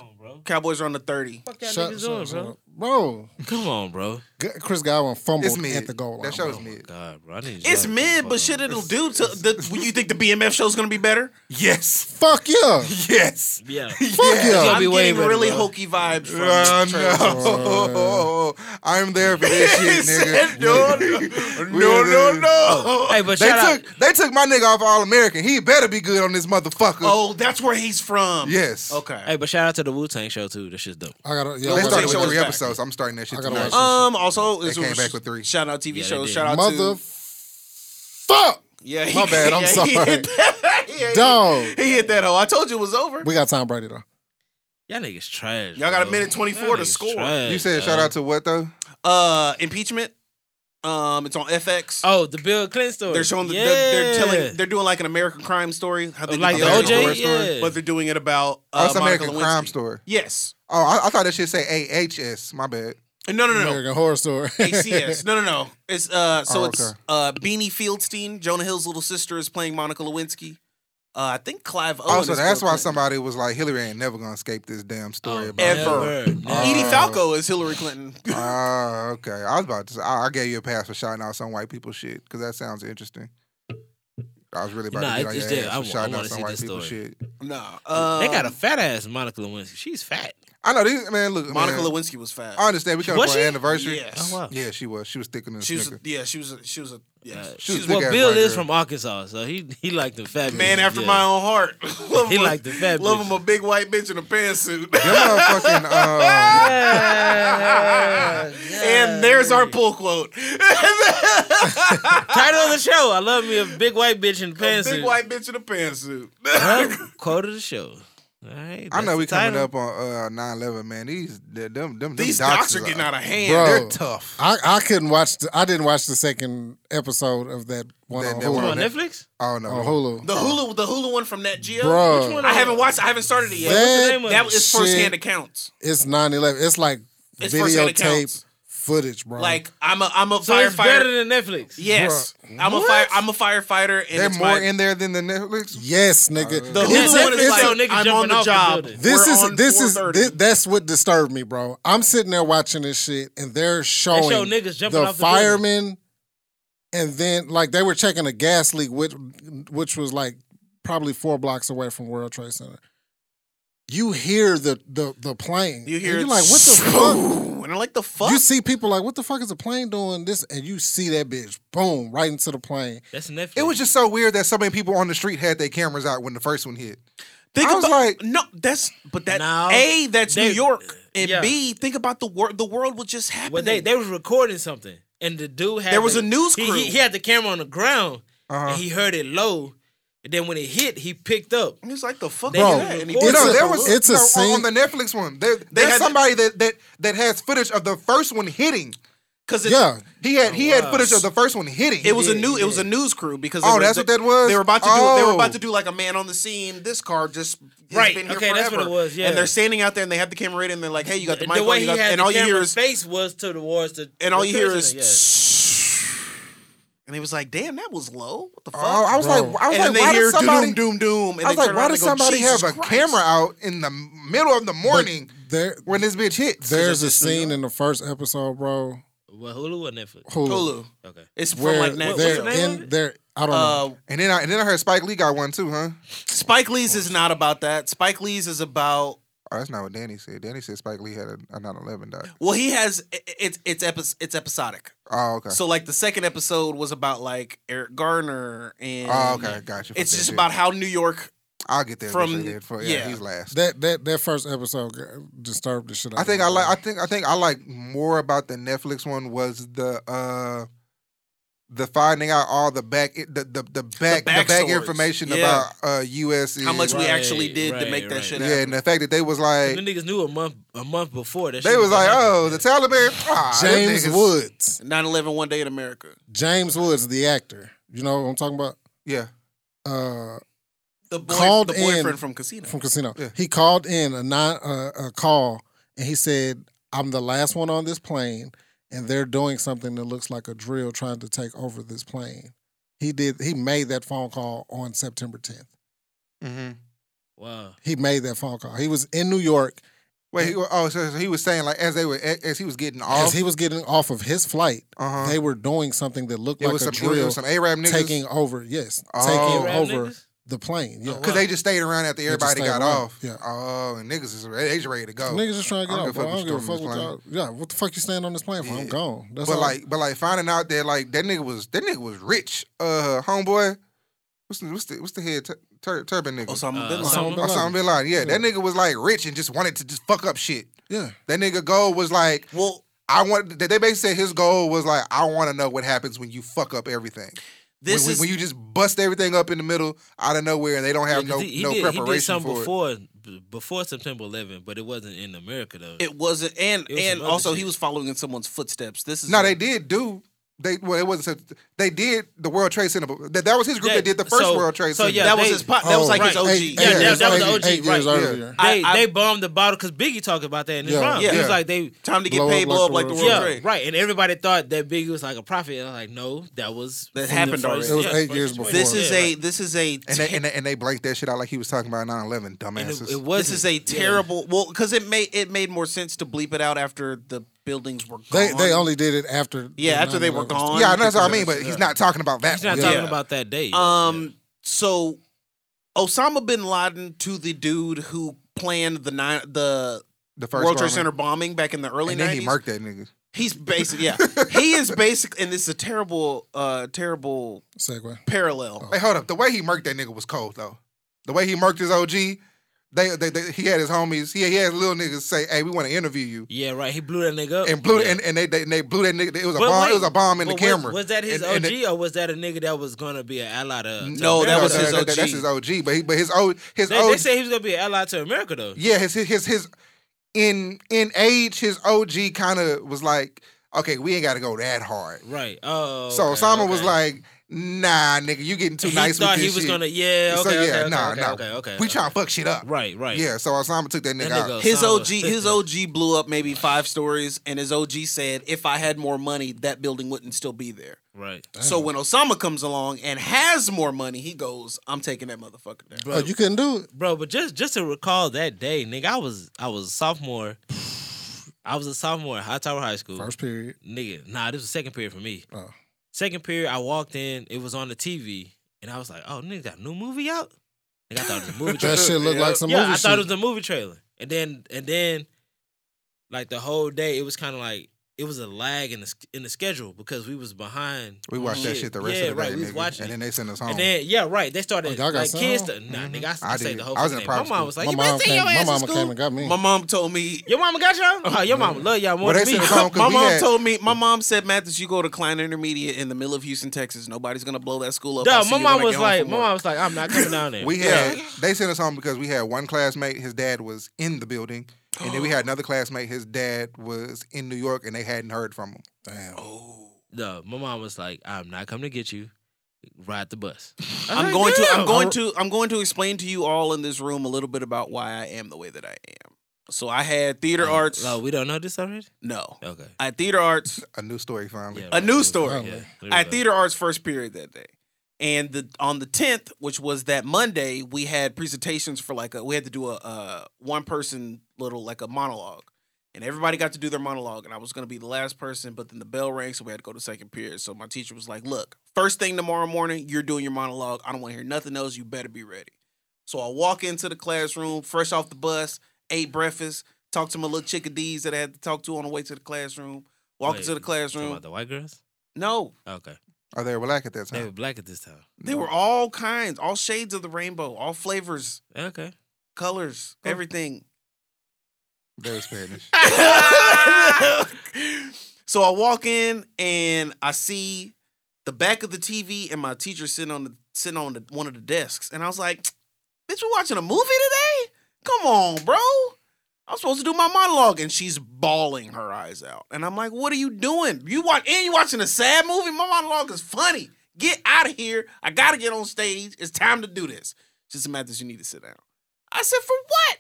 F: Cowboys are on the 30.
E: Fuck that
G: Shut-
E: niggas
G: shut-
E: on,
G: shut
E: bro.
G: up. Bro,
E: Come on, bro.
G: G- Chris Godwin
D: It's
G: fumbled
D: mid.
G: at the goal line.
D: That show's
G: bro.
D: mid.
E: God, bro, I need
F: It's
E: y'all to
F: mid,
E: fuck
F: but
E: up.
F: shit it'll do to the. You think the BMF show's going to be better?
D: Yes.
G: Fuck yeah.
D: Yes.
E: Yeah.
G: Fuck yeah.
E: It'll
F: I'm
E: be
F: getting
E: way better,
F: really
E: bro.
F: hokey vibes from
D: Uh,
F: this trailer.
D: no. I'm there for this shit, nigga.
F: No, no, no, no.
E: Hey, but
D: They
E: shout out.
D: took they took my nigga off All American. He better be good on this motherfucker.
F: Oh, that's where he's from.
D: Yes.
F: Okay.
E: Hey, but shout out to the Wu Tang show too. That shit's dope.
G: I gotta. Yeah,
D: They
F: They
G: I
F: started
D: started
G: gotta-
F: show
D: with three
F: back.
D: episodes. I'm starting that shit
G: I gotta
D: tonight.
G: watch
F: Um. Also,
D: They came back with three.
F: Shout out TV
E: Yeah, they
F: shows.
E: did.
F: Shout out to
G: Mother. Fuck.
F: yeah.
G: My
F: he-
G: bad. I'm
F: yeah, he
G: sorry.
F: hit that- he hit-
G: Dog.
F: He hit that hoe. I told you it was over.
G: We got Tom Brady though.
E: Y'all niggas trash.
F: Y'all got a
E: bro.
F: minute 24 to
E: Niggas
F: score.
E: trash,
D: You said
E: dog.
D: shout out to what though?
F: Uh, impeachment. Um, it's on FX.
E: Oh, the Bill Clinton story.
F: They're showing. The,
E: yeah.
F: they're, they're telling. They're doing like an American crime story. How they did
E: like
D: the
E: the
D: American
E: OJ.
D: Horror Story,
E: Yeah.
F: but they're doing it about
D: Oh,
F: uh,
D: it's
F: Monica
D: American
F: Lewinsky.
D: Crime Story.
F: Yes.
D: Oh, I, I thought that shit say AHS. My bad.
F: No, no, no, no.
G: American Horror Story.
F: ACS. No, no, no. It's uh, so
D: Oh,
F: it's
D: okay.
F: uh, Beanie Fieldstein, Jonah Hill's little sister, is playing Monica Lewinsky. Uh, I think Clive Owen.
D: Also,
F: is
D: Oh, that's
F: Bill
D: why
F: Clinton.
D: somebody was like, Hillary ain't never gonna escape this damn story about
F: ever.
D: her.
E: Never.
F: Edie
D: Uh,
F: Falco is Hillary Clinton.
D: Ah, okay. I was about to. Say, I, I gave you a pass for shouting out some white people shit because that sounds interesting. I was really about to
E: Nah,
D: get on
E: it's-
D: your
E: it's
D: ass
E: there. I
D: for
E: wa- I
D: shouting out
E: wanna
D: some
E: see
D: white
E: this
D: people
E: story.
D: shit.
F: no, um,
E: they got a fat ass Monica Lewinsky. She's fat.
D: I know these man. Look,
F: Monica
D: man,
F: Lewinsky was fat.
D: I understand. We coming
E: Was
D: for an
E: she?
D: anniversary.
F: Yes.
E: Oh, wow.
D: Yeah, she was. She was thicker than
F: She was.
D: Snicker.
F: Yeah, she was. A, she was a. Yeah,
D: She
F: she
D: was
F: was
D: big
E: Well,
D: ass
E: Bill
D: white
E: is
D: girl.
E: from Arkansas, so he he liked the fat
F: a man
E: bitches,
F: after
E: yeah.
F: my own heart. love
E: He
F: him a-
E: liked the fat
F: Love
E: bitches.
F: him a big white bitch in a pantsuit.
D: Them motherfucking. Um,
F: and there's our pull quote.
E: Title of the show: I love me a big white bitch in pants.
F: Big white bitch in a pantsuit.
E: Quote of the show. All right,
D: I know we coming
E: title.
D: up on uh, 9-11, man. These them them them
F: These
D: docs
F: docs are getting out of hand.
G: Bro.
D: They're tough.
G: I, I couldn't watch. The, I didn't watch the second episode of that one
D: That-
G: on
D: that
G: Hulu.
D: one
E: on Netflix.
D: Oh no.
G: On Hulu.
F: The Hulu, the Hulu one from Nat Geo.
G: Bro.
E: Which one?
F: I haven't watched. I haven't started it yet.
G: That
E: name of it?
F: that was
G: shit
F: first hand accounts.
G: It's 9-11. It's like
F: It's firsthand
G: videotape
F: accounts.
G: footage, bro.
F: Like I'm a I'm a
E: So it's
F: firefighter.
E: better than Netflix.
F: Yes, I'm a
D: What?
F: fire I'm a firefighter, and
D: They're
F: it's
D: more
F: my-
D: in there than the Netflix.
G: yes, nigga.
F: The
G: It's
F: hood
G: a-
F: one is
G: it's
F: like
G: a-
E: nigga
F: I'm on
E: jumping
F: the
E: off the
F: job.
E: building.
G: this
F: We're
G: is
F: on
G: this is
F: 4:30.
G: thi- that's what disturbed me, bro. I'm sitting there watching this shit, and they're showing
E: niggas jumping
G: the
E: off the building.
G: firemen, and then like they were checking a gas leak, which which was like probably four blocks away from World Trade Center. You hear the the the plane.
F: You
G: and
F: hear
G: you're
F: it
G: like what the fuck?
F: and I'm like the fuck.
G: You see people like what the fuck is a plane doing this, and you see that bitch boom right into the plane.
E: That's Netflix.
D: It was just so weird that so many people on the street had their cameras out when the first one hit.
F: Think
D: I was
F: about,
D: like-
F: no, that's but that
E: No.
F: a that's
E: They- uh,
F: New York, and
E: yeah.
F: b think about the world. The world was just happening.
E: Well, they they was recording something, and the dude had
F: There was
E: the-
F: a news
E: he-
F: crew.
E: He, he had the camera on the ground,
D: Uh-huh.
E: and he heard it low. And then when it hit, he picked up.
F: He was like the fuck,
E: They
F: is
G: Bro,
F: that? And he
E: it's
F: did
G: a-
F: it.
D: no, there was
G: it's a
D: no, on-
G: scene-
D: on the Netflix one. There, there's
F: had-
D: somebody that, that that has footage of the first one hitting.
F: because it,
G: Yeah,
D: He had he had footage of the first one hitting.
F: Oh, it was a new it was a news crew because
D: Oh,
F: they were-
D: that's
F: they-
D: what that was?
F: They were about to do they were about
D: Oh.
F: to do like a man on the scene. This car just has
E: Right.
F: Been here
E: Okay, that's what
F: forever.
E: it was, yeah.
F: and they're standing out there and they have the camera ready and they're like, hey, you got the,
E: The,
F: mic on,
E: way
F: you
E: he
F: got,
E: had
F: and
E: the
F: all you hear
E: camera's
F: is
E: face was to towards the
F: and all you hear is,
E: yes.
F: and he was like, damn, that was low. What the fuck?
D: Oh, I was like, I was
F: and then
D: like,
F: they
D: why
F: hear
D: did somebody?
F: doom, doom, doom. And
D: I was
F: they
D: like,
F: turn
D: why
F: around
D: does
F: and go,
D: somebody have
F: "Jesus
D: a
F: Christ."
D: camera out in the middle of the morning
G: there
D: when this bitch hits?
G: there's a scene in the first episode, bro.
E: Well, Hulu or Netflix?
G: Who,
F: Hulu.
E: Okay.
F: It's from
G: where
F: like Netflix.
G: they're
E: What's the name of
G: in
E: it?
G: there. I don't know.
F: Uh,
D: and then I and then I heard Spike Lee got one too, huh?
F: Spike Lee's is not about that. Spike Lee's is about
D: Oh, that's not what Danny said. Danny said Spike Lee had a, a 9/11 doc.
F: well, he has i- i- it's it's epi- it's episodic.
D: Oh, okay.
F: So like the second episode was about like Eric Garner and
D: oh, okay. Gotcha.
F: It's
D: Fuck
F: just
D: that
F: about
D: shit.
F: how New York.
D: I'll get there
F: from-
D: eventually then. For, yeah,
F: yeah.
D: he's last.
G: That that that first episode g- disturbed the shit. out
D: I
G: of
D: think
G: me,
D: I
G: bro.
D: like. I think I think I like more about the Netflix one was the uh the finding out all the back the the, the back the, back
F: backstories.
D: information
F: Yeah.
D: about uh U.S.
F: How much we
E: Right,
F: actually did to
E: right,
F: make that
E: right.
F: shit
D: yeah,
F: happen.
D: and the fact that they was
E: The
D: like
E: niggas knew a month a month before that.
D: they
E: shit
D: was like,
E: happening.
D: oh, the Taliban, ah, them
G: James
D: niggas.
G: Woods.
F: 9/11 One Day in America.
G: James Woods, the actor. You know what I'm talking about?
D: Yeah,
G: Uh,
F: The, boy,
G: Called
F: the
G: in
F: boyfriend from Casino.
G: from Casino.
D: Yeah.
G: He called in a non uh, a call and he said, "I'm the last one on this plane, and they're doing something that looks like a drill trying to take over this plane." He did. He made that phone call on September 10th.
D: mm-hmm.
E: wow.
G: He made that phone call. He was in New York
D: Wait, he, wa- oh, so, so he was saying like as they were as he was getting off,
G: as he was getting off of his flight.
D: uh-huh.
G: They were doing something that looked
D: it
G: like
D: was
G: a
D: some it
G: drill
D: was some Arab niggas
G: taking over. Yes,
D: Oh.
G: taking
E: Arab
G: over
E: niggas?
G: the plane. Yeah,
D: because they just stayed around after
G: just
D: everybody
G: stayed
D: got
G: around,
D: off.
G: yeah.
D: Oh, and niggas is ready, they just ready to go.
G: niggas just trying to
D: I don't
G: get out.
D: give a
G: Bro. I don't
D: fuck what
G: give a fuck
D: you
G: what
D: doing on
G: y'all. Yeah, what the fuck you staying on this plane for? I'm
D: Yeah.
G: gone. That's
D: but
G: all.
D: like, but like finding out that like that nigga was that nigga was rich. Uh, homeboy, what's the what's the what's the head tur- tur- turban nigga?
F: Osama bin
E: Uh,
F: Laden.
G: Osama bin
D: Osama
G: Laden.
D: bin Laden. Yeah, that nigga was like rich and just wanted to just fuck up shit.
G: Yeah,
D: That nigga goal was like,
F: Well,
D: I want. They basically said his goal was like, I want to know what happens when you fuck up everything.
F: this
D: when, when-
F: is
D: when you just bust everything up in the middle out of nowhere and they don't have
E: Yeah,
D: no
E: 'cause he, he
D: no
E: did,
D: preparation
E: he did something
D: for it.
E: before b- before September 11th, but it wasn't in America though.
F: it wasn't and
E: It was
F: and
E: some other
F: also he
E: shit.
F: was following in someone's footsteps. This is
D: No, they did do. They well, it wasn't. such- They did the World Trade Center. but That, that was his group
E: Yeah,
D: that did the first
E: so-
D: World Trade
E: so,
D: Center.
E: yeah,
F: that was
E: they-
F: his pop, that was
G: Oh,
F: like his
G: right.
F: OG.
G: Eight-
E: Yeah,
G: eight
E: that- that was
G: years-
E: the OG,
G: Eight years
E: right.
G: earlier.
E: they
F: I- I-
E: they bombed the bottle because Biggie talked about that in his
G: Yeah,
E: rhyme. He
F: yeah.
E: was like they
F: Time to get
G: Blow up
F: paid, blow up
G: like the
F: like the
G: World
F: World
E: yeah,
F: Trade.
E: right, and everybody thought that Biggie was like a prophet. And I was like, no, that was
F: That
E: from
F: happened
E: the first-
F: already.
G: It was
E: yeah,
G: eight
E: first
G: years
E: situation.
F: This is
E: Yeah,
F: a
E: right.
F: this is a
D: and
F: te-
D: they, and, they, and they blanked that shit out like he was talking about 9-11,
E: And
D: dumbasses.
E: it, it was
F: this is a terrible well because it made it made more sense to bleep it out after the buildings were gone.
G: they they only did it after.
F: yeah
G: the
F: after they were
G: 9/11.
F: gone.
D: yeah, I know that's what I mean, but he's not talking about that.
E: He's not
D: one.
E: talking
F: Yeah.
E: about that day.
F: Um, so Osama bin Laden to the dude who planned the nine the
D: the first
F: World Trade
D: bombing.
F: Center bombing back in the early
D: And then he
F: nineties.
D: marked that nigga.
F: He's basic, yeah. he is basic, and this is a terrible, uh, terrible
G: Segue.
F: parallel.
D: Hey, hold up. The way he marked that nigga was cold though. The way he marked his OG, they, they, they he had his homies. He, he had little niggas say, "Hey, we want to interview you."
E: yeah, right. He blew that nigga up
D: And blew
E: yeah.
D: and, and they, they and they blew that nigga. It was a
E: But
D: bomb.
E: wait,
D: it was a bomb in the
E: but was-
D: camera.
E: Was that his
D: And- and
E: OG
D: it-
E: or was that a nigga that was gonna be an ally to? to
F: No, that
E: America?
F: was his OG.
D: that's his OG. But he, but his O his
E: They,
D: OG.
E: they say he was gonna be an ally to America though.
D: yeah, his his his, his in in age, his OG kind of was like, okay, we ain't got to go that hard.
E: Right. Oh.
D: so
E: okay,
D: Osama was
E: okay.
D: like, Nah, nigga, you getting too
E: he
D: nice with
E: thought
D: this
E: he was
D: shit.
E: gonna. Yeah. Okay.
D: so yeah,
E: okay, okay,
D: nah,
E: okay,
D: nah.
E: Okay. Okay.
D: we
E: okay.
D: trying to fuck shit up.
E: Right. Right.
D: Yeah, so Osama took that nigga,
E: That nigga
D: out.
F: His
E: Osama.
F: OG, his OG blew up maybe five stories, and his OG said, "If I had more money, that building wouldn't still be there."
E: Right.
F: So when Osama comes along and has more money, he goes, "I'm taking that motherfucker down."
G: Oh, you couldn't do it.
E: bro. But just just to recall that day, nigga, I was I was a sophomore. I was a sophomore at High Tower High School.
G: First period.
E: Nigga, nah, this was second period for me.
G: Oh.
E: Second period, I walked in. It was on the TV, and I was like, "Oh, nigga, got a new movie out." Nigga, I thought it was a movie.
G: That
E: trailer.
G: shit looked like some
E: yeah,
G: movie
E: I
G: shit.
E: thought it was a movie trailer, and then and then, like the whole day, it was kind of like it was a lag in the sch- in the schedule because we was behind.
D: We watched that
E: Yeah,
D: shit the rest
E: yeah,
D: of the day,
E: right, we was
D: nigga.
E: watching
D: and
E: it.
D: then they sent us home.
E: And then yeah, right. They started
G: Oh, y'all got
E: like
G: sent
E: kids.
G: home?
E: To, nah, nigga, I,
D: I
E: I, saved
D: did.
E: the whole
D: I was
E: thing.
D: in
E: My
D: private
E: mom
D: school.
E: was like,
G: my
E: "You better
G: mom
E: take
G: came.
E: your
G: My
E: ass to
G: mama
E: school."
G: came and got me.
F: My mom told me.
E: Your mama got y'all? Oh, your mama love y'all
D: Mm-hmm. Well,
E: more
D: they
E: than me.
D: sent us home
F: My
D: because we
F: mom
D: had.
F: told me. My mom said, "Mathis, you go to Klein Intermediate in the middle of Houston, Texas. Nobody's gonna blow that school up." I'll
E: Duh,
F: see
E: my
F: you when I
E: mom
F: get
E: was
F: home
E: like,
F: from
E: my
F: work."
E: mom was like, I'm not coming down there.
D: We
E: Yeah.
D: had they sent us home because we had one classmate, his dad was in the building, and then we had another classmate, his dad was in New York, and they hadn't heard from him.
G: Damn.
E: Duh, my mom was like, I'm not coming to get you. Ride the bus. I was
F: I'm
E: like,
F: going to. I'm
E: "Damn."
F: going to. I'm going to explain to you all in this room a little bit about why I am the way that I am. So I had theater arts.
E: Oh, we don't know this already?
F: No,
E: Okay.
F: I had theater arts.
D: A new story finally.
E: Yeah,
F: A
E: right,
F: new
E: there we go.
F: story.
E: Yeah,
G: Oh,
E: there we
F: I had
E: go.
F: theater arts first period that day. And the on the tenth, which was that Monday, we had presentations for like a we had to do a, a one person little like a monologue, and everybody got to do their monologue, and I was gonna be the last person, but then the bell rang, so we had to go to second period. So my teacher was like, "Look, first thing tomorrow morning, you're doing your monologue. I don't want to hear nothing else. You better be ready." So I walk into the classroom, fresh off the bus, ate breakfast, talked to my little chickadees that I had to talk to on the way to the classroom. Walk
E: Wait,
F: into the
E: Talking
F: classroom.
E: about the white girls?
F: No,
E: Okay.
D: Are Oh, they black at that
E: They were
D: time?
E: black at this time.
F: They were all kinds, all shades of the rainbow, all flavors,
E: Okay.
F: colors, everything.
D: They were Spanish.
F: so I walk in and I see the back of the TV and my teacher sitting on the sitting on the, one of the desks, and I was like, "Bitch, we watching a movie today? Come on, bro! I'm supposed to do my monologue." And she's bawling her eyes out, and I'm like, "What are you doing? You watch and you watching a sad movie? My monologue is funny. Get out of here! I gotta get on stage. It's time to do this." She said, "Mathis, you need to sit down." I said, "For what?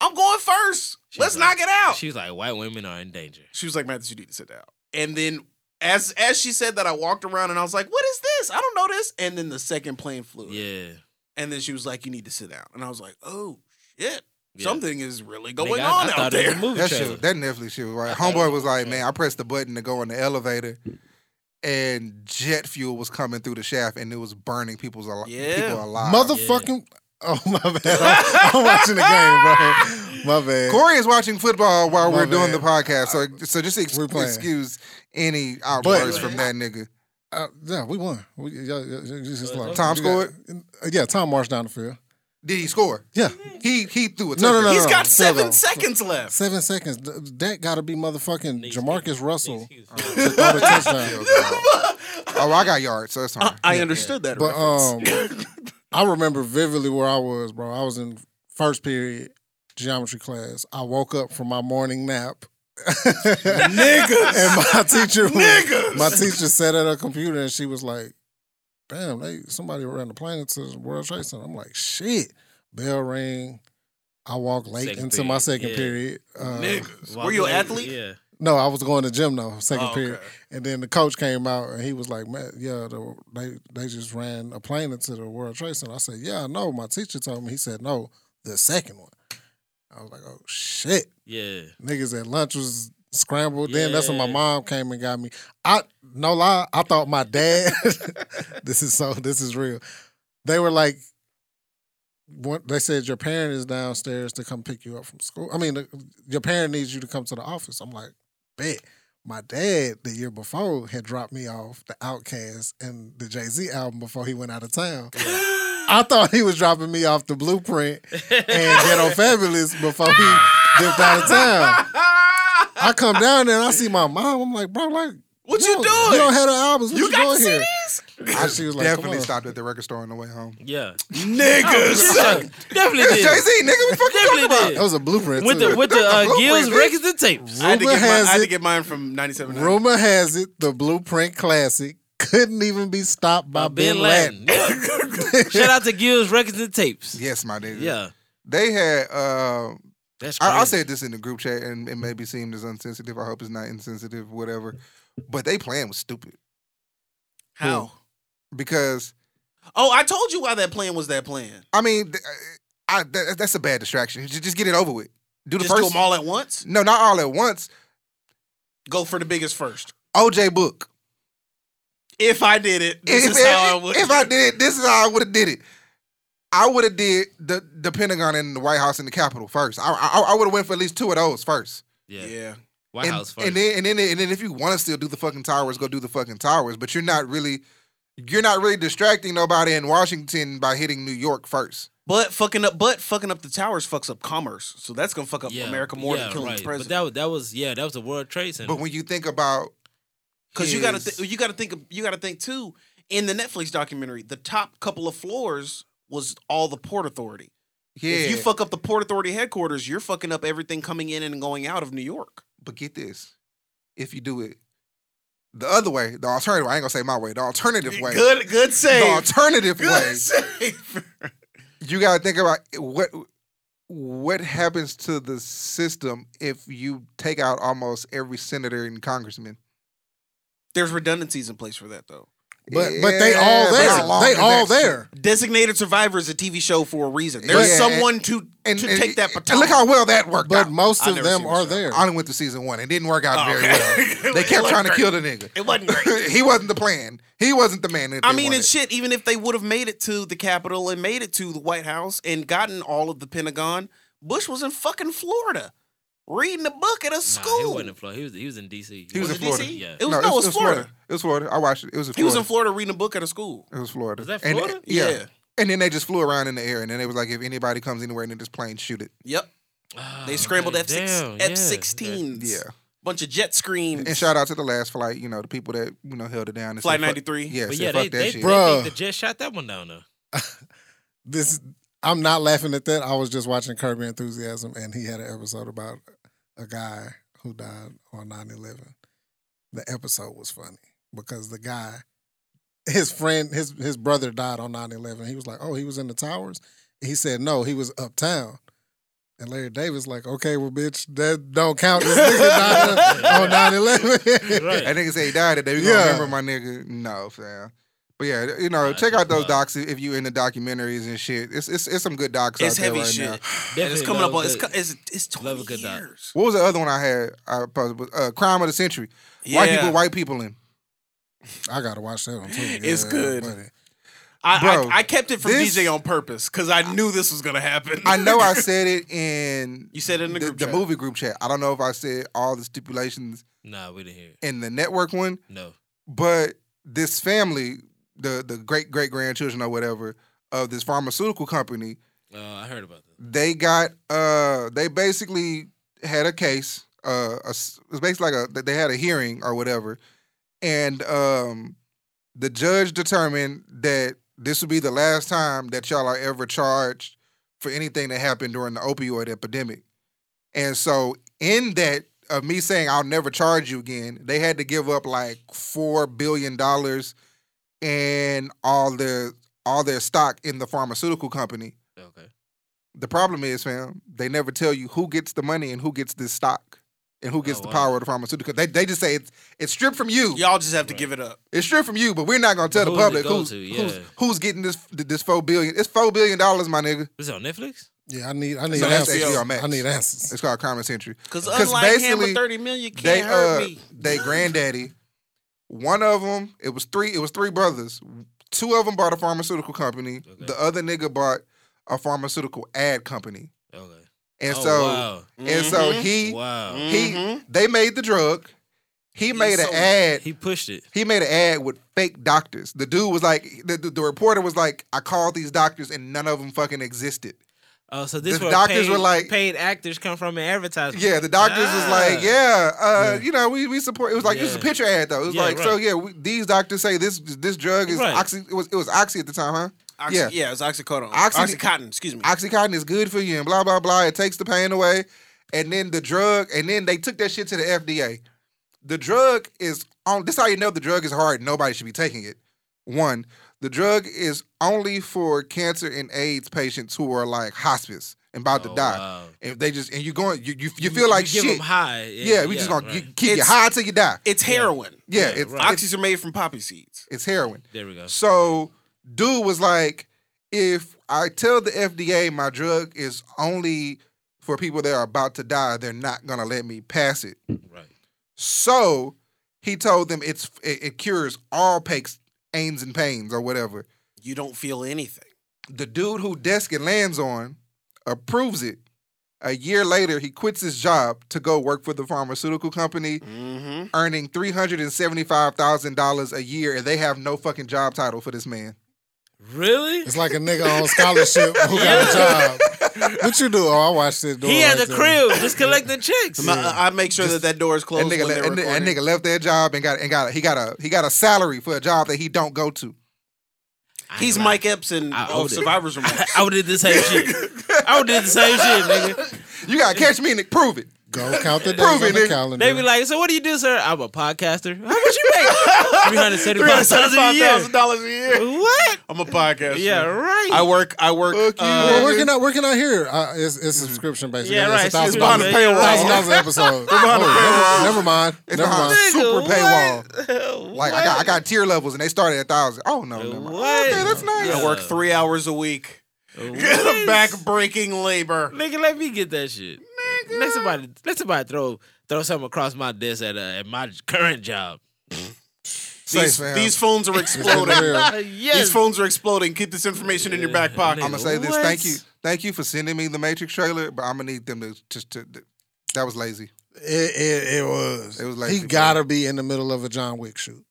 F: I'm going first.
E: She's
F: Let's
E: like-
F: knock it out."
E: She was like, white women are in danger.
F: she was like, Mathis, you need to sit down. And then as as she said that, I walked around and I was like, what is this? I don't know this. And then the second plane flew. in.
E: Yeah.
F: And then she was like, you need to sit down. And I was like, oh shit.
E: Yeah.
F: Something is really
E: Nigga,
F: going
E: I-
F: on out
E: I thought it was
F: there.
E: a movie
D: That
E: trailer.
D: shit, that Netflix shit was right.
E: I thought it
D: Homeboy
E: was
D: was like,
E: okay.
D: man, I pressed the button to go in the elevator, and jet fuel was coming through the shaft, and it was burning people's al-
F: Yeah.
D: people alive.
G: Motherfucking. Ah, Oh my bad. I'm, I'm watching the game, bro. My bad.
D: Corey is watching football while
G: My
D: we're doing
G: bad.
D: the podcast, so so just ex-
G: We're playing.
D: excuse any outbursts from that nigga.
G: Uh, yeah, we won. We, yeah, yeah, yeah, it's just like-
D: Tom
G: we
D: scored?
G: got- yeah, Tom marched down the field.
D: Did he score?
G: Yeah,
D: He he threw a
G: No, no,
D: touchdown.
G: no,
F: He's got
G: no,
F: seven
G: no.
F: seconds left.
G: seven seconds. Th- That got to be motherfucking Jamarcus Russell.
E: Excuse me.
G: Throw the touchdown.
D: Oh, I got yards, so that's fine.
F: I understood that.
G: But
F: reference.
G: um, I remember vividly where I was, bro. I was in first period geometry class. I woke up from my morning nap. Nigga. And my teacher was- my teacher sat at her computer and she was like, Damn, they somebody ran the plane into the World Trade Center. I'm like, shit. Bell ring. I walk late
E: Second
G: into my
E: period,
G: second
E: yeah.
G: period. Uh,
E: Walk
F: Were you an
E: away.
F: athlete?
E: Yeah.
G: no, I was going to gym though, second
F: Oh, okay.
G: period. And then the coach came out and he was like, "Man, yeah, the, they they just ran a plane into the World Trade Center." I said, "Yeah, I know." My teacher told me. He said, "No, the second one." I was like, "Oh shit!"
E: Yeah.
G: Niggas at lunch was scrambled. Then that's when my
E: Yeah.
G: mom came and got me. I no lie, I thought my dad. this is so. This is real. They were like, what, they said your parent is downstairs to come pick you up from school. I mean, the, your parent needs you to come to the office. I'm like, bet. My dad the year before had dropped me off the Outcast and the Jay Z album before he went out of town. I thought he was dropping me off the Blueprint and Ghetto Fabulous before he dipped out of town. I come down there and I see my mom. I'm like, bro, like,
F: What you
G: don't-
F: doing?
G: You don't have the albums. What you,
F: you got
G: doing
F: to see
G: here?
F: these?
D: I
G: she was like, come
D: definitely
G: on.
D: stopped at the record store on the way home.
E: Yeah. Oh,
F: Niggas.
E: Definitely
D: It's
E: did.
D: Jay Z, nigga. We fucking talking
E: Definitely
D: about.
E: did.
G: That was a blueprint.
E: With
G: too.
E: the with the uh,
D: Blueprint,
E: Gills
D: bitch.
E: records and tapes.
F: I had, to
G: Rumor
F: get mine, I
G: has
F: had to
G: it.
F: get mine from 97.
G: Rumor has it the Blueprint classic couldn't even be stopped by, Bin, Laden.
E: Yeah. Shout out to Gills Records and Tapes. Yeah.
D: Yes, my nigga. They had uh
E: That's crazy.
D: I, I said this in the group chat and it maybe seemed as insensitive. I hope it's not insensitive, whatever. But they plan was stupid.
F: How?
D: Because
F: Oh, I told you why that plan was that plan.
D: I mean th- I, that, that's a bad distraction. Just, just get it over with. Do the
F: Just do
D: first
F: them all at once.
D: No, not all at once.
F: Go for the biggest first.
D: OJ book.
F: If I did it, this
D: if,
F: is how I would.
D: if I did it, this is how I would have did it. I would have did the, the Pentagon and the White House and the Capitol first. I I, I would have went for at least two of those first.
E: yeah.
F: yeah,
E: White
D: and,
E: House first.
D: and then and then and then if you want to still do the fucking towers, go do the fucking towers. But you're not really you're not really distracting nobody in Washington by hitting New York first.
F: but fucking up, but fucking up the towers fucks up commerce. So that's gonna fuck up
E: yeah.
F: America more
E: yeah,
F: than killing
E: right.
F: the
E: But that
F: president.
E: was that was yeah, that was the World Trade Center.
D: But when you think about
F: Because you gotta,
D: his-
F: th- you gotta think, of- you gotta think too. In the Netflix documentary, the top couple of floors was all the Port Authority.
D: yeah,
F: If you fuck up the Port Authority headquarters, you're fucking up everything coming in and going out of New York.
D: but get this, if you do it the other way, the alternative. I ain't gonna say my way. The alternative way.
F: Good, good
D: The
F: save.
D: alternative way.
F: Good save.
D: you got to think about what what happens to the system if you take out almost every senator and congressman.
F: There's redundancies in place for that though.
G: But but they all
D: Yeah, but how long
G: there.
D: is
G: They all
D: that
G: there.
F: Designated Survivor is a TV show for a reason. There's
D: Yeah,
F: someone to
D: And,
F: to
D: and-
F: take that
D: and
F: baton.
D: look how well that worked
G: But
D: out.
G: most
F: I've
G: of
F: never
G: them
F: seen
G: are
F: the show.
G: there.
D: I only went to season one. It didn't work out
F: Oh,
D: very
F: okay.
D: well. They kept
F: It
D: trying to
F: wasn't
D: kill the nigga.
F: it wasn't great.
D: he wasn't the plan. He wasn't the man. That
F: I
D: they
F: mean,
D: wanted.
F: and shit. Even if they would have made it to the Capitol and made it to the White House and gotten all of the Pentagon, Bush was in fucking Florida reading a book at a
E: nah,
F: school.
E: he wasn't in Florida. He was he was in D.C.
D: He was in
F: it
D: Florida.
F: DC?
E: Yeah.
F: It was no, it was, Florida.
D: It was Florida. I watched it. It was in
F: He was
D: Florida.
F: in Florida reading a book at a school.
D: It was Florida.
E: Was that
D: And-
E: Florida?
D: yeah.
F: Yeah.
D: And then they just flew around in the air, and then it was like, if anybody comes anywhere near this plane, shoot it.
F: Yep.
E: Ah,
F: They scrambled
E: okay,
F: F six
E: damn, yeah.
F: F sixteens.
D: Yeah.
F: Bunch of jet screens.
D: And shout out to the last flight, you know, the people that you know held it down. and said,
F: Flight
D: fuck-
F: ninety three.
D: Yeah,
E: But
D: said,
E: yeah,
D: fuck
E: they,
D: that
E: they,
D: shit.
E: they
G: Bruh.
E: think the jet shot that one down though.
G: This I'm not laughing at that. I was just watching Kirby Enthusiasm and he had an episode about a guy who died on 9-11. The episode was funny because the guy, his friend, his his brother died on 9-11. He was like, Oh, he was in the towers? He said no, he was uptown. And Larry Davis like, okay, well, bitch, that don't count. This nigga died on 9-11.
E: Right.
D: That nigga say he died today. We gonna
G: Yeah.
D: remember my nigga. No, fam. But yeah, you know,
E: Nah,
D: check
E: that's
D: out those
E: wild.
D: docs if you in the documentaries and shit. It's it's, it's some good docs
F: It's
D: out there
F: heavy
D: right
F: shit.
D: now.
F: And it's
E: Definitely
F: coming up
E: love
F: on. It's,
E: the-
F: co- it's it's
E: love
F: twenty
E: a good doc.
F: years.
D: What was the other one I had? I posted was, uh, Crime of the Century. White
F: Yeah.
D: people, white people in.
G: I gotta watch that one too.
F: It's
G: Yeah,
F: good.
G: buddy.
F: I,
D: Bro,
F: I I kept it from
D: this-
F: DJ on purpose because I knew this was gonna happen.
D: I know I said it in
F: You said it in the group chat.
D: movie group chat. I don't know if I said all the stipulations
E: Nah, we didn't hear. It.
D: in the network one,
E: No.
D: but this family, the the great great grandchildren or whatever of this pharmaceutical company,
E: Uh, I heard about that.
D: they got uh they basically had a case uh a s it was basically like a they had a hearing or whatever and um the judge determined that this would be the last time that y'all are ever charged for anything that happened during the opioid epidemic and so in that of me saying i'll never charge you again they had to give up like four billion dollars and all their all their stock in the pharmaceutical company
E: Okay.
D: the problem is, fam, they never tell you who gets the money and who gets this stock and who gets
E: Oh,
D: the
E: wow.
D: power of the pharmaceutical. They, they just say it's, it's stripped from you.
F: Y'all just have to give it up.
D: It's stripped from you, but we're not gonna tell the
E: Who's it
D: public
E: go
D: who's,
E: to?
D: who's
E: Yeah.
D: who's getting this this four billion. It's four billion dollars, my nigga.
E: Was it on Netflix?
G: Yeah, I need I need
D: So that's
G: answers.
D: HBO E Max.
G: I need answers.
D: It's called Common Century.
F: Because
D: 'Cause
F: unlike him
D: basically,
F: with thirty million, can't
D: they
F: hurt
D: uh
F: me.
D: they granddaddy. One of them, it was three. It was three brothers. Two of them bought a pharmaceutical company.
E: Okay.
D: The other nigga bought a pharmaceutical ad company.
E: Okay.
D: And
E: oh,
D: so
E: wow.
D: and so
F: Mhm.
D: he
E: wow.
D: He
F: Mhm.
D: they made the drug. He made an ad.
E: He pushed it.
D: He made an ad with fake doctors. The dude was like, the, the, the reporter was like, I called these doctors and none of them fucking existed.
E: Oh, so this
D: The
E: where
D: doctors
E: paid,
D: were like-
E: paid actors come from an advertisement.
D: Yeah, the doctors was like, yeah, uh, you know, we, we support. It was like it was a
E: Yeah.
D: picture ad though. It was
E: Yeah,
D: like, so
E: right.
D: yeah, we, these doctors say this this drug is
E: Right.
D: oxy. It was it was oxy at the time, huh?
F: Oxy,
D: yeah.
F: yeah, it's oxycodone.
D: Oxy-
F: oxycontin. Excuse me.
D: Oxycontin is good for you and blah blah blah. It takes the pain away. And then the drug, and then they took that shit to the FDA. The drug is on this how you know the drug is hard. Nobody should be taking it. One, the drug is only for cancer and AIDS patients who are like hospice and about to
E: Oh,
D: die.
E: wow.
D: If they just and you going, you you, you feel like
E: you give
D: shit.
E: them high.
D: yeah, we just gonna
E: right.
D: you, keep you
F: It's-
D: high till you die.
F: It's heroin.
D: yeah,
E: yeah,
D: it's,
E: right.
D: it's
F: Oxys are made from poppy seeds.
D: it's heroin.
E: There we go.
D: So, dude was like, if I tell the FDA my drug is only for people that are about to die, they're not gonna let me pass it.
E: Right.
D: So he told them it's it, it cures all pains, ains and pains or whatever.
F: You don't feel anything.
D: The dude who desk it lands on approves it. A year later, he quits his job to go work for the pharmaceutical company,
F: Mm-hmm.
D: earning three hundred and seventy-five thousand dollars a year, and they have no fucking job title for this man.
E: Really?
G: It's like a nigga on scholarship who got a job. What you do? Oh, I watched it.
E: He had a crib, just collecting checks.
F: I, I make sure that that door is
D: That
F: closed.
D: nigga,
F: when
D: le-
F: they're
D: that, nigga- that
F: recording.
D: nigga left that job and got and got a, he got a he got a salary for a job that he don't go to.
E: I
F: He's
E: ain't
F: Mike Epps and
E: I
F: oh,
E: owed it.
F: Survivor's Remorse.
E: I would did the same shit. I would did the same shit, nigga.
D: You gotta catch me and prove it.
G: Go count the days
D: Prove
G: on
D: it,
G: the
D: nigga.
G: calendar.
E: They be like, "So what do you do, sir? I'm a podcaster. How much you make? Three hundred seventy-five thousand a year.
F: dollars a year.
E: What?
F: I'm a podcaster.
E: Yeah, right.
F: I work. I work.
D: Fuck you,
F: uh,
G: well, working out, working out here. Uh, it's, it's
D: Mm-hmm.
G: subscription based.
E: yeah, right.
G: It's a thousand
E: Excuse me, man.
G: dollars.
F: paywall.
G: Thousand dollars an episode. Oh, never, never mind.
D: It's
G: never
D: behind
G: mind.
D: a super
E: Nigga,
D: paywall. Like I got I got tier levels and they started at thousand. Oh no, never mind.
E: What?
D: Okay, that's nice.
E: Yeah.
F: I work three hours a week.
E: What?
F: Back-breaking labor.
E: Nigga, let me get that shit. Let somebody, let somebody throw throw something across my desk at uh, at my current job.
F: These,
D: Say, fam.
F: these phones are exploding.
E: Uh,
F: These
E: yes.
F: phones are exploding. Keep this information in your back pocket.
D: I'm gonna say this.
E: What?
D: Thank you, thank you for sending me the Matrix trailer, but I'm gonna need them to just to. That was lazy.
G: It, it, it was.
D: It was lazy,
G: He
D: bro.
G: gotta be in the middle of a John Wick shoot.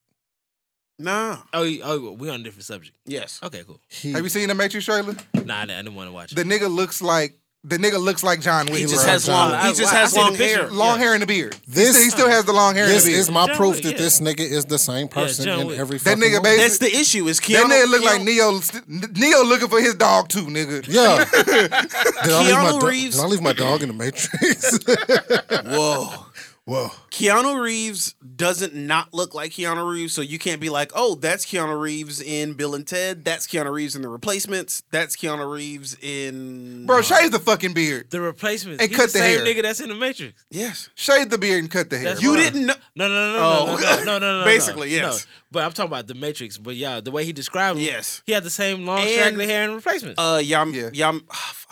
F: Nah.
E: Oh, you- oh, we on a different subject.
F: Yes.
E: Okay, cool.
G: He,
D: Have you seen the Matrix trailer?
E: Nah, I didn't, I didn't want to watch it.
D: The nigga looks like the nigga looks like John Wick.
F: He just
G: Elon
F: has long. He
E: John.
F: just
E: I- I
F: has
E: seen the
F: long
E: picture.
F: hair.
D: long hair and a beard.
G: This-
D: he still has the long hair
G: this
D: and a beard.
G: is my
E: John
G: proof
E: Wick,
G: that
E: yeah.
G: this nigga is the same person
E: John
G: in
E: Wick.
G: every.
D: That
G: fucking
D: nigga
G: movie.
D: basically
F: That's the issue. Is
D: That
F: Keanu?
D: nigga look like
F: Keanu-
D: Neo. Neo looking for his dog too, nigga.
G: Yeah. Did I leave my
F: Keanu
G: dog-
F: Reeves-
G: Did I leave my dog in the Matrix?
F: Whoa.
G: Whoa.
F: Keanu Reeves doesn't not look like Keanu Reeves, so you can't be like, oh, that's Keanu Reeves in Bill and Ted. That's Keanu Reeves in The Replacements. That's Keanu Reeves in.
D: Bro, shave the fucking beard.
E: The replacements.
D: And
E: He's
D: cut
E: the,
D: the
E: same
D: hair.
E: nigga that's in the Matrix.
F: yes.
D: Shave the beard and cut the hair.
E: That's
F: You
D: bro.
E: Bruh.
F: didn't know.
E: No, no, no, no,
F: Oh.
E: no, no, no, no, no.
F: Basically,
E: no.
F: yes.
E: But I'm talking about the Matrix. But yeah, the way he described him,
F: Yes.
E: he had the same long,
F: And-
E: straggly hair and replacements.
F: Uh, Yam.
D: Yeah.
F: Yam.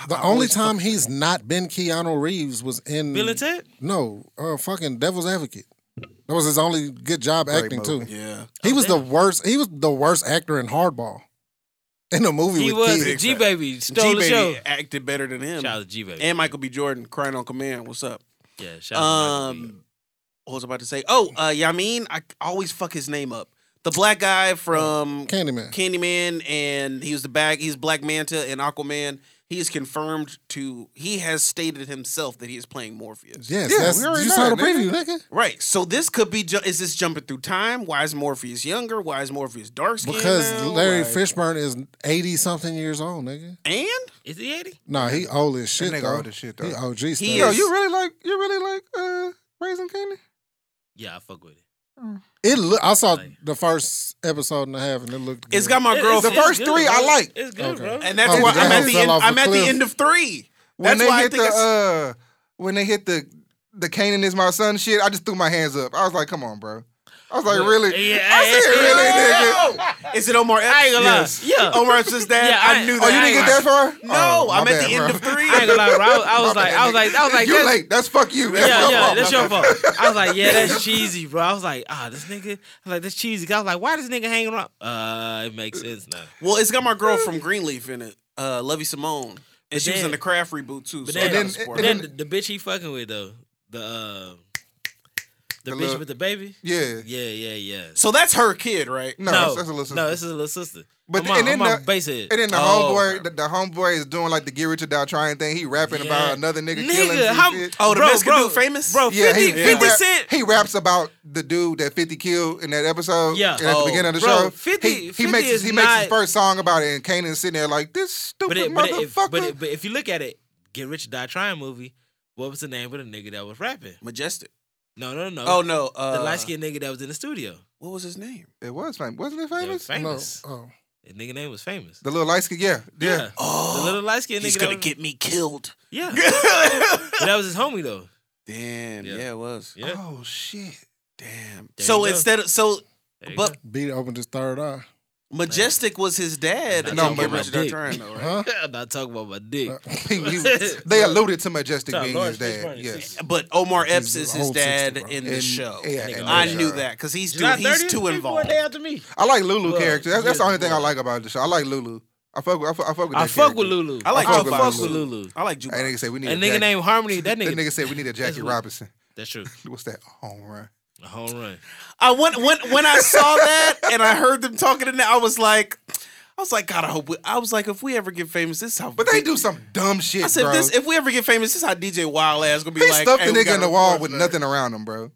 G: The
F: I
G: only
F: always-
G: time he's not been Keanu Reeves was in
E: Bill and Ted?
G: No, uh, fucking Devil's Advocate. That was his only good job acting too.
F: Yeah.
G: He was the worst. He was the worst actor in Hardball. In a movie
E: he
G: with
E: was
G: kids.
E: G Baby stole
F: G
E: the show.
F: Baby acted better than him.
E: Shout out to G Baby.
F: And Michael B. Jordan crying on command. What's up?
E: Yeah, shout out to Michael B.
F: Um, what was I about to say? Oh, uh, Yamin. I always fuck his name up. The black guy from
G: Candyman.
F: Candyman, and he was the bag. He's Black Manta and Aquaman. He is confirmed to. He has stated himself that he is playing Morpheus.
G: Yes,
D: Yeah,
G: that's,
D: we already
G: you
D: know
G: saw the
D: that,
G: preview,
D: nigga.
G: nigga.
F: Right. So this could be. Ju- is this jumping through time? Why is Morpheus younger? Why is Morpheus dark skinned?
G: Because
F: now?
G: Larry
F: Like-
G: Fishburne is eighty something years old, nigga.
F: and
E: Is he 80?
G: Nah, he old as shit.
D: nigga
G: though.
D: old as shit, though.
G: He OG stuff.
F: He
D: Yo,
F: is-
D: you really like you really like uh raisin candy?
E: Yeah, I fuck with it.
G: It look, I saw
E: Like-
G: the first episode and a half, and it looked. Good.
F: it's got my
E: It-
F: girl.
E: it's-
D: The
E: it's
D: first
E: good,
D: three
E: bro.
D: I like.
E: It's good,
G: Okay.
E: bro.
F: and that's
G: Oh,
F: why
G: that
F: I'm at
G: fell
F: the end.
G: off a
F: I'm at the
G: cliff.
F: end of three.
D: When
F: That's
D: they
F: why I
D: hit
F: think.
D: the
F: it's-
D: uh when they hit the the Canaan is my son shit, I just threw my hands up. I was like, come on, bro. I was like, really?
E: Yeah,
D: I
E: yeah,
D: said,
E: yeah,
D: really,
E: yeah,
D: nigga?
E: yeah.
F: Is it Omar Epps?
E: I ain't gonna lie. Yeah.
F: Omar Epps is dad.
E: Yeah,
F: I,
E: I-
F: knew
E: Oh,
F: that.
D: Oh, you didn't get that far?
F: No,
D: Oh,
F: I'm
D: my
F: at the
D: bad,
F: end
D: bro.
F: of three.
E: I ain't gonna lie, bro. I was, I was like, I was like, I was like,
D: you
E: that's,
D: late. That's fuck you. That's
E: yeah,
D: your
E: yeah,
D: fault.
E: that's your fault. I was like, yeah, that's cheesy, bro. I was like, ah, this nigga, I was like, that's cheesy. 'Cause I was like, why this nigga hanging around? Uh, it makes sense now.
F: Well, it's got my girl from Greenleaf in it, uh, Levy Simone, and she was
E: then-
F: in the Craft reboot too.
E: But
F: so
E: then,
F: I gotta
D: then-
F: support
E: but
F: her.
E: then the, the bitch he fucking with though, the uh, the,
D: The
E: bitch
D: little-
E: with the baby.
D: Yeah.
E: Yeah, yeah, yeah.
F: so that's her kid, right?
D: No,
E: no,
D: that's, that's a little
E: no, this is a little sister.
D: But
E: But
D: th- and
E: then
D: then
E: the
D: the-
E: base head.
D: And then the
F: Oh,
D: homeboy, the, the homeboy is doing like the get rich or die trying thing. He rapping about another nigga, killing
E: Nigga,
D: some
E: how,
D: shit.
F: Oh, the
E: bro,
F: Mexican
E: bro,
F: dude famous?
E: bro.
D: yeah,
E: 50,
D: he, he,
E: 50
D: rap-
E: Cent.
D: he raps about the dude that Fifty killed in that episode.
E: Yeah.
D: and at
F: Oh,
D: the beginning of the
E: bro,
D: show,
E: 50
D: he, he
E: 50
D: makes his,
E: is
D: he makes his
E: not-
D: first song about it, and Kanan's sitting there like this
E: But
D: stupid
E: it, but, it, if,
D: motherfucker.
E: but, it, but if you look at it, Get Rich or Die Trying movie, what was the name of the nigga that was rapping?
F: Majestic.
E: No, no, no.
F: Oh no, uh,
E: the light skinned nigga that was in the studio.
F: What was his name?
D: It was famous. Wasn't it
E: They were
D: famous?
E: famous.
G: No. Oh.
E: The nigga name was famous.
D: The little light skin. Yeah. Yeah.
F: Oh,
E: the little light skinned nigga.
F: he's
E: that
F: gonna
E: was-
F: get me killed.
E: Yeah, But that was his homie though.
F: Damn.
E: Yeah.
F: Yeah, it was.
E: Yeah.
D: Oh shit.
F: Damn.
E: There you
F: so
E: go.
F: instead of so
E: There you
F: But-
G: Beat opened his third eye.
F: Majestic was his dad.
E: Not
F: No,
E: talking
F: but
E: about
F: Richard
E: dick.
F: Artrand, though, right?
G: Huh?
E: go. I'm not talking about my dick.
D: He- he- they alluded to Majestic
E: Nah,
D: being
E: Lawrence
D: his dad.
E: Fishburne is
D: Yes.
F: But Omar Epps
G: He's
F: is his
G: old
F: dad
G: 60, bro.
F: in the
D: And-
F: show.
D: yeah, and
F: I
D: the
F: knew
D: show.
F: that because he's too,
E: July
F: he's
E: 30th,
F: too
E: three, four
F: involved.
E: day after me.
D: I like Lulu
E: Well,
D: character. That's, that's the only
E: yeah,
D: thing I
E: well.
D: like about the show. I like Lulu. I fuck. with- I fuck, I fuck with. That
E: I fuck with
D: character.
E: Lulu.
F: I like
E: I fuck
D: Jukebox
E: fuck with
D: Lulu.
E: Lulu.
F: I like Juke.
D: That nigga said we need
E: A
D: a
E: nigga
D: Jack-
E: named Harmony. That
D: That
E: nigga.
D: nigga said we need a Jackie
E: weird.
D: Robinson.
E: That's true.
D: What's that home run?
E: A home run.
F: I went when when I saw that and I heard them talking in there, I was like, I was like, God, I hope. We, I was like, if we ever get famous, this is how.
D: But they do some dumb shit,
F: I said,
D: bro.
F: if this if we ever get famous, this is how DJ Wild ass gonna be
D: he
F: like.
D: stuffed
F: "Hey,
D: the
F: we
D: nigga in
F: gotta
D: the wall
F: record
D: with
F: that."
D: nothing around him, bro.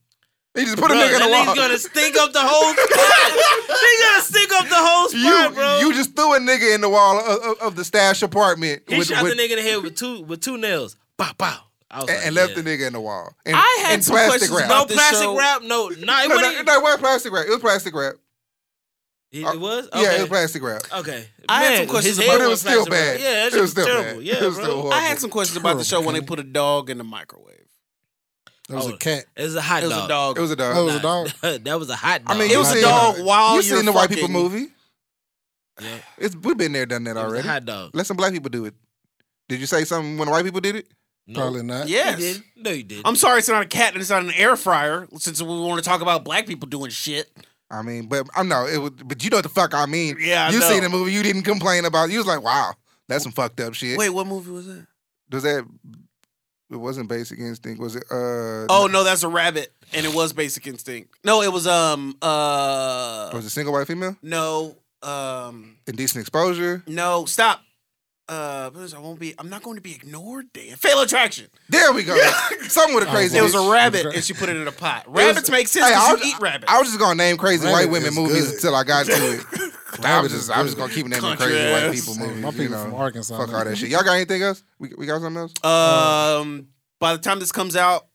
D: He just put
E: Bro,
D: a nigga in the
E: that
D: wall.
E: nigga's gonna stink up the whole spot. they gonna stink up the whole spot,
D: you,
E: bro.
D: you just threw a nigga in the wall of, of, of the stash apartment
E: he
D: with,
E: shot
D: with-
E: the nigga in the head with two with two nails. Bow bow. I was
D: and,
E: like,
D: and left
E: yeah.
D: the nigga in the wall. And,
F: I had
D: and
F: some
D: plastic
F: questions
D: wrap.
E: No
F: about this
E: plastic
F: show-
E: wrap. No, nah, it
D: no,
E: wasn't.
D: no, no, it was plastic wrap. It was plastic wrap.
E: it, it was. Okay.
D: Yeah, it was plastic wrap.
E: Okay.
F: I had
E: Man,
F: some questions
E: his
F: about
E: head
D: But it was still
E: plastic wrap.
D: bad.
E: Yeah, that
D: it was
E: shit was
D: still
E: terrible.
D: bad.
E: Yeah,
D: it was
E: bro.
D: still horrible.
F: I had some questions about the show when they
G: Terrible.
F: put a dog in the microwave.
G: That was
E: Oh.
G: a cat.
E: It was a hot
F: It was a
E: dog.
F: dog.
D: It was a dog.
G: That was a dog.
E: that Oh, was a hot dog.
D: I mean,
F: It
D: you
F: was a
D: seen-
F: dog while
D: You
F: you're
D: seen the white people
F: fucking-
D: movie?
E: Yeah. It
D: It's we've been there, done that
E: was a
D: already.
E: hot dog.
D: Let some black people do it. Did you say something when the white people did it?
E: No,
G: Probably not.
E: You
F: Yes.
E: did. No, you did.
F: I'm sorry, it's not a cat and it's not an air fryer. Since we want to talk about black people doing shit,
D: I mean, but I'm no, it was, but you know what the fuck I mean.
F: Yeah, I
D: you
F: know.
D: seen the movie, you didn't complain about. it. You was like, wow, that's some fucked up shit.
F: Wait, what movie was that?
D: was that? It wasn't Basic Instinct, was it? Uh,
F: Oh no, that's a rabbit, and it was Basic Instinct. No, it was um uh
D: was it single white female?
F: no um
D: Indecent exposure.
F: no stop. Uh, what is it? I won't be. I'm not going to be ignored. Damn, fail attraction.
D: There we go. Something
G: Oh,
D: with a crazy.
F: It was
D: bitch.
F: a rabbit, and she put it in a pot. Rabbits make sense.
D: Hey, I
F: 'cause
D: was-
F: you eat rabbit.
D: I was just gonna name crazy
G: Rabbit
D: white women
G: is
D: movies
G: good.
D: until I got to it. I was
G: is
D: just, I was just
G: good.
D: gonna keep naming
F: Country
D: crazy white
F: ass.
D: people
G: Hey,
D: movies.
G: my
D: you
G: people
D: know.
G: from Arkansas,
D: Fuck all
G: nigga.
D: that shit. Y'all got anything else? We, we got something else?
E: Uh-huh.
F: Um, by the time this comes out,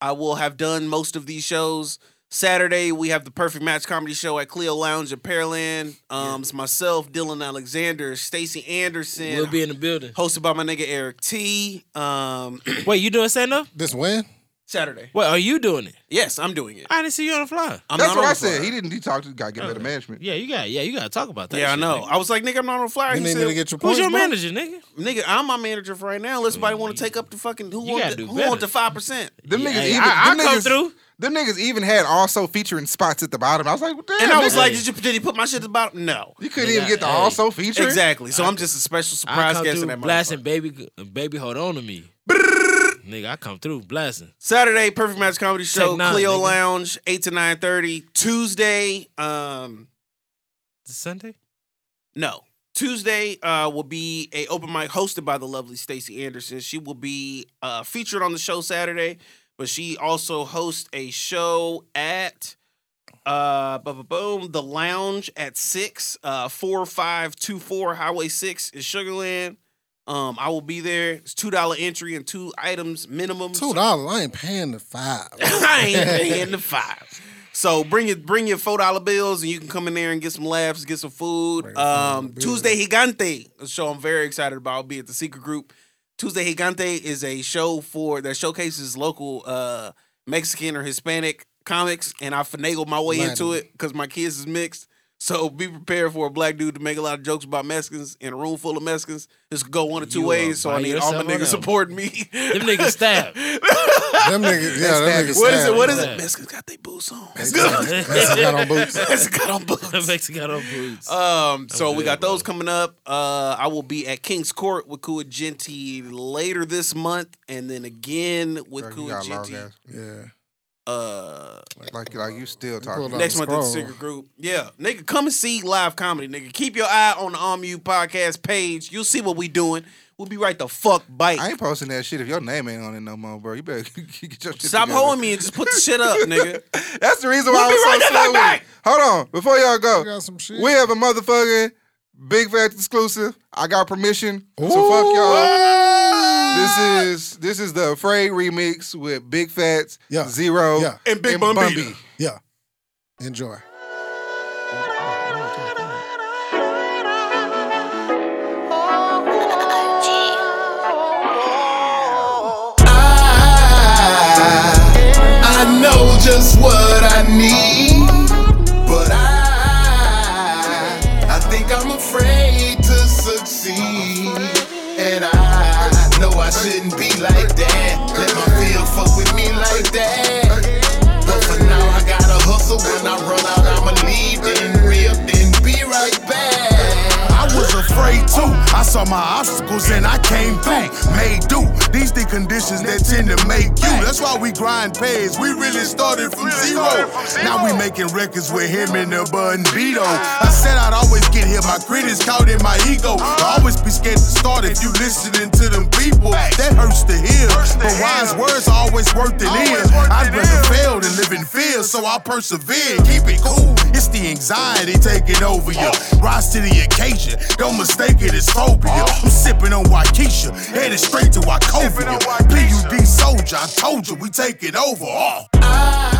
F: I will have done most of these shows. Saturday, we have the Perfect Match comedy show at Clio Lounge in Pearland. Um, it's myself, Dylan Alexander, Stacy Anderson,
E: We'll be in the building.
F: hosted by my nigga Eric T. Um,
E: Wait, you doing stand up?
G: This win?
F: Saturday.
E: Wait, are you doing it?
F: Yes, I'm doing it.
E: I didn't see you on the fly.
F: I'm
D: That's
F: not
D: what I
F: on the Uh, flyer.
D: said. He didn't. He talked. Got to get better management.
E: Yeah, you got. Yeah, you got to talk about that.
F: Yeah, I
E: shit,
F: know.
E: nigga.
F: I was like, nigga, I'm not on the flyer.
G: You
F: He
G: need me
F: said,
G: to get your
E: Who's
G: points,
E: your
G: bro?
E: manager, nigga?
F: nigga, I'm my manager for right now. Unless somebody want to take up the fucking who
E: Oh, You
F: want
E: gotta
F: the,
E: do
F: who want
E: better.
F: the five percent.
D: Them
E: Yeah,
D: niggas
E: hey,
D: even.
E: I-
D: them
E: I come
D: niggas,
E: through.
D: Them niggas even had also featuring spots at the bottom. I was like, damn.
F: And I was
D: nigga,
F: like, did you did he put my shit at the bottom? No.
D: you couldn't
E: Nigga,
D: even get the
E: hey.
D: also featuring.
F: Exactly. So I, am just a special
E: I
F: surprise
E: come
F: guest in
E: through
F: that
E: blasting,
F: motherfucker.
E: baby, baby, hold on to me. nigga, I come through blasting.
F: Saturday, Perfect Match Comedy Show,
E: Take nine,
F: Clio
E: nigga.
F: Lounge, eight to nine thirty. Tuesday, um,
E: Is it Sunday?
F: no. Tuesday uh, will be a open mic hosted by the lovely Stacey Anderson. She will be uh, featured on the show Saturday, but she also hosts a show at uh bu- bu- boom the lounge at six uh four five two four highway six in Sugarland. Um, I will be there. It's two dollar entry and two items minimum.
G: Two dollars. I ain't paying the five.
F: I ain't paying the five. So bring your bring your four dollar bills and you can come in there and get some laughs, get some food.
G: your $4
F: Um,
G: bill.
F: Tuesday Gigante, a show I'm very excited about. I'll be at the Secret Group. Tuesday Gigante is a show for that showcases local uh, Mexican or Hispanic comics, and I finagled my way into
G: Latin.
F: it because my kids is mixed. So be prepared for a black dude to make a lot of jokes about Mexicans in a room full of Mexicans. This could go one of two
E: You are
F: ways. So I
E: by
F: need all my
E: yourself on
F: niggas
E: that one.
F: supporting me.
E: Them niggas stabbed.
G: Them niggas, yeah, them niggas.
D: What is
G: sad.
D: it?
F: What is
E: Yeah.
F: it? Mexicans got their boots on.
G: That's not on boots.
F: That's got on
E: Them
F: books.
E: niggas got on boots.
F: Um, so we
E: good,
F: got those
E: bro.
F: coming up. Uh, I will be at King's Court with Kua Genti later this month, and then again with
D: Girl, you
F: Kua
D: got long
F: Genti
D: ass.
G: Yeah.
F: uh,
D: Like, like you still
G: pulled
D: talking.
G: out-
F: next month at the
G: scroll.
F: Secret Group. Yeah, nigga, come and see live comedy, nigga. Keep your eye on the RMU podcast page. You'll see what we doing. We'll be right the fuck bite.
D: I ain't posting that shit if your name ain't on it no more, bro. You better get your shit
F: Stop
D: together.
F: hoeing me and just put the shit up, nigga.
D: That's the reason why I was so slow. with it. Hold on, before y'all
G: We
D: go,
G: got some shit.
D: we have a motherfucking big fact exclusive. I got permission, so
G: Ooh.
D: fuck y'all. This This is this is the Afraid remix with Big Fats,
J: Yeah.
D: Zero,
J: Yeah.
F: And Big Bun
D: Bun
F: Beater.
D: B.
J: Yeah. Enjoy.
K: I know just what I need, but I, I think I'm afraid to succeed. And I know I shouldn't be like that. Let my fear fuck with me like that. But for now, I gotta hustle. When I run out, I'ma leave, then rip, then be right back.
G: I was afraid too. I saw my obstacles and I came back. Made do. These the conditions that tend to make you. That's why we grind pays. We really started from zero. Now we making records with him and the bun Vito. I said I'd always get here. My critics caught in my ego. I always be scared to start if you listening to them people. That hurts to hear. But wise words are always worth it in. I'd rather fail than live in fear, so I persevere. Keep it cool. It's the anxiety taking over you. Rise to the occasion. Don't mistake it, it's phobia. I'm sipping on Waikisha, headed straight to Wachovia. PUD soldier, I told you we take it over. Oh.
K: I